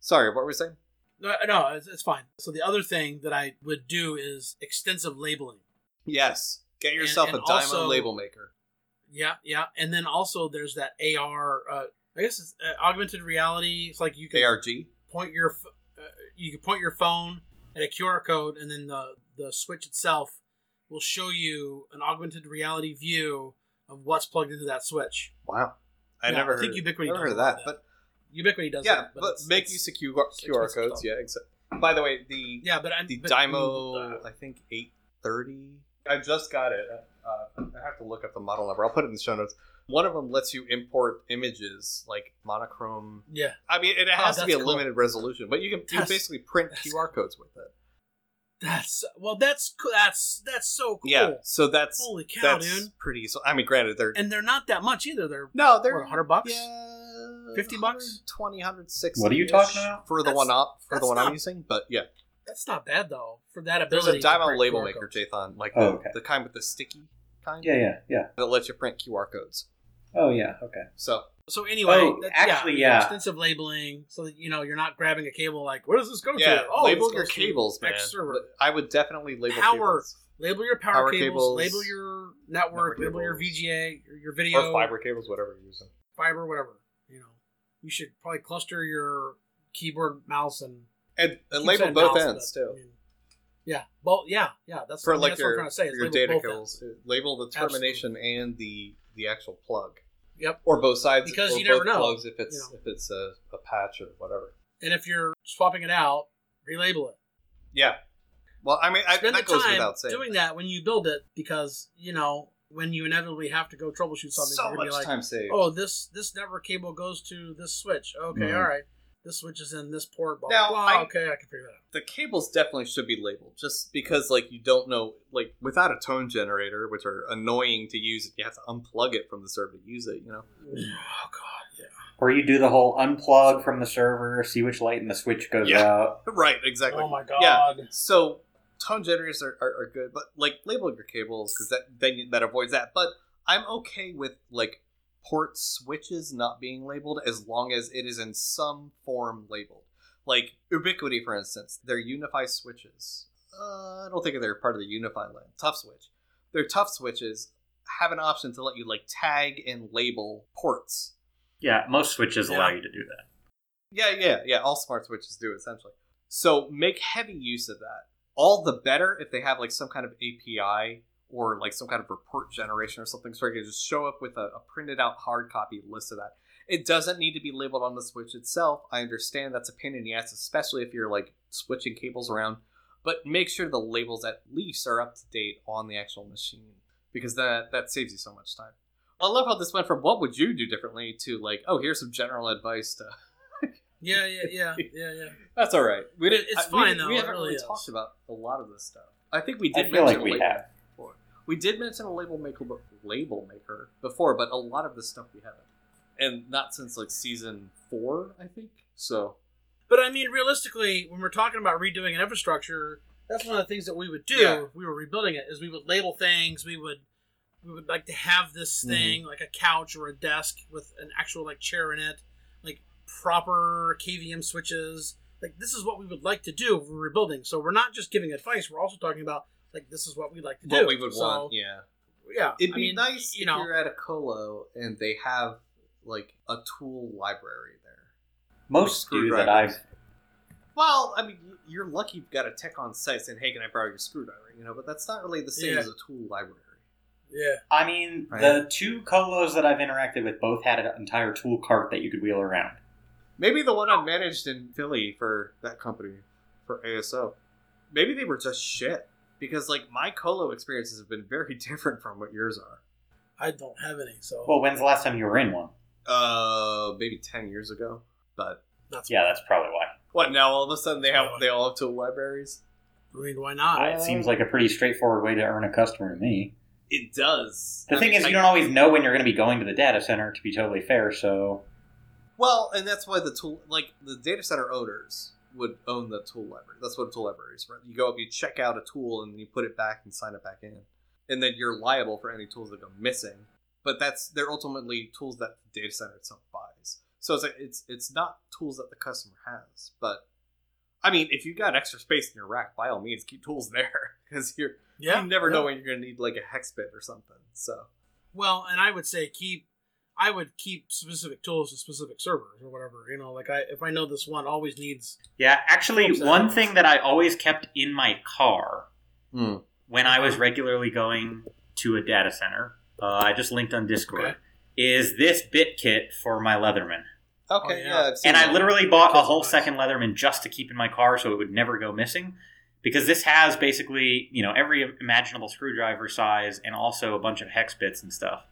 [SPEAKER 1] sorry, what were we saying?
[SPEAKER 3] no, no, it's, it's fine. So the other thing that I would do is extensive labeling.
[SPEAKER 1] Yes, get
[SPEAKER 3] And-
[SPEAKER 1] yourself
[SPEAKER 3] and
[SPEAKER 1] a diamond
[SPEAKER 3] also-
[SPEAKER 1] label maker.
[SPEAKER 3] Yeah, yeah, and then also there's that AR. Uh, I guess it's uh, augmented reality. It's like you can
[SPEAKER 1] ARG.
[SPEAKER 3] point your ph- uh, you can point your phone at a QR code, and then the the switch itself will show you an augmented reality view of what's plugged into that switch.
[SPEAKER 1] Wow, I
[SPEAKER 3] Yeah,
[SPEAKER 1] never
[SPEAKER 3] I
[SPEAKER 1] heard,
[SPEAKER 3] think Ubiquity
[SPEAKER 1] never
[SPEAKER 3] does
[SPEAKER 1] heard of
[SPEAKER 3] a lot
[SPEAKER 1] that.
[SPEAKER 3] of
[SPEAKER 1] But
[SPEAKER 3] Ubiquity does
[SPEAKER 1] yeah,
[SPEAKER 3] that,
[SPEAKER 1] but,
[SPEAKER 3] it's-
[SPEAKER 1] make
[SPEAKER 3] it's-
[SPEAKER 1] use of QR, QR
[SPEAKER 3] expensive
[SPEAKER 1] codes.
[SPEAKER 3] stuff.
[SPEAKER 1] Yeah, exactly. By the way, the
[SPEAKER 3] Yeah, but I,
[SPEAKER 1] the
[SPEAKER 3] but-
[SPEAKER 1] Dymo,
[SPEAKER 3] uh,
[SPEAKER 1] I think eight thirty. I just got it. Uh, I have to look up the model number. I'll put it in the show notes. One of them lets you import images like monochrome. Oh,
[SPEAKER 3] yeah,
[SPEAKER 1] I mean, it has to be a
[SPEAKER 3] that's cool.
[SPEAKER 1] limited resolution, but you can you
[SPEAKER 3] That's-
[SPEAKER 1] basically print
[SPEAKER 3] that's
[SPEAKER 1] QR codes with it.
[SPEAKER 3] that's well, that's co- that's that's so cool.
[SPEAKER 1] Yeah, so that's
[SPEAKER 3] Holy cow,
[SPEAKER 1] that's
[SPEAKER 3] dude!
[SPEAKER 1] pretty. So I mean, granted, they're
[SPEAKER 3] And they're not that much either. They're
[SPEAKER 1] No, they're
[SPEAKER 3] What, 100 bucks?
[SPEAKER 1] Yeah,
[SPEAKER 3] 50 bucks?
[SPEAKER 1] 20, 160.
[SPEAKER 2] What are you talking about?
[SPEAKER 1] For the
[SPEAKER 3] That's-
[SPEAKER 1] one up, for the
[SPEAKER 3] that's
[SPEAKER 1] one
[SPEAKER 3] not-
[SPEAKER 1] I'm using, but yeah,
[SPEAKER 3] that's not bad though for that
[SPEAKER 1] there's
[SPEAKER 3] ability.
[SPEAKER 1] a
[SPEAKER 3] to print
[SPEAKER 1] diamond label
[SPEAKER 3] QR
[SPEAKER 1] maker,
[SPEAKER 3] codes.
[SPEAKER 1] Jathan, like
[SPEAKER 2] Oh,
[SPEAKER 1] the,
[SPEAKER 2] okay.
[SPEAKER 1] the kind with the sticky kind
[SPEAKER 2] Yeah, yeah, yeah.
[SPEAKER 1] that lets you print QR codes.
[SPEAKER 2] Oh, yeah. Okay.
[SPEAKER 1] So
[SPEAKER 3] So anyway,
[SPEAKER 2] Oh,
[SPEAKER 3] that-
[SPEAKER 2] actually, yeah.
[SPEAKER 3] extensive labeling so that you know you're not grabbing a cable like where does this Oh, go
[SPEAKER 1] yeah,
[SPEAKER 3] to?
[SPEAKER 1] label
[SPEAKER 3] this
[SPEAKER 1] your
[SPEAKER 3] goes to
[SPEAKER 1] cables, man.
[SPEAKER 3] X server.
[SPEAKER 1] I would definitely label
[SPEAKER 3] Power
[SPEAKER 1] cables
[SPEAKER 3] Label your power,
[SPEAKER 1] Power
[SPEAKER 3] cables,
[SPEAKER 1] cables,
[SPEAKER 3] Label your
[SPEAKER 1] network
[SPEAKER 3] network. Label your
[SPEAKER 1] cables.
[SPEAKER 3] VGA. Your, your
[SPEAKER 1] or
[SPEAKER 3] video.
[SPEAKER 1] fiber cables, whatever you're using.
[SPEAKER 3] fiber, whatever. You know, you should probably cluster your keyboard, mouse, and
[SPEAKER 1] And, and
[SPEAKER 3] keep
[SPEAKER 1] label
[SPEAKER 3] saying
[SPEAKER 1] both
[SPEAKER 3] mouse,
[SPEAKER 1] ends
[SPEAKER 3] but, I
[SPEAKER 1] too
[SPEAKER 3] mean, yeah, both. Yeah, yeah. That's I
[SPEAKER 1] for
[SPEAKER 3] mean,
[SPEAKER 1] like
[SPEAKER 3] that's what I'm
[SPEAKER 1] your
[SPEAKER 3] trying to say. is
[SPEAKER 1] your
[SPEAKER 3] label
[SPEAKER 1] data
[SPEAKER 3] both
[SPEAKER 1] cables.
[SPEAKER 3] ends.
[SPEAKER 1] Label the
[SPEAKER 3] Absolutely.
[SPEAKER 1] termination and the the actual plug.
[SPEAKER 3] Yep.
[SPEAKER 1] Or both sides,
[SPEAKER 3] Because
[SPEAKER 1] or
[SPEAKER 3] you never
[SPEAKER 1] both
[SPEAKER 3] know,
[SPEAKER 1] plugs if it's
[SPEAKER 3] you know.
[SPEAKER 1] if it's a, a patch or whatever.
[SPEAKER 3] And if you're swapping it out, relabel it.
[SPEAKER 1] Yeah. Well, I mean, I,
[SPEAKER 3] Spend
[SPEAKER 1] that
[SPEAKER 3] the
[SPEAKER 1] goes
[SPEAKER 3] time
[SPEAKER 1] without saying.
[SPEAKER 3] doing that when you build it because you know when you inevitably have to go troubleshoot something.
[SPEAKER 1] so
[SPEAKER 3] you're gonna
[SPEAKER 1] much
[SPEAKER 3] be like,
[SPEAKER 1] time saved.
[SPEAKER 3] oh this this network cable goes to this switch okay
[SPEAKER 2] Mhm.
[SPEAKER 3] all right this switch is in this port blah
[SPEAKER 1] Mm-hmm. Now,
[SPEAKER 3] blah,
[SPEAKER 1] I-
[SPEAKER 3] okay i can figure that out
[SPEAKER 1] The cables definitely should be labeled, just because like you don't know, like without a tone generator, which are annoying to use. if You have to unplug it from the server to use it. You know. [sighs]
[SPEAKER 3] oh god yeah
[SPEAKER 2] Or you do the whole unplug from the server, see which light in the switch goes
[SPEAKER 1] Yeah.
[SPEAKER 2] out.
[SPEAKER 1] Right. Exactly.
[SPEAKER 3] oh my god
[SPEAKER 1] Yeah. So tone generators are, are, are good, but like label your cables because that then you, that avoids that. But I'm okay with like port switches not being labeled as long as it is in some form labeled. Like Ubiquity, for instance, their Unify switches. Uh, I don't think they're part of the Unify line. Tough switch. Their tough switches have an option to let you like tag and label ports.
[SPEAKER 2] Yeah, most switches allow
[SPEAKER 3] Yeah.
[SPEAKER 2] you to do that.
[SPEAKER 1] Yeah, yeah, yeah. All smart switches do essentially. So make heavy use of that. All the better if they have like some kind of API or like some kind of report generation or something, so you can just show up with a, a printed out hard copy list of that. It doesn't need to be labeled on the switch itself. I understand that's a pain in the ass, especially if you're like switching cables around. But make sure the labels at least are up to date on the actual machine because that that saves you so much time. I love how this went from what would you do differently to like oh here's some general advice to
[SPEAKER 3] Yeah, yeah, yeah, yeah, yeah.
[SPEAKER 1] that's all right. We didn't.
[SPEAKER 3] It's
[SPEAKER 1] I-
[SPEAKER 3] fine,
[SPEAKER 1] we, didn't-
[SPEAKER 3] though.
[SPEAKER 1] We
[SPEAKER 3] It
[SPEAKER 1] haven't
[SPEAKER 3] really
[SPEAKER 1] really
[SPEAKER 3] is.
[SPEAKER 1] talked about a lot of this stuff. I think we did.
[SPEAKER 2] I feel like
[SPEAKER 1] mention
[SPEAKER 2] we
[SPEAKER 1] label
[SPEAKER 2] have.
[SPEAKER 1] Before. We did mention a label maker, but label maker before, but a lot of this stuff we haven't, and not since like season four, I think. So
[SPEAKER 3] But I mean, realistically, when we're talking about redoing an infrastructure, that's one of the things that we would do
[SPEAKER 1] Yeah.
[SPEAKER 3] if we were rebuilding it. Is we would label things. We would we would like to have this
[SPEAKER 1] Mm-hmm.
[SPEAKER 3] thing like a couch or a desk with an actual like chair in it, like proper KVM switches. Like this is what we would like to do if we're rebuilding. So we're not just giving advice. We're also talking about like this is what we'd like to
[SPEAKER 1] what
[SPEAKER 3] do.
[SPEAKER 1] we would
[SPEAKER 3] So,
[SPEAKER 1] want, yeah.
[SPEAKER 3] Yeah,
[SPEAKER 1] It'd
[SPEAKER 3] I
[SPEAKER 1] be
[SPEAKER 3] mean,
[SPEAKER 1] nice
[SPEAKER 3] you
[SPEAKER 1] if
[SPEAKER 3] know.
[SPEAKER 1] you're at a colo and they have like a tool library there.
[SPEAKER 2] Most do that
[SPEAKER 1] Screwdrivers.
[SPEAKER 2] I've
[SPEAKER 1] Well, I mean, you're lucky you've got a tech on site saying, "Hey, can I borrow your screwdriver?" You know, but that's not really the same
[SPEAKER 3] Yeah.
[SPEAKER 1] as a tool library.
[SPEAKER 3] Yeah,
[SPEAKER 2] I mean,
[SPEAKER 1] Right.
[SPEAKER 2] the two colos that I've interacted with both had an entire tool cart that you could wheel around.
[SPEAKER 1] Maybe the one I managed in Philly for that company, for ASO. Maybe they were just shit. Because, like, my colo experiences have been very [laughs] different from what yours are.
[SPEAKER 3] I don't have any, so
[SPEAKER 2] Well, when's the last time you were in one?
[SPEAKER 1] Uh, maybe 10 years ago. But,
[SPEAKER 3] that's
[SPEAKER 2] Yeah, that's probably why.
[SPEAKER 1] what, now all of a sudden they have they all have tool libraries?
[SPEAKER 3] I mean, why not?
[SPEAKER 2] Uh, it seems like a pretty straightforward way to earn a customer to me.
[SPEAKER 1] It does.
[SPEAKER 2] The
[SPEAKER 1] I
[SPEAKER 2] thing
[SPEAKER 1] mean,
[SPEAKER 2] is,
[SPEAKER 1] I-
[SPEAKER 2] you don't always know when you're going to be going to the data center, to be totally fair, so.
[SPEAKER 1] Well, and that's why the tool, like, the data center owners would own the tool library. That's what a tool library is, right? You go up, you check out a tool, and then you put it back and sign it back in. And then you're liable for any tools that go missing. But that's, they're ultimately tools that the data center itself buys. So it's, like, it's, it's not tools that the customer has. But, I mean, if you've got extra space in your rack, by all means, keep tools [laughs] there. Because you're,
[SPEAKER 3] yeah,
[SPEAKER 1] you never
[SPEAKER 3] yeah.
[SPEAKER 1] know when you're going to need, like, a hex bit or something. So,
[SPEAKER 3] Well, and I would say keep. I would keep specific tools to specific servers or whatever. You know, like I if I know this one always needs.
[SPEAKER 2] Yeah, actually,
[SPEAKER 3] Oops, I-
[SPEAKER 2] one thing that I always kept in my car Hmm. when I was
[SPEAKER 3] Mhm.
[SPEAKER 2] regularly going to a data center, uh, I just linked on Discord,
[SPEAKER 3] Okay.
[SPEAKER 2] is this bit kit for my Leatherman.
[SPEAKER 1] okay,
[SPEAKER 3] Oh, yeah.
[SPEAKER 1] yeah. I've seen
[SPEAKER 2] and I
[SPEAKER 1] that.
[SPEAKER 2] literally bought a
[SPEAKER 3] That's
[SPEAKER 2] whole
[SPEAKER 3] nice.
[SPEAKER 2] second Leatherman just to keep in my car so it would never go missing. Because this has basically, you know, every imaginable screwdriver size and also a bunch of hex bits and stuff.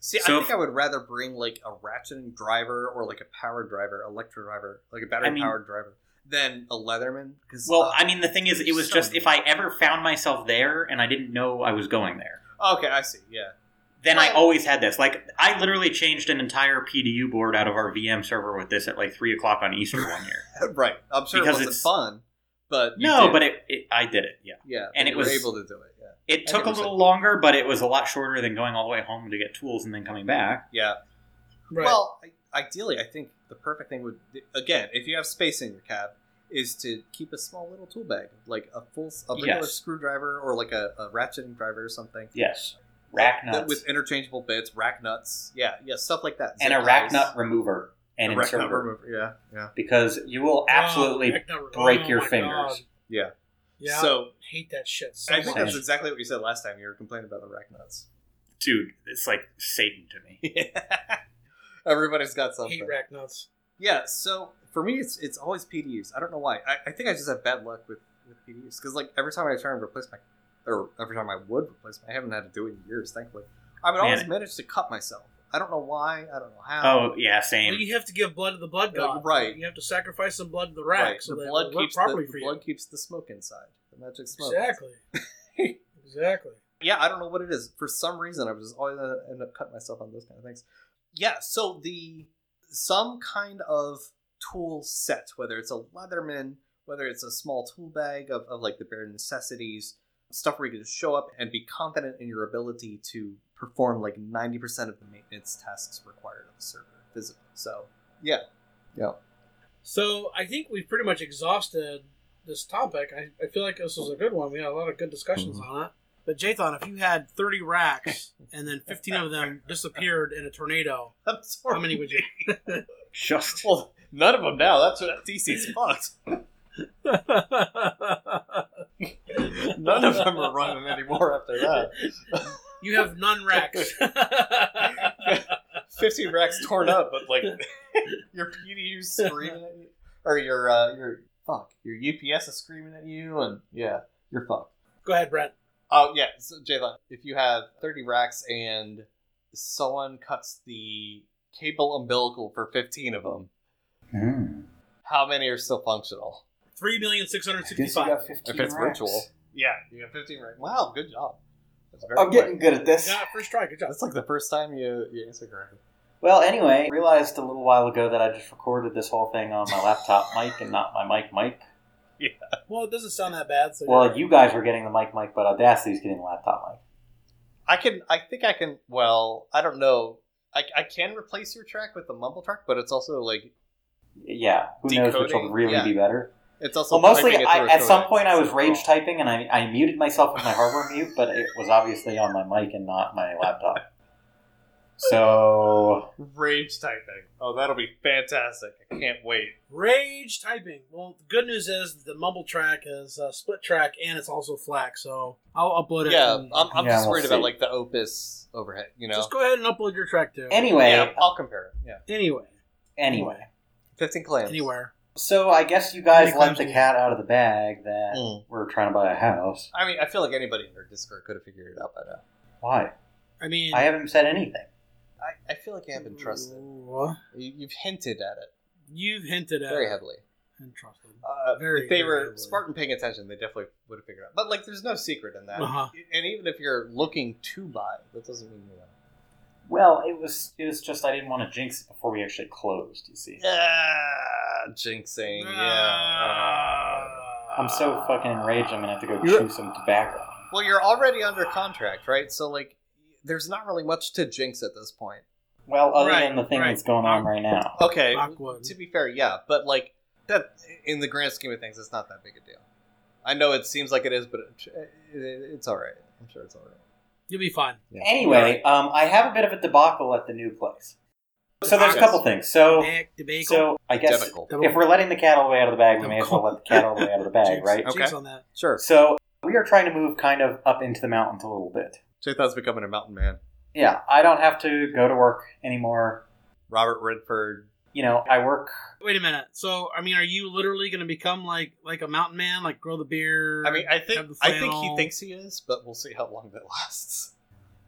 [SPEAKER 1] See,
[SPEAKER 2] So
[SPEAKER 1] I think
[SPEAKER 2] if-
[SPEAKER 1] I would rather bring like a ratcheting driver or like a power driver, electro driver, like a battery powered driver, than a Leatherman. uh, Because
[SPEAKER 2] Well, I mean, the thing is, it was
[SPEAKER 1] so
[SPEAKER 2] just if I
[SPEAKER 1] neat.
[SPEAKER 2] ever found myself there and I didn't know I was going there,
[SPEAKER 1] okay, I see. Yeah, [laughs]
[SPEAKER 2] then I
[SPEAKER 1] Well-
[SPEAKER 2] always had this. Like, I literally changed an entire PDU board out of our VM server with this at like 3 o'clock on Easter one year.
[SPEAKER 1] right. I'm sure
[SPEAKER 2] Because
[SPEAKER 1] it wasn't
[SPEAKER 2] it's-
[SPEAKER 1] fun, but you
[SPEAKER 2] no,
[SPEAKER 1] did.
[SPEAKER 2] but it, it, I did it, yeah.
[SPEAKER 1] yeah, but
[SPEAKER 2] and it
[SPEAKER 1] you
[SPEAKER 2] was-
[SPEAKER 1] were able to do it. Yeah,
[SPEAKER 2] It
[SPEAKER 1] I
[SPEAKER 2] took a
[SPEAKER 1] never said-
[SPEAKER 2] little longer, but it was a lot shorter than going all the way home to get tools and then coming back.
[SPEAKER 1] yeah.
[SPEAKER 3] Right.
[SPEAKER 1] Well, i- ideally, I think the perfect thing would again, if you have space in your cab, is to keep a small little tool bag, like a full a regular
[SPEAKER 2] Yes.
[SPEAKER 1] screwdriver or like a, a ratcheting driver or something.
[SPEAKER 2] Yes. Rack
[SPEAKER 1] That-
[SPEAKER 2] nuts.
[SPEAKER 1] with interchangeable bits, rack nuts, yeah, yeah, stuff like that,
[SPEAKER 2] and
[SPEAKER 1] Zip
[SPEAKER 2] a rack
[SPEAKER 1] ties.
[SPEAKER 2] nut remover and
[SPEAKER 1] A rack
[SPEAKER 2] inserter
[SPEAKER 1] nut remover, Yeah, yeah,
[SPEAKER 2] because you will
[SPEAKER 3] Oh,
[SPEAKER 2] absolutely
[SPEAKER 3] heck, never-
[SPEAKER 2] break
[SPEAKER 3] oh
[SPEAKER 2] your
[SPEAKER 3] my
[SPEAKER 2] fingers.
[SPEAKER 3] God.
[SPEAKER 1] yeah.
[SPEAKER 3] Yeah,
[SPEAKER 1] So
[SPEAKER 3] I hate that shit. So
[SPEAKER 1] I think
[SPEAKER 3] much.
[SPEAKER 1] that's exactly what you said last time. You were complaining about the rack nuts.
[SPEAKER 2] dude. It's like Satan to me.
[SPEAKER 1] Everybody's got
[SPEAKER 3] I
[SPEAKER 1] something.
[SPEAKER 3] hate rack nuts.
[SPEAKER 1] Yeah. So for me, it's it's always PDUs. I don't know why. I, I think I just have bad luck with with PDUs because like every time I try and replace my, or every time I would replace my, I haven't had to do it in years, thankfully. I would
[SPEAKER 2] Man.
[SPEAKER 1] always manage to cut myself. I don't know why. I don't know how.
[SPEAKER 2] Oh yeah,
[SPEAKER 3] Well,
[SPEAKER 2] same.
[SPEAKER 3] you have to give blood to the blood
[SPEAKER 1] Yeah,
[SPEAKER 3] god.
[SPEAKER 1] right.
[SPEAKER 3] You have to sacrifice some blood to the rack so
[SPEAKER 1] the
[SPEAKER 3] that
[SPEAKER 1] blood
[SPEAKER 3] it'll work
[SPEAKER 1] keeps the,
[SPEAKER 3] properly
[SPEAKER 1] the
[SPEAKER 3] for you.
[SPEAKER 1] blood keeps the smoke inside. The magic smoke.
[SPEAKER 3] Exactly.
[SPEAKER 1] [laughs]
[SPEAKER 3] exactly.
[SPEAKER 1] yeah, I don't know what it is. For some reason, I was just always gonna end up cutting myself on those kind of things. Yeah, so the some kind of tool set, whether it's a Leatherman, whether it's a small tool bag of, of like the bare necessities, stuff where you can just show up and be confident in your ability to perform like 90% of the maintenance tasks required of the server physically. So, [laughs] yeah. Yeah.
[SPEAKER 3] So I think we've pretty much exhausted this topic. I, I feel like this was a good one. We had a lot of good discussions
[SPEAKER 1] Mm-hmm.
[SPEAKER 3] on it. But Jathan, if you had 30
[SPEAKER 1] [laughs]
[SPEAKER 3] racks and then 15 of them disappeared in a tornado,
[SPEAKER 1] I'm sorry.
[SPEAKER 3] how
[SPEAKER 1] [laughs]
[SPEAKER 3] many would you?
[SPEAKER 2] Just
[SPEAKER 1] Well, none of them now. That's what DC's [laughs] fucked. None of them are running anymore after that.
[SPEAKER 3] you have
[SPEAKER 1] [laughs]
[SPEAKER 3] none racks.
[SPEAKER 1] 15 racks torn up, but
[SPEAKER 2] [laughs]
[SPEAKER 1] like your PDU screaming at you, or your uh, your fuck, your UPS is screaming at you, and yeah, you're fucked.
[SPEAKER 3] Go ahead, Brent.
[SPEAKER 1] Oh yeah, so Jalen, if you have 30 racks and someone cuts the cable umbilical for 15 of them, Hmm. how many are still functional?
[SPEAKER 3] Three million six hundred sixty-five.
[SPEAKER 1] If it's virtual, yeah, you have 15 racks. Wow, good job. That's very
[SPEAKER 2] I'm
[SPEAKER 1] quick.
[SPEAKER 2] getting good at this.
[SPEAKER 3] Yeah, first try. Good job.
[SPEAKER 1] That's like the first time you, you answer correctly.
[SPEAKER 2] Well, anyway, I realized a little while ago that I just recorded this whole thing on my laptop mic and not my mic mic.
[SPEAKER 3] Well, it doesn't sound that bad. So
[SPEAKER 2] Well, you guys were getting the mic mic, but Audacity's getting the laptop mic.
[SPEAKER 1] I can. I think I can. Well, I don't know. I, I can replace your track with the mumble track, but it's also like
[SPEAKER 2] Yeah, who knows which will
[SPEAKER 1] Decoding,
[SPEAKER 2] really
[SPEAKER 1] yeah.
[SPEAKER 2] be better.
[SPEAKER 1] it's also
[SPEAKER 2] Well, mostly,
[SPEAKER 1] typing it
[SPEAKER 2] I,
[SPEAKER 1] through a
[SPEAKER 2] at some
[SPEAKER 1] codec.
[SPEAKER 2] point, I was
[SPEAKER 1] So-
[SPEAKER 2] rage typing and I, I muted myself with my hardware mute, but it was obviously on my mic and not my laptop. So,
[SPEAKER 1] Rage typing. Oh, that'll be fantastic! I can't wait.
[SPEAKER 3] rage typing. Well, the good news is the mumble track is a split track and it's also FLAC, so I'll upload it.
[SPEAKER 1] yeah,
[SPEAKER 3] and-
[SPEAKER 1] I'm, I'm
[SPEAKER 2] Yeah,
[SPEAKER 1] just
[SPEAKER 2] we'll
[SPEAKER 1] worried
[SPEAKER 2] see.
[SPEAKER 1] about like the Opus overhead. You know.
[SPEAKER 3] just go ahead and upload your track to
[SPEAKER 2] anyway, uh,
[SPEAKER 1] yeah, I'll compare it. Yeah,
[SPEAKER 3] anyway,
[SPEAKER 2] anyway.
[SPEAKER 1] fifteen claims.
[SPEAKER 3] anywhere.
[SPEAKER 2] So, I guess you guys
[SPEAKER 3] Here
[SPEAKER 2] let
[SPEAKER 3] comes
[SPEAKER 2] the
[SPEAKER 3] me.
[SPEAKER 2] cat out of the bag that
[SPEAKER 1] Mm.
[SPEAKER 2] we're trying to buy a house.
[SPEAKER 1] I mean, I feel like anybody in our Discord could have figured it out by now.
[SPEAKER 2] Why?
[SPEAKER 3] I mean,
[SPEAKER 2] I haven't said anything.
[SPEAKER 1] I, I feel like I haven't trusted.
[SPEAKER 3] Mm. Ooh,
[SPEAKER 1] You, you've hinted at it
[SPEAKER 3] You've hinted at
[SPEAKER 1] very heavily.
[SPEAKER 3] and trusted.
[SPEAKER 1] Uh,
[SPEAKER 3] Very,
[SPEAKER 1] if they
[SPEAKER 3] very
[SPEAKER 1] were
[SPEAKER 3] heavily.
[SPEAKER 1] smart and paying attention, they definitely would have figured it out. But like, there's no secret in that.
[SPEAKER 3] Uh-huh.
[SPEAKER 1] And even if you're looking to buy, that doesn't mean you're. not.
[SPEAKER 2] Well, it was it was just I didn't want to jinx it before we actually closed. You see,
[SPEAKER 1] Yeah, jinxing. Ah. Yeah.
[SPEAKER 3] Ah.
[SPEAKER 2] I'm so fucking enraged. I'm gonna have to go
[SPEAKER 3] You're-
[SPEAKER 2] chew some tobacco.
[SPEAKER 1] well, you're already under contract, right? So like, there's not really much to jinx at this point.
[SPEAKER 2] Well, other
[SPEAKER 3] Right,
[SPEAKER 2] than the thing
[SPEAKER 3] right.
[SPEAKER 2] that's going on right now.
[SPEAKER 1] Okay.
[SPEAKER 3] Aqua.
[SPEAKER 1] To be fair, yeah, but like that in the grand scheme of things, it's not that big a deal. I know it seems like it is, but it, it, it's all right. I'm sure it's all right.
[SPEAKER 3] You'll be fine.
[SPEAKER 2] Anyway, um, I have a bit of a debacle at the new place. So there's a couple things. So
[SPEAKER 3] Back to bacon.
[SPEAKER 2] so I guess
[SPEAKER 1] Identical.
[SPEAKER 3] Double-
[SPEAKER 2] if we're letting the cat all the way out of the bag, we may as well
[SPEAKER 3] Debacle.
[SPEAKER 2] let the cat all the way out of
[SPEAKER 1] [laughs]
[SPEAKER 2] the bag,
[SPEAKER 3] jinx,
[SPEAKER 2] right?
[SPEAKER 1] Okay.
[SPEAKER 3] jinx on that.
[SPEAKER 1] Sure.
[SPEAKER 2] So we are trying to move kind of up into the mountains a little bit.
[SPEAKER 1] Jathan's becoming a mountain man.
[SPEAKER 2] Yeah, I don't have to go to work anymore.
[SPEAKER 1] Robert Redford.
[SPEAKER 2] You know, I work.
[SPEAKER 3] Wait a minute. So, I mean, are you literally going to become like like a mountain man, like grow the beard?
[SPEAKER 1] I mean, I think
[SPEAKER 3] Have the
[SPEAKER 1] I think he
[SPEAKER 3] flannel.
[SPEAKER 1] thinks he is, but we'll see how long that [laughs] lasts.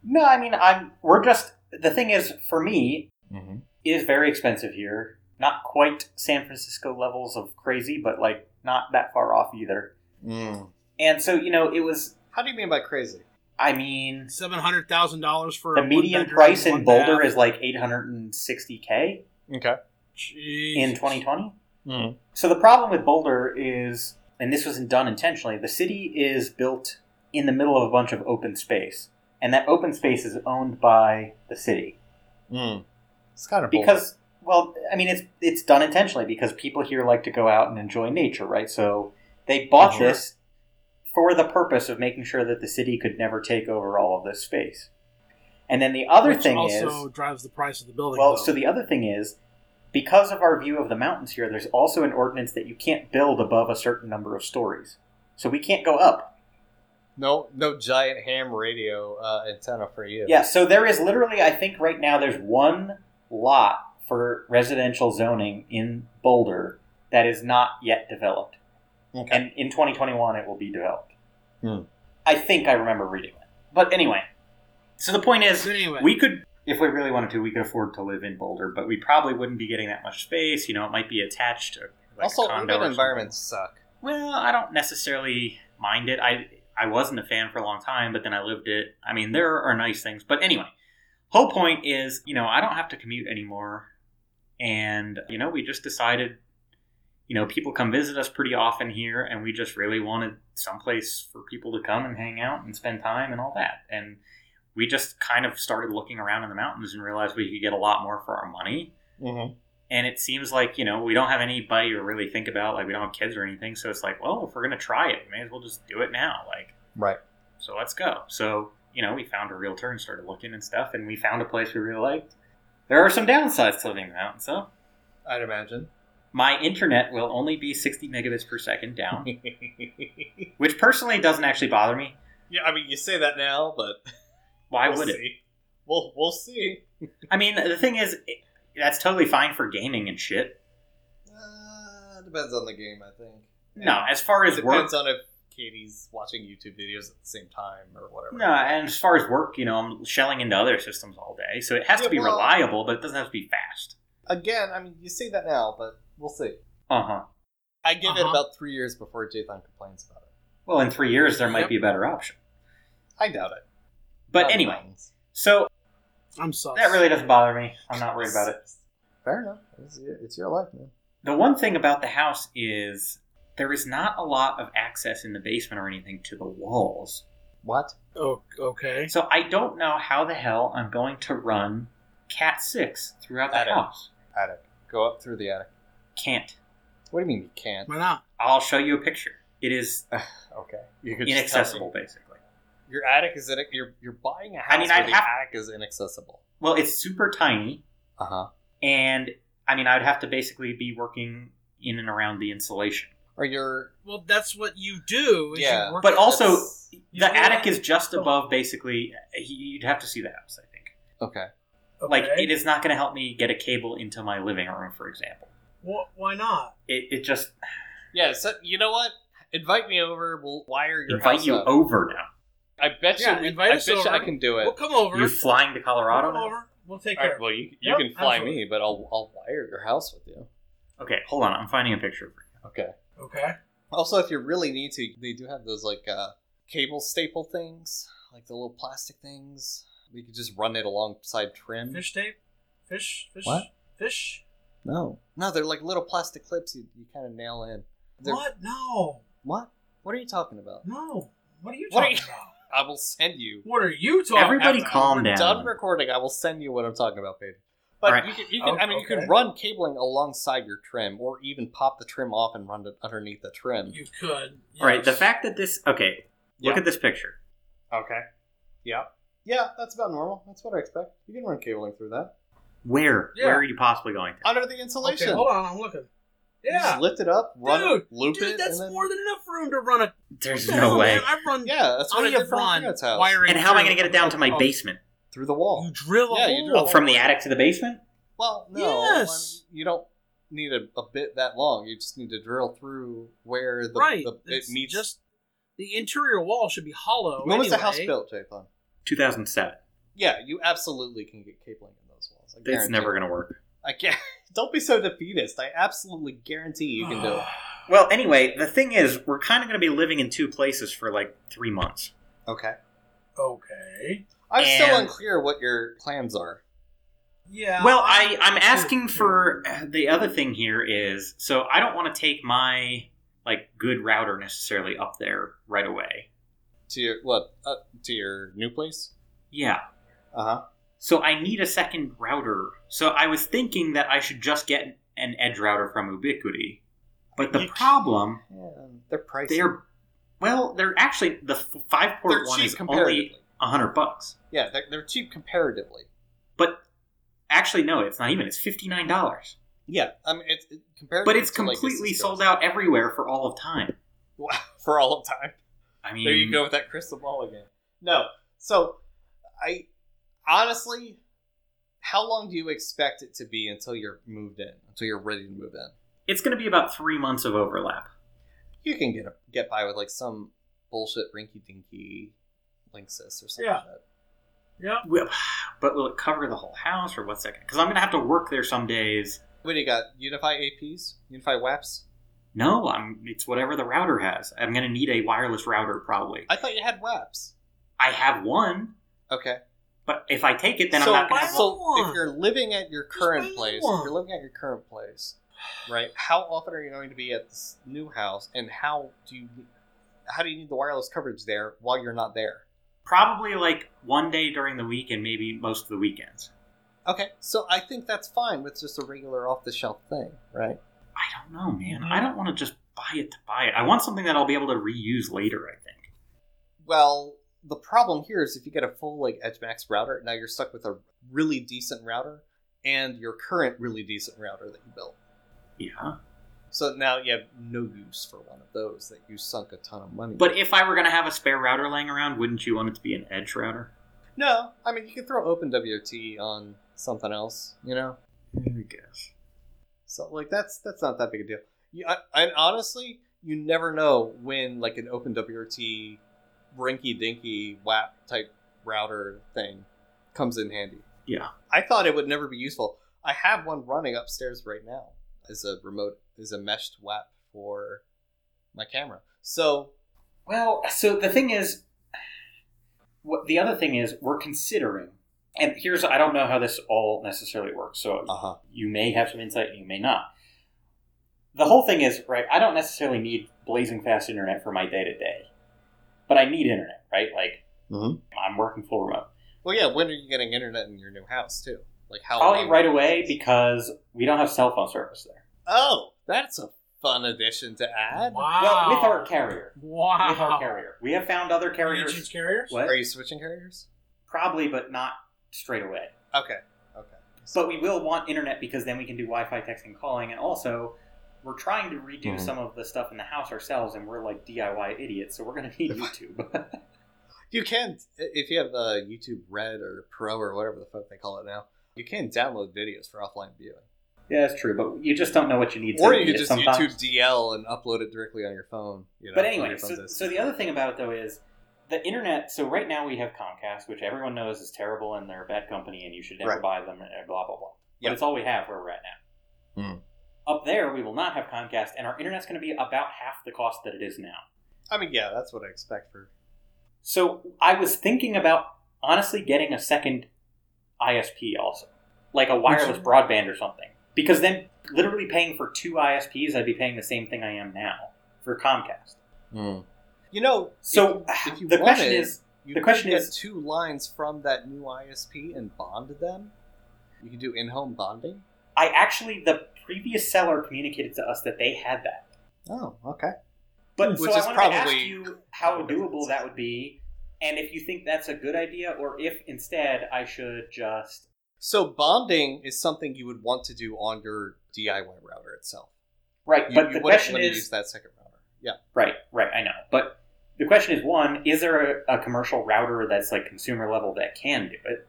[SPEAKER 2] No, I mean, I'm. We're just. The thing is, for me,
[SPEAKER 1] Mm-hmm.
[SPEAKER 2] It is very expensive here. Not quite San Francisco levels of crazy, but like not that far off either.
[SPEAKER 1] Mm.
[SPEAKER 2] And so, you know, it was,
[SPEAKER 1] How do you mean by crazy?
[SPEAKER 2] I mean,
[SPEAKER 3] seven hundred thousand dollars for
[SPEAKER 2] the
[SPEAKER 3] a
[SPEAKER 2] median
[SPEAKER 3] one-bedroom,
[SPEAKER 2] price in
[SPEAKER 3] one
[SPEAKER 2] Boulder
[SPEAKER 3] bath.
[SPEAKER 2] is like 860K
[SPEAKER 1] Okay.
[SPEAKER 3] Jeez.
[SPEAKER 2] in 2020.
[SPEAKER 1] Mm.
[SPEAKER 2] So the problem with Boulder is, and this wasn't done intentionally, the city is built in the middle of a bunch of open space. And that open space is owned by the city.
[SPEAKER 1] Mm. It's kind of
[SPEAKER 2] because well i mean it's it's done intentionally because people here like to go out and enjoy nature right so they bought
[SPEAKER 3] Uh-huh.
[SPEAKER 1] Sure.
[SPEAKER 2] this for the purpose of making sure that the city could never take over all of this space and then the other
[SPEAKER 3] Which
[SPEAKER 2] thing
[SPEAKER 3] also
[SPEAKER 2] is
[SPEAKER 3] drives the price of the building.
[SPEAKER 2] well
[SPEAKER 3] though.
[SPEAKER 2] so the other thing is because of our view of the mountains here there's also an ordinance that you can't build above a certain number of stories so we can't go up
[SPEAKER 1] no, no giant ham radio uh, antenna for you.
[SPEAKER 2] yeah so there is literally i think right now there's one lot for residential zoning in boulder that is not yet developed
[SPEAKER 1] Okay.
[SPEAKER 2] and in 2021 it will be developed.
[SPEAKER 1] Hmm.
[SPEAKER 2] I think I remember reading it. But anyway, so the point is,
[SPEAKER 3] But anyway,
[SPEAKER 2] we could, if we really wanted to, we could afford to live in Boulder, but we probably wouldn't be getting that much space. You know, it might be attached. Or like
[SPEAKER 1] also,
[SPEAKER 2] a condo or
[SPEAKER 1] urban
[SPEAKER 2] something.
[SPEAKER 1] environments suck.
[SPEAKER 2] Well, I don't necessarily mind it. I I wasn't a fan for a long time, but then I lived it. I mean, there are nice things, but anyway, whole point is, you know, I don't have to commute anymore, and you know, we just decided you know, people come visit us pretty often here, and we just really wanted someplace for people to come and hang out and spend time and all that. And we just kind of started looking around in the mountains and realized we could get a lot more for our money.
[SPEAKER 1] Mm-hmm.
[SPEAKER 2] And it seems like, you know, we don't have anybody to really think about, like, we don't have kids or anything. So it's like, well, if we're going to try it, we may as well just do it now. Like,
[SPEAKER 1] Right.
[SPEAKER 2] so let's go. So, you know, we found a realtor and started looking and stuff, and we found a place we really liked. There are some downsides to living in the mountains, though.
[SPEAKER 1] I'd imagine. [laughs]
[SPEAKER 2] My internet will only be 60 megabits per
[SPEAKER 1] [laughs]
[SPEAKER 2] second down, which personally doesn't actually bother me.
[SPEAKER 1] yeah, I mean, you say that now, but
[SPEAKER 2] Why
[SPEAKER 1] we'll
[SPEAKER 2] would it?
[SPEAKER 1] see. We'll we'll see.
[SPEAKER 2] I mean, the thing is, it, that's totally fine for gaming and shit.
[SPEAKER 1] Uh, depends on the game, I think.
[SPEAKER 2] No, as far
[SPEAKER 1] it
[SPEAKER 2] as work,
[SPEAKER 1] depends on if Katie's watching YouTube videos at the same time or whatever.
[SPEAKER 2] no, and as far as work, you know, I'm shelling into other systems all day, so it has
[SPEAKER 1] Yeah,
[SPEAKER 2] to be
[SPEAKER 1] well-
[SPEAKER 2] reliable, but it doesn't have to be fast.
[SPEAKER 1] Again, I mean, you say that now, but we'll see.
[SPEAKER 2] Uh huh.
[SPEAKER 1] I give it
[SPEAKER 3] Uh-huh.
[SPEAKER 1] about three years before Jathan complains about it.
[SPEAKER 2] Well, in three years, there might
[SPEAKER 3] Yep.
[SPEAKER 2] be a better option.
[SPEAKER 1] I doubt it.
[SPEAKER 2] But
[SPEAKER 1] Not in
[SPEAKER 2] anyway,
[SPEAKER 1] mountains.
[SPEAKER 2] so
[SPEAKER 3] I'm sus.
[SPEAKER 2] That really doesn't bother me. I'm not worried about it.
[SPEAKER 1] fair enough. It's your, it's your life, man.
[SPEAKER 2] The one thing about the house is there is not a lot of access in the basement or anything to the walls.
[SPEAKER 1] What?
[SPEAKER 3] Oh, okay.
[SPEAKER 2] So I don't know how the hell I'm going to run Cat 6 throughout the
[SPEAKER 1] Adam.
[SPEAKER 2] house.
[SPEAKER 1] Attic. Go up through the attic.
[SPEAKER 2] Can't.
[SPEAKER 1] What do you mean you can't?
[SPEAKER 3] Why not?
[SPEAKER 2] I'll show you a picture. It is
[SPEAKER 1] Okay. You could just tell
[SPEAKER 2] inaccessible, basically.
[SPEAKER 1] me. Your attic is in. You're you're buying a house.
[SPEAKER 2] mean,
[SPEAKER 1] where
[SPEAKER 2] I'd
[SPEAKER 1] the
[SPEAKER 2] have-
[SPEAKER 1] attic is inaccessible.
[SPEAKER 2] Well, it's super tiny,
[SPEAKER 1] Uh huh.
[SPEAKER 2] and I mean, I would have to basically be working in and around the insulation.
[SPEAKER 1] Or your
[SPEAKER 3] Well, that's what you do. Is
[SPEAKER 1] Yeah.
[SPEAKER 3] You work
[SPEAKER 2] But also-
[SPEAKER 1] That's-
[SPEAKER 3] You
[SPEAKER 2] the
[SPEAKER 3] know
[SPEAKER 2] attic
[SPEAKER 3] what?
[SPEAKER 2] is just above, basically. You'd have to see the house, I think.
[SPEAKER 1] okay.
[SPEAKER 2] Like
[SPEAKER 3] Okay.
[SPEAKER 2] it is not going to help me get a cable into my living room, for example.
[SPEAKER 3] Wh- why not?
[SPEAKER 2] It, it just
[SPEAKER 1] Yeah. So you know what? Invite me over. We'll wire your
[SPEAKER 2] invite
[SPEAKER 1] house
[SPEAKER 2] you
[SPEAKER 1] up.
[SPEAKER 2] over now.
[SPEAKER 1] I bet
[SPEAKER 3] Yeah,
[SPEAKER 1] you. we-
[SPEAKER 3] invite
[SPEAKER 1] I
[SPEAKER 3] us
[SPEAKER 1] bet you
[SPEAKER 3] over.
[SPEAKER 1] I can do it.
[SPEAKER 3] We'll come over.
[SPEAKER 2] You flying to
[SPEAKER 3] We'll
[SPEAKER 2] Colorado?
[SPEAKER 3] come
[SPEAKER 2] now?
[SPEAKER 3] over. We'll take
[SPEAKER 1] All
[SPEAKER 3] care.
[SPEAKER 1] right, well, you you
[SPEAKER 3] Yep,
[SPEAKER 1] can fly
[SPEAKER 3] absolutely.
[SPEAKER 1] me, but I'll I'll wire your house with you.
[SPEAKER 2] Okay, hold on. I'm finding a picture.
[SPEAKER 1] Okay.
[SPEAKER 3] okay.
[SPEAKER 1] Also, if you really need to, they do have those like uh, cable staple things, like the little plastic things. We could just run it alongside trim.
[SPEAKER 3] Fish tape. Fish. Fish.
[SPEAKER 1] What?
[SPEAKER 3] Fish.
[SPEAKER 1] No, no, they're like little plastic clips you, you kind of nail in. They're-
[SPEAKER 3] What? No.
[SPEAKER 1] What? What are you talking about?
[SPEAKER 3] No. What are you
[SPEAKER 1] What are
[SPEAKER 3] talking
[SPEAKER 1] you-
[SPEAKER 3] about?
[SPEAKER 1] I will send you.
[SPEAKER 3] What are you talking
[SPEAKER 2] Everybody
[SPEAKER 3] about?
[SPEAKER 2] calm
[SPEAKER 1] We're
[SPEAKER 2] down.
[SPEAKER 1] Done recording. I will send you what I'm talking about, babe. But
[SPEAKER 2] Alright.
[SPEAKER 1] you can, you can I mean, you
[SPEAKER 3] Okay.
[SPEAKER 1] can run cabling alongside your trim, or even pop the trim off and run it underneath the trim.
[SPEAKER 3] You could.
[SPEAKER 2] All right. The
[SPEAKER 3] yes.
[SPEAKER 2] fact that this. Okay, look
[SPEAKER 1] Yeah.
[SPEAKER 2] at this picture.
[SPEAKER 1] Okay. Yeah. Yeah, that's about normal. That's what I expect. You can run cabling through that.
[SPEAKER 2] Where?
[SPEAKER 3] Yeah.
[SPEAKER 2] Where are you possibly going? To?
[SPEAKER 1] Under the insulation.
[SPEAKER 3] Okay, hold on. I'm looking.
[SPEAKER 1] You Just
[SPEAKER 3] Yeah.
[SPEAKER 1] lift it up, run
[SPEAKER 3] Dude,
[SPEAKER 1] it, loop
[SPEAKER 3] Dude,
[SPEAKER 1] it.
[SPEAKER 3] that's
[SPEAKER 1] and then...
[SPEAKER 3] more than enough room to run a.
[SPEAKER 2] There's
[SPEAKER 3] [laughs] What the hell,
[SPEAKER 2] no way.
[SPEAKER 3] Man, I've run.
[SPEAKER 1] Yeah, that's what
[SPEAKER 3] I
[SPEAKER 1] I did
[SPEAKER 3] have
[SPEAKER 1] for my
[SPEAKER 3] run
[SPEAKER 1] parents' house.
[SPEAKER 3] wiring. Mm.
[SPEAKER 2] And how am I
[SPEAKER 3] through-
[SPEAKER 2] going to get it down to my
[SPEAKER 3] Oh,
[SPEAKER 2] basement?
[SPEAKER 1] Through the wall.
[SPEAKER 3] You drill a
[SPEAKER 1] Yeah,
[SPEAKER 3] hole.
[SPEAKER 1] you drill a
[SPEAKER 2] From the attic to the basement?
[SPEAKER 1] Well, no.
[SPEAKER 3] Yes.
[SPEAKER 1] I mean, you don't need a, a bit that long. You just need to drill through where the,
[SPEAKER 3] right.
[SPEAKER 1] the it
[SPEAKER 3] It's
[SPEAKER 1] meets.
[SPEAKER 3] Just the interior wall should be hollow.
[SPEAKER 1] when was the house
[SPEAKER 3] anyway.
[SPEAKER 1] built, Jathan?
[SPEAKER 2] 2007.
[SPEAKER 1] Yeah, you absolutely can get cabling in those walls. I
[SPEAKER 2] It's
[SPEAKER 1] guarantee
[SPEAKER 2] never
[SPEAKER 1] it.
[SPEAKER 2] going to work.
[SPEAKER 1] I can't. [laughs] Don't be so defeatist. I absolutely guarantee you can do it.
[SPEAKER 2] Well, anyway, the thing is, we're kind of going to be living in two places for like three months.
[SPEAKER 1] Okay.
[SPEAKER 3] [sighs] [sighs] Okay.
[SPEAKER 1] I'm still
[SPEAKER 2] And-
[SPEAKER 1] unclear what your plans are.
[SPEAKER 3] Yeah.
[SPEAKER 2] Well, I, I'm asking for uh, the other thing here is so I don't want to take my like good router necessarily up there right away.
[SPEAKER 1] To your what? Uh, to your new place?
[SPEAKER 2] Yeah.
[SPEAKER 1] Uh huh.
[SPEAKER 2] So I need a second router. So I was thinking that I should just get an edge router from Ubiquity. But the
[SPEAKER 1] You-
[SPEAKER 2] problem
[SPEAKER 1] they're pricey.
[SPEAKER 2] they're well, they're actually the f- five
[SPEAKER 1] They're
[SPEAKER 2] port one
[SPEAKER 1] cheap
[SPEAKER 2] is only
[SPEAKER 1] comparatively.
[SPEAKER 2] a hundred bucks.
[SPEAKER 1] Yeah, they're, they're cheap comparatively.
[SPEAKER 2] But actually, no, it's not even. It's fifty nine dollars.
[SPEAKER 1] Yeah, I mean it's it, compared.
[SPEAKER 2] But it's
[SPEAKER 1] to, like, the
[SPEAKER 2] completely
[SPEAKER 1] Cisco's.
[SPEAKER 2] sold out everywhere for all of time.
[SPEAKER 1] Wow, [laughs] for all of time.
[SPEAKER 2] I mean,
[SPEAKER 1] There you go with that crystal ball again. No, so I honestly, how long do you expect it to be until you're moved in? Until you're ready to move in?
[SPEAKER 2] It's going to be about three months of overlap.
[SPEAKER 1] You can get get by with like some bullshit rinky dinky Linksys or something.
[SPEAKER 3] Yeah.
[SPEAKER 1] Like that.
[SPEAKER 3] Yeah.
[SPEAKER 2] Will- [sighs] But will it cover the whole house or what's that? Because I'm going to have to work there some days.
[SPEAKER 1] What do you got? Unify APs? Unify WAPs?
[SPEAKER 2] No, I'm. It's whatever the router has. I'm going to need a wireless router probably.
[SPEAKER 1] I thought you had WAPs.
[SPEAKER 2] I have one,
[SPEAKER 1] Okay.
[SPEAKER 2] but if I take it, then
[SPEAKER 1] so,
[SPEAKER 2] I'm not going
[SPEAKER 3] why
[SPEAKER 2] to.
[SPEAKER 3] have
[SPEAKER 1] so
[SPEAKER 3] one.
[SPEAKER 1] if you're living at your
[SPEAKER 3] Just buy
[SPEAKER 1] current
[SPEAKER 3] me
[SPEAKER 1] place,
[SPEAKER 3] one.
[SPEAKER 1] if you're living at your current place, right? How often are you going to be at this new house, and how do you how do you need the wireless coverage there while you're not there?
[SPEAKER 2] Probably like one day during the week and maybe most of the weekends.
[SPEAKER 1] Okay, so I think that's fine with just a regular off the shelf thing, right?
[SPEAKER 2] I don't know, man.
[SPEAKER 1] Mm-hmm.
[SPEAKER 2] I don't want to just buy it to buy it. I want something that I'll be able to reuse later, I think.
[SPEAKER 1] Well, the problem here is if you get a full like Edge Max router, now you're stuck with a really decent router and your current really decent router that you built.
[SPEAKER 2] Yeah.
[SPEAKER 1] So now you have no use for one of those that you sunk a ton of money.
[SPEAKER 2] But if I were going to have a spare router laying around, wouldn't you want it to be an Edge router?
[SPEAKER 1] no, I mean you can throw OpenWT on something else, you know.
[SPEAKER 2] I guess.
[SPEAKER 1] So like that's that's not that big a deal. You, I, and honestly, you never know when like an open WRT rinky dinky WAP type router thing comes in handy.
[SPEAKER 2] Yeah.
[SPEAKER 1] I thought it would never be useful. I have one running upstairs right now as a remote as a meshed WAP for my camera. So
[SPEAKER 2] Well, so the thing is, what the other thing is, we're considering, and here's I don't know how this all necessarily works. So
[SPEAKER 1] uh-huh.
[SPEAKER 2] you may have some insight, you may not. The whole thing is, right, I don't necessarily need blazing fast internet for my day to day, but I need internet, right? Like,
[SPEAKER 1] Mhm.
[SPEAKER 2] I'm working full remote.
[SPEAKER 1] Well yeah, when are you getting internet in your new house too? Like how
[SPEAKER 2] Probably
[SPEAKER 1] long-
[SPEAKER 2] right away because we don't have cell phone service there.
[SPEAKER 1] Oh, that's a fun addition to add.
[SPEAKER 3] Wow.
[SPEAKER 2] Well, with our carrier.
[SPEAKER 3] wow.
[SPEAKER 2] With our carrier. We have found other
[SPEAKER 3] Carriers.
[SPEAKER 2] carriers.
[SPEAKER 3] carriers?
[SPEAKER 2] What?
[SPEAKER 1] Are you switching carriers?
[SPEAKER 2] Probably, but not straight away.
[SPEAKER 1] Okay. Okay.
[SPEAKER 2] But we will want internet because then we can do Wi-Fi texting, calling, and also we're trying to redo
[SPEAKER 1] Mhm.
[SPEAKER 2] some of the stuff in the house ourselves, and we're like DIY idiots, so we're going to need YouTube. [laughs]
[SPEAKER 1] You can if you have uh, YouTube Red or Pro or whatever the fuck they call it now. You can download videos for offline viewing,
[SPEAKER 2] yeah, that's true, but you just don't know what you need.
[SPEAKER 1] or
[SPEAKER 2] to
[SPEAKER 1] you
[SPEAKER 2] need
[SPEAKER 1] could
[SPEAKER 2] it
[SPEAKER 1] just
[SPEAKER 2] sometimes.
[SPEAKER 1] YouTube DL and upload it directly on your phone. You know,
[SPEAKER 2] But
[SPEAKER 1] on
[SPEAKER 2] anyway,
[SPEAKER 1] your phone
[SPEAKER 2] so,
[SPEAKER 1] disk.
[SPEAKER 2] so the other thing about it though is the internet. So right now we have Comcast, which everyone knows is terrible and they're a bad company, and you should never
[SPEAKER 1] Right.
[SPEAKER 2] buy them, and blah blah blah.
[SPEAKER 1] Yeah.
[SPEAKER 2] But it's all we have where we're at now.
[SPEAKER 1] Hmm.
[SPEAKER 2] Up there, we will not have Comcast, and our internet's going to be about half the cost that it is now.
[SPEAKER 1] I mean, yeah, that's what I expect for.
[SPEAKER 2] So I was thinking about honestly getting a second ISP also, like a wireless
[SPEAKER 3] Which-
[SPEAKER 2] broadband or something, because then literally paying for two ISPs, I'd be paying the same thing I am now for Comcast. Hmm.
[SPEAKER 1] You know,
[SPEAKER 2] So
[SPEAKER 1] if, if you
[SPEAKER 2] the
[SPEAKER 1] wanted,
[SPEAKER 2] question is,
[SPEAKER 1] you
[SPEAKER 2] the
[SPEAKER 1] could
[SPEAKER 2] question
[SPEAKER 1] get
[SPEAKER 2] is-
[SPEAKER 1] two lines from that new ISP and bond them. You can do in-home bonding.
[SPEAKER 2] I actually the previous seller communicated to us that they had that,
[SPEAKER 1] Oh, okay.
[SPEAKER 2] but
[SPEAKER 1] Hmm, Which
[SPEAKER 2] so I
[SPEAKER 1] is
[SPEAKER 2] wanted to
[SPEAKER 1] probably-
[SPEAKER 2] ask you how
[SPEAKER 1] probably doesn't
[SPEAKER 2] doable that would be, and if you think that's a good idea, or if instead I should just
[SPEAKER 1] So bonding is something you would want to do on your DIY router itself.
[SPEAKER 2] right.
[SPEAKER 1] You, you
[SPEAKER 2] but the
[SPEAKER 1] wouldn't
[SPEAKER 2] question
[SPEAKER 1] want to
[SPEAKER 2] is,
[SPEAKER 1] use that second router. Yeah.
[SPEAKER 2] Right, right, I know. But the question is one, is there a, a commercial router that's like consumer level that can do it?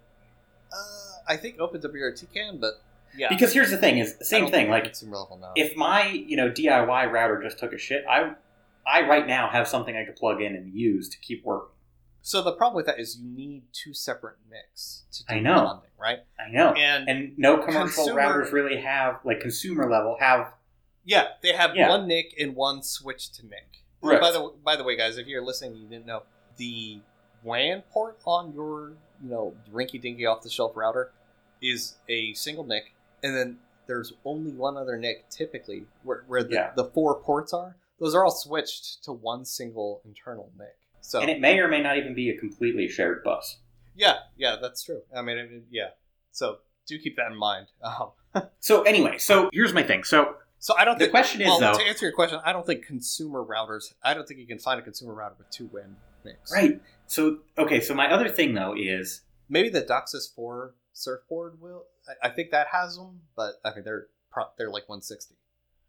[SPEAKER 1] Uh, I think OpenWRT can, but yeah,
[SPEAKER 2] Because here's the thing is
[SPEAKER 1] I
[SPEAKER 2] same
[SPEAKER 1] don't
[SPEAKER 2] thing,
[SPEAKER 1] think
[SPEAKER 2] like
[SPEAKER 1] consumer level now.
[SPEAKER 2] if my, you know, DIY router just took a shit, I I right now have something I could plug in and use to keep working.
[SPEAKER 1] so the problem with that is you need two separate NICs to do
[SPEAKER 2] I know.
[SPEAKER 1] bonding, right?
[SPEAKER 2] I know.
[SPEAKER 1] And,
[SPEAKER 2] And no commercial
[SPEAKER 1] Consumer-
[SPEAKER 2] routers really have like consumer level have
[SPEAKER 1] yeah, they have
[SPEAKER 2] Yeah.
[SPEAKER 1] one NIC and one switch to NIC.
[SPEAKER 2] Right.
[SPEAKER 1] By the by the way, guys, if you're listening, and you didn't know the WAN port on your you know rinky dinky off the shelf router is a single NIC, and then there's only one other NIC typically where, where the,
[SPEAKER 2] Yeah.
[SPEAKER 1] the four ports are. Those are all switched to one single internal NIC. So
[SPEAKER 2] and it may or may not even be a completely shared bus.
[SPEAKER 1] Yeah, yeah, that's true. I mean, it, it- yeah. So do keep that in mind. [laughs] Um,
[SPEAKER 2] So anyway, so here's my thing. So
[SPEAKER 1] so I don't.
[SPEAKER 2] The
[SPEAKER 1] think,
[SPEAKER 2] question is,
[SPEAKER 1] well,
[SPEAKER 2] though-
[SPEAKER 1] to answer your question, I don't think consumer routers. I don't think you can find a consumer router with two WAN NICs.
[SPEAKER 2] Right. So okay, so my other thing though is
[SPEAKER 1] Maybe the DOCSIS four surfboard will. I, I think that has them, but I mean they're pro, they're like one sixty.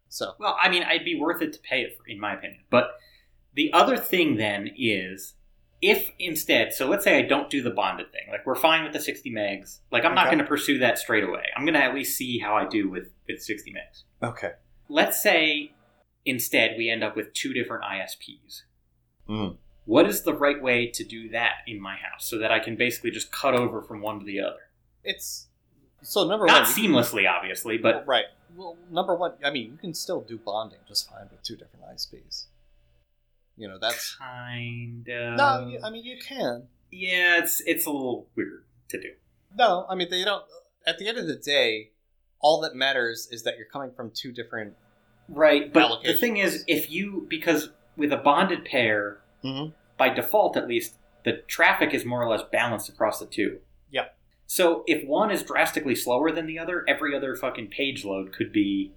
[SPEAKER 1] So
[SPEAKER 2] Well, I mean, I'd be worth it to pay it, for, in my opinion. But the other thing then is if instead, so let's say I don't do the bonded thing, like we're fine with the 60 megs, like I'm not
[SPEAKER 1] Okay.
[SPEAKER 2] going to pursue that straight away. I'm going to at least see how I do with, with 60 megs.
[SPEAKER 1] okay,
[SPEAKER 2] Let's say instead we end up with two different ISPs.
[SPEAKER 1] Mm.
[SPEAKER 2] What is the right way to do that in my house so that I can basically just cut over from one to the other?
[SPEAKER 1] it's so number
[SPEAKER 2] Not
[SPEAKER 1] one. you-
[SPEAKER 2] seamlessly, obviously, but
[SPEAKER 1] right. Well, number one, I mean you can still do bonding just fine with two different ISPs. You know that's
[SPEAKER 2] kind of.
[SPEAKER 1] no. you- I mean you can.
[SPEAKER 2] yeah, it's it's a little weird to do.
[SPEAKER 1] No, I mean they don't. At the end of the day, all that matters is that you're coming from two different.
[SPEAKER 2] Right, but the
[SPEAKER 1] Allocations.
[SPEAKER 2] thing is, if you because with a bonded pair,
[SPEAKER 1] Mhm.
[SPEAKER 2] by default at least, the traffic is more or less balanced across the two.
[SPEAKER 1] Yep.
[SPEAKER 2] So if one is drastically slower than the other, every other fucking page load could be,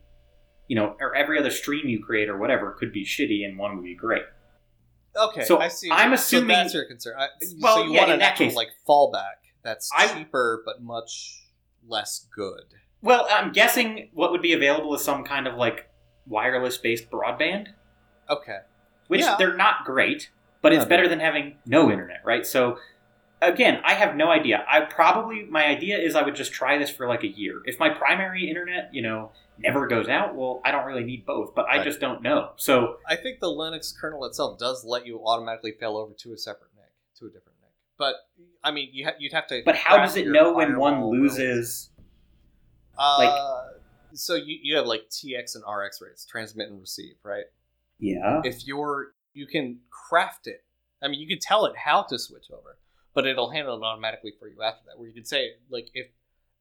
[SPEAKER 2] you know, or every other stream you create or whatever could be shitty, and one would be great.
[SPEAKER 1] Okay,
[SPEAKER 2] So
[SPEAKER 1] I see.
[SPEAKER 2] I'm
[SPEAKER 1] so
[SPEAKER 2] assuming-
[SPEAKER 1] that's your concern. I,
[SPEAKER 2] Well,
[SPEAKER 1] so you
[SPEAKER 2] yeah,
[SPEAKER 1] want
[SPEAKER 2] in
[SPEAKER 1] an
[SPEAKER 2] that
[SPEAKER 1] actual
[SPEAKER 2] case-
[SPEAKER 1] like fallback that's
[SPEAKER 2] I-
[SPEAKER 1] cheaper but much less good.
[SPEAKER 2] Well, I'm guessing what would be available is some kind of like wireless based broadband,
[SPEAKER 1] Okay,
[SPEAKER 2] which
[SPEAKER 1] Yeah.
[SPEAKER 2] they're not great, but it's
[SPEAKER 1] No,
[SPEAKER 2] better
[SPEAKER 1] they're
[SPEAKER 2] than having no internet, right? So again, I have no idea. I probably my idea is I would just try this for like a year. If my primary internet, you know, never goes out, well, I don't really need both, but I
[SPEAKER 1] Right.
[SPEAKER 2] just don't know. So
[SPEAKER 1] I think the Linux kernel itself does let you automatically fail over to a separate NIC, to a different NIC. But I mean, you ha- you'd have to.
[SPEAKER 2] but how
[SPEAKER 1] craft
[SPEAKER 2] does it
[SPEAKER 1] your
[SPEAKER 2] know when
[SPEAKER 1] firewall
[SPEAKER 2] one
[SPEAKER 1] really-
[SPEAKER 2] loses?
[SPEAKER 1] Uh, so you, you have like TX and RX rates, transmit and receive, right?
[SPEAKER 2] Yeah.
[SPEAKER 1] If you're you can craft it. I mean, you could tell it how to switch over, but it'll handle it automatically for you after that. Where you could say like if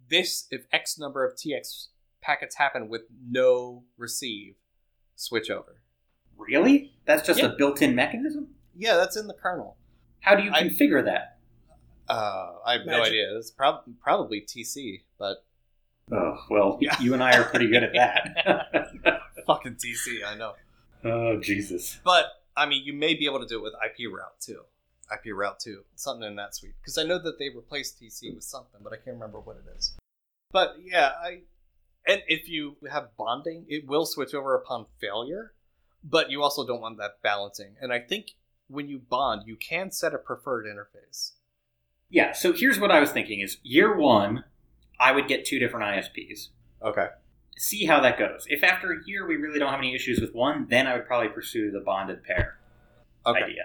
[SPEAKER 1] this if X number of TX packets happen with no receive, switch over.
[SPEAKER 2] Really? That's just
[SPEAKER 1] Yeah.
[SPEAKER 2] a built-in mechanism?
[SPEAKER 1] Yeah, that's in the kernel.
[SPEAKER 2] How do you
[SPEAKER 1] I-
[SPEAKER 2] configure that?
[SPEAKER 1] Uh, I have no
[SPEAKER 3] Magic.
[SPEAKER 1] idea. It's prob- probably TC, but
[SPEAKER 2] Oh, well,
[SPEAKER 1] Yeah.
[SPEAKER 2] you and I are pretty good at that.
[SPEAKER 1] [laughs]
[SPEAKER 2] [laughs]
[SPEAKER 1] fucking TC, I know.
[SPEAKER 2] oh, Jesus.
[SPEAKER 1] But I mean, you may be able to do it with IP route too. IP route two, something in that suite. Because I know that they replaced TC with something, but I can't remember what it is. But yeah, I and if you have bonding, it will switch over upon failure. But you also don't want that balancing. And I think when you bond, you can set a preferred interface.
[SPEAKER 2] Yeah, so here's what I was thinking is year one, I would get two different ISPs.
[SPEAKER 1] Okay.
[SPEAKER 2] See how that goes. If after a year we really don't have any issues with one, then I would probably pursue the bonded pair
[SPEAKER 1] Okay.
[SPEAKER 2] idea.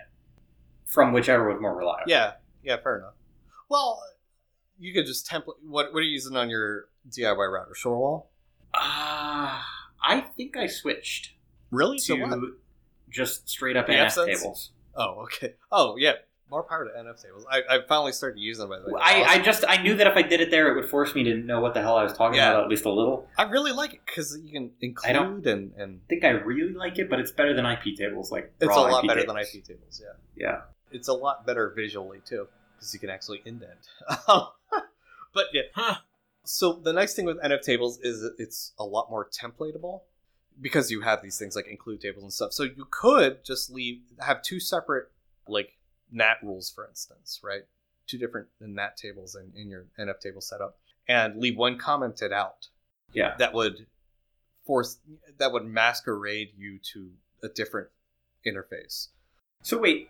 [SPEAKER 2] From whichever was more reliable.
[SPEAKER 1] Yeah. Yeah. Fair enough. Well, you could just template. What What are you using on your DIY router? Shorewall.
[SPEAKER 2] Ah, I think I switched
[SPEAKER 1] Really? To what?
[SPEAKER 2] to just straight up
[SPEAKER 1] The
[SPEAKER 2] NF
[SPEAKER 1] absence?
[SPEAKER 2] tables.
[SPEAKER 1] Oh, okay. Oh, yeah. More power to NF tables. I, I finally started using them, by the way. That's
[SPEAKER 2] I, I
[SPEAKER 1] awesome.
[SPEAKER 2] just I knew that if I did it there, it would force me to know what the hell I was talking
[SPEAKER 1] Yeah.
[SPEAKER 2] about at least a little.
[SPEAKER 1] I really like it because you can
[SPEAKER 2] I don't-
[SPEAKER 1] include and, and
[SPEAKER 2] I think I really like it, but it's better than IP tables. Like
[SPEAKER 1] it's a
[SPEAKER 2] raw
[SPEAKER 1] lot
[SPEAKER 2] IP
[SPEAKER 1] better
[SPEAKER 2] tables.
[SPEAKER 1] than IP tables, yeah.
[SPEAKER 2] Yeah.
[SPEAKER 1] It's a lot better visually, too, because you can actually indent. [laughs] but yeah.
[SPEAKER 3] Huh.
[SPEAKER 1] So the nice thing with NF tables is that it's a lot more templateable because you have these things like include tables and stuff. So you could just leave, have two separate, like, NAT rules, for instance, right? Two different NAT tables in, in your NF table setup and leave one commented out.
[SPEAKER 2] Yeah.
[SPEAKER 1] That would force, that would masquerade you to a different interface.
[SPEAKER 2] So wait,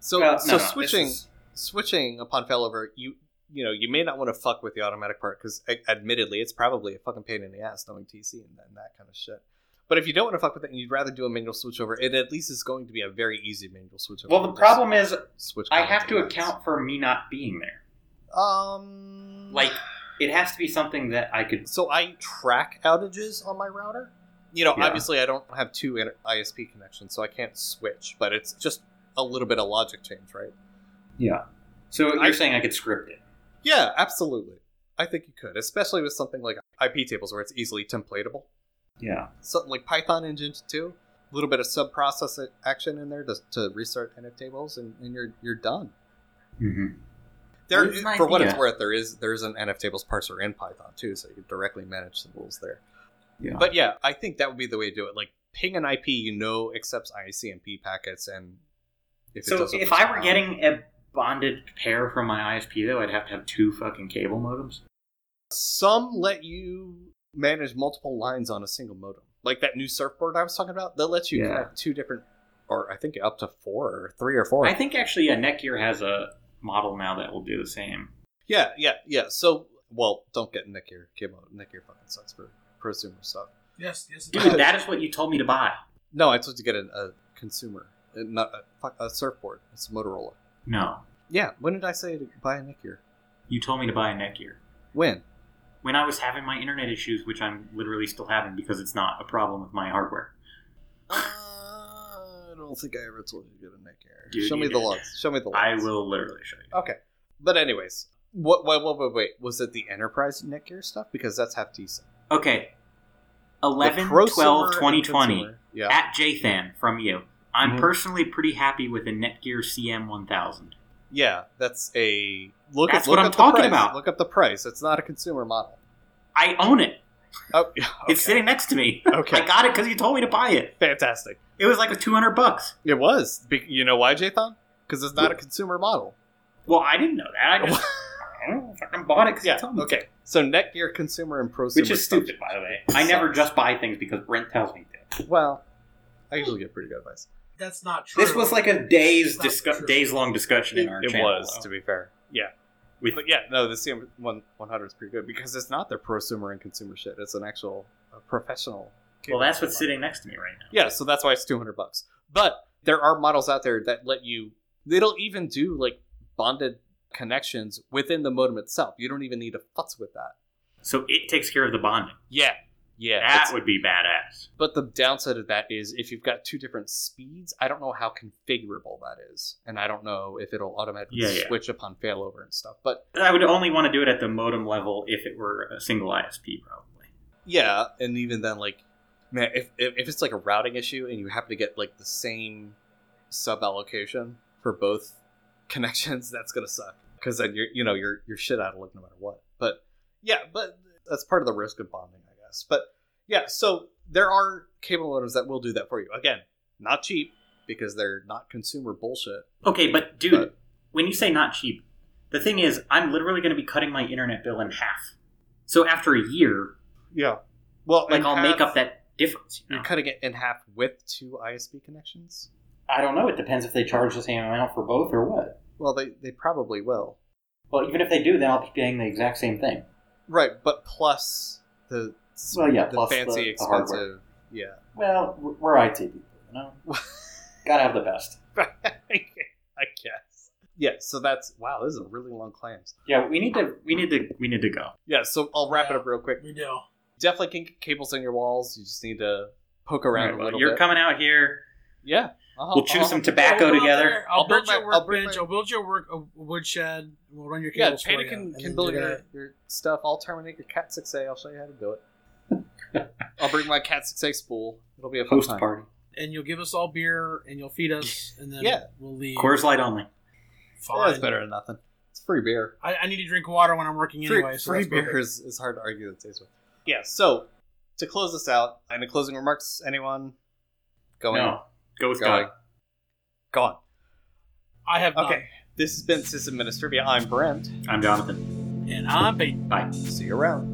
[SPEAKER 1] So,
[SPEAKER 2] well, no,
[SPEAKER 1] so
[SPEAKER 2] no, this
[SPEAKER 1] switching
[SPEAKER 2] is-
[SPEAKER 1] switching upon failover, you you know you may not want to fuck with the automatic part because admittedly it's probably a fucking pain in the ass knowing TC and, and that kind of shit. But if you don't want to fuck with it and you'd rather do a manual switchover, it at least is going to be a very easy manual switchover.
[SPEAKER 2] Well, the problem is
[SPEAKER 1] switch.
[SPEAKER 2] I have to
[SPEAKER 1] content
[SPEAKER 2] account for me not being there.
[SPEAKER 1] lines. Um,
[SPEAKER 2] Like, it has to be something that I could.
[SPEAKER 1] so I track outages on my router. You know,
[SPEAKER 2] Yeah.
[SPEAKER 1] obviously I don't have two inter- ISP connections, so I can't switch. But it's just a little bit of logic change, right?
[SPEAKER 2] So you're
[SPEAKER 1] I-
[SPEAKER 2] saying I could script it?
[SPEAKER 1] Yeah, absolutely. I think you could, especially with something like IP tables where it's easily templatable.
[SPEAKER 2] Yeah.
[SPEAKER 1] Something like Python Engine 2, a little bit of sub-process action in there to, to restart NF tables, and, and you're you're done.
[SPEAKER 2] Mm-hmm.
[SPEAKER 1] There,
[SPEAKER 2] Here's my
[SPEAKER 1] for what it's
[SPEAKER 2] idea.
[SPEAKER 1] worth, there is there is an NF tables parser in Python too, so you can directly manage the rules there.
[SPEAKER 2] Yeah.
[SPEAKER 1] But yeah, I think that would be the way to do it. Like ping an IP you know accepts ICMP packets, and if it
[SPEAKER 2] So
[SPEAKER 1] doesn't
[SPEAKER 2] if I were
[SPEAKER 1] respond-
[SPEAKER 2] getting a bonded pair from my ISP, though, I'd have to have two fucking cable modems.
[SPEAKER 1] some let you manage multiple lines on a single modem like that new surfboard i was talking about that lets you
[SPEAKER 2] Yeah.
[SPEAKER 1] connect two different or i think up to four or three or four
[SPEAKER 2] I think actually, yeah, Netgear has a model now that will do
[SPEAKER 1] [laughs]
[SPEAKER 2] the same.
[SPEAKER 1] yeah yeah yeah so well don't get netgear cable netgear fucking sucks for prosumer stuff
[SPEAKER 3] Yes, yes. it
[SPEAKER 2] Dude,
[SPEAKER 3] does.
[SPEAKER 2] that is what you told me to buy.
[SPEAKER 1] no i told you to get a, a consumer uh, not a, fuck, a surfboard it's motorola
[SPEAKER 2] No,
[SPEAKER 1] yeah when did i say to buy a netgear
[SPEAKER 2] you told me to buy a Netgear.
[SPEAKER 1] when
[SPEAKER 2] When I was having my internet issues, which I'm literally still having because it's not a problem with my hardware. Uh,
[SPEAKER 1] i don't think i ever told you to get a netgear
[SPEAKER 2] Dude,
[SPEAKER 1] show me
[SPEAKER 2] you
[SPEAKER 1] the
[SPEAKER 2] did.
[SPEAKER 1] logs show me the logs
[SPEAKER 2] I will literally show you.
[SPEAKER 1] Okay. But anyways, what? Wait, wait, wait, wait. Was it the Enterprise Netgear stuff? Because that's half decent.
[SPEAKER 2] Okay.
[SPEAKER 1] The
[SPEAKER 2] 11
[SPEAKER 1] prosumer
[SPEAKER 2] 12
[SPEAKER 1] and
[SPEAKER 2] 2020
[SPEAKER 1] consumer. Yeah.
[SPEAKER 2] at JThan from you. I'm
[SPEAKER 1] Mhm.
[SPEAKER 2] personally pretty happy with the Netgear CM1000.
[SPEAKER 1] Yeah, that's a look.
[SPEAKER 2] That's
[SPEAKER 1] up, look
[SPEAKER 2] what I'm
[SPEAKER 1] up the
[SPEAKER 2] talking
[SPEAKER 1] price.
[SPEAKER 2] about.
[SPEAKER 1] Look up the price. It's not a consumer model.
[SPEAKER 2] I own it.
[SPEAKER 1] Oh, [laughs]
[SPEAKER 2] It's sitting next to me. [laughs]
[SPEAKER 1] Okay.
[SPEAKER 2] I got it because you told me to buy it.
[SPEAKER 1] fantastic.
[SPEAKER 2] It was like a 200 bucks.
[SPEAKER 1] It was. Be- you know why, Jathan? Because it's not a consumer model.
[SPEAKER 2] Well, I didn't know that. I just [laughs] I don't know, fucking bought it because you told me.
[SPEAKER 1] Okay. So Netgear consumer and prosumer,
[SPEAKER 2] Which is
[SPEAKER 1] stuff.
[SPEAKER 2] stupid, by the way. I never just buy things because Brent tells me to.
[SPEAKER 1] Well, I usually get pretty good advice.
[SPEAKER 3] That's not true.
[SPEAKER 2] [laughs] This was like a days
[SPEAKER 3] That's not
[SPEAKER 2] discu-
[SPEAKER 3] true.
[SPEAKER 2] days long discussion in our
[SPEAKER 1] It
[SPEAKER 2] channel.
[SPEAKER 1] was,
[SPEAKER 2] though.
[SPEAKER 1] to be fair. Yeah.
[SPEAKER 2] With-
[SPEAKER 1] but yeah, no, the CM one one hundred is pretty good because it's not their prosumer and consumer shit. It's an actual uh, professional.
[SPEAKER 2] Well, that's what's sitting next to me right now.
[SPEAKER 1] Yeah, so that's why it's 200 bucks. But there are models out there that let you it'll even do like bonded connections within the modem itself. You don't even need to futz with that.
[SPEAKER 2] So it takes care of the bonding.
[SPEAKER 1] Yeah. Yeah.
[SPEAKER 2] That
[SPEAKER 1] it's-
[SPEAKER 2] would be badass.
[SPEAKER 1] but the downside of that is if you've got two different speeds, I don't know how configurable that is. And I don't know if it'll automatically
[SPEAKER 2] Yeah, yeah.
[SPEAKER 1] switch upon failover and stuff. But
[SPEAKER 2] I would only want to do it at the modem level if it were a single ISP, probably.
[SPEAKER 1] yeah, and even then like man, if if, if it's like a routing issue and you happen to get like the same sub allocation for both [laughs] connections, that's gonna suck. Because then you're you know, you're you're shit out of luck no matter what. But yeah, but that's part of the risk of bonding, I guess. But yeah, so there are cable modems that will do that for you. Again, not cheap because they're not consumer bullshit.
[SPEAKER 2] Okay, but dude,
[SPEAKER 1] But-
[SPEAKER 2] when you say not cheap, the thing is, I'm literally going to be cutting my internet bill in half. So after a year,
[SPEAKER 1] Yeah. Well,
[SPEAKER 2] like
[SPEAKER 1] in
[SPEAKER 2] I'll make
[SPEAKER 1] half-
[SPEAKER 2] up that difference. You know?
[SPEAKER 1] You're cutting it in half with two ISP connections.
[SPEAKER 2] I don't know. It depends if they charge the same amount for both or what.
[SPEAKER 1] Well, they they probably will.
[SPEAKER 2] Well, even if they do, then I'll be paying the exact same thing.
[SPEAKER 1] Right, but plus the
[SPEAKER 2] Well, yeah,
[SPEAKER 1] the
[SPEAKER 2] plus the-
[SPEAKER 1] fancy
[SPEAKER 2] the hardware.
[SPEAKER 1] expensive. yeah.
[SPEAKER 2] Well, we're- we're IT people, you know.
[SPEAKER 1] [laughs]
[SPEAKER 2] Gotta have the best. [laughs]
[SPEAKER 1] I guess. Yeah. So that's wow. This is a really long claims.
[SPEAKER 2] Yeah, we need to. We need to. We need to go.
[SPEAKER 1] Yeah. So I'll wrap it up real quick.
[SPEAKER 3] we do.
[SPEAKER 1] Definitely can get cables in your walls. You just need to poke around
[SPEAKER 2] Alright,
[SPEAKER 1] a
[SPEAKER 2] well,
[SPEAKER 1] little
[SPEAKER 2] you're
[SPEAKER 1] bit.
[SPEAKER 2] coming out here.
[SPEAKER 1] yeah. Uh-huh, I'll,
[SPEAKER 2] We'll chew
[SPEAKER 1] I'll-
[SPEAKER 2] some tobacco
[SPEAKER 3] I'll go out
[SPEAKER 2] together.
[SPEAKER 3] there, I'll,
[SPEAKER 1] I'll
[SPEAKER 3] build
[SPEAKER 1] build
[SPEAKER 3] your
[SPEAKER 1] my- I'll build
[SPEAKER 3] workbench.
[SPEAKER 1] my-
[SPEAKER 3] I'll build your work a woodshed. We'll run your
[SPEAKER 1] Yeah,
[SPEAKER 3] cables for
[SPEAKER 1] Panda
[SPEAKER 3] you,
[SPEAKER 1] can,
[SPEAKER 3] and
[SPEAKER 1] can
[SPEAKER 3] then
[SPEAKER 1] build
[SPEAKER 3] you're
[SPEAKER 1] your,
[SPEAKER 3] gonna-
[SPEAKER 1] your stuff. I'll terminate your Cat 6A. I'll show you how to do it.
[SPEAKER 2] [laughs]
[SPEAKER 1] I'll bring my Cat 6A spool. It'll be a fun
[SPEAKER 2] Host
[SPEAKER 1] time.
[SPEAKER 2] party.
[SPEAKER 3] and you'll give us all beer, and you'll feed us, and then
[SPEAKER 1] Yeah.
[SPEAKER 3] we'll leave.
[SPEAKER 2] Coors Light only.
[SPEAKER 1] Yeah, it's
[SPEAKER 3] Fine.
[SPEAKER 1] better than nothing. It's free beer.
[SPEAKER 3] I, I need to drink water when I'm working
[SPEAKER 1] Free,
[SPEAKER 3] anyway. So
[SPEAKER 1] free
[SPEAKER 3] that's perfect.
[SPEAKER 1] beer is, is hard to argue the taste with. Yeah. So to close this out, any closing remarks? Anyone? Going.
[SPEAKER 2] No, go with
[SPEAKER 1] Going.
[SPEAKER 2] God.
[SPEAKER 1] Gone.
[SPEAKER 3] I have not.
[SPEAKER 1] Okay. This has been System Minister. I'm Brent.
[SPEAKER 2] I'm Jonathan.
[SPEAKER 3] and I'm Peyton.
[SPEAKER 2] Bye.
[SPEAKER 1] See you around.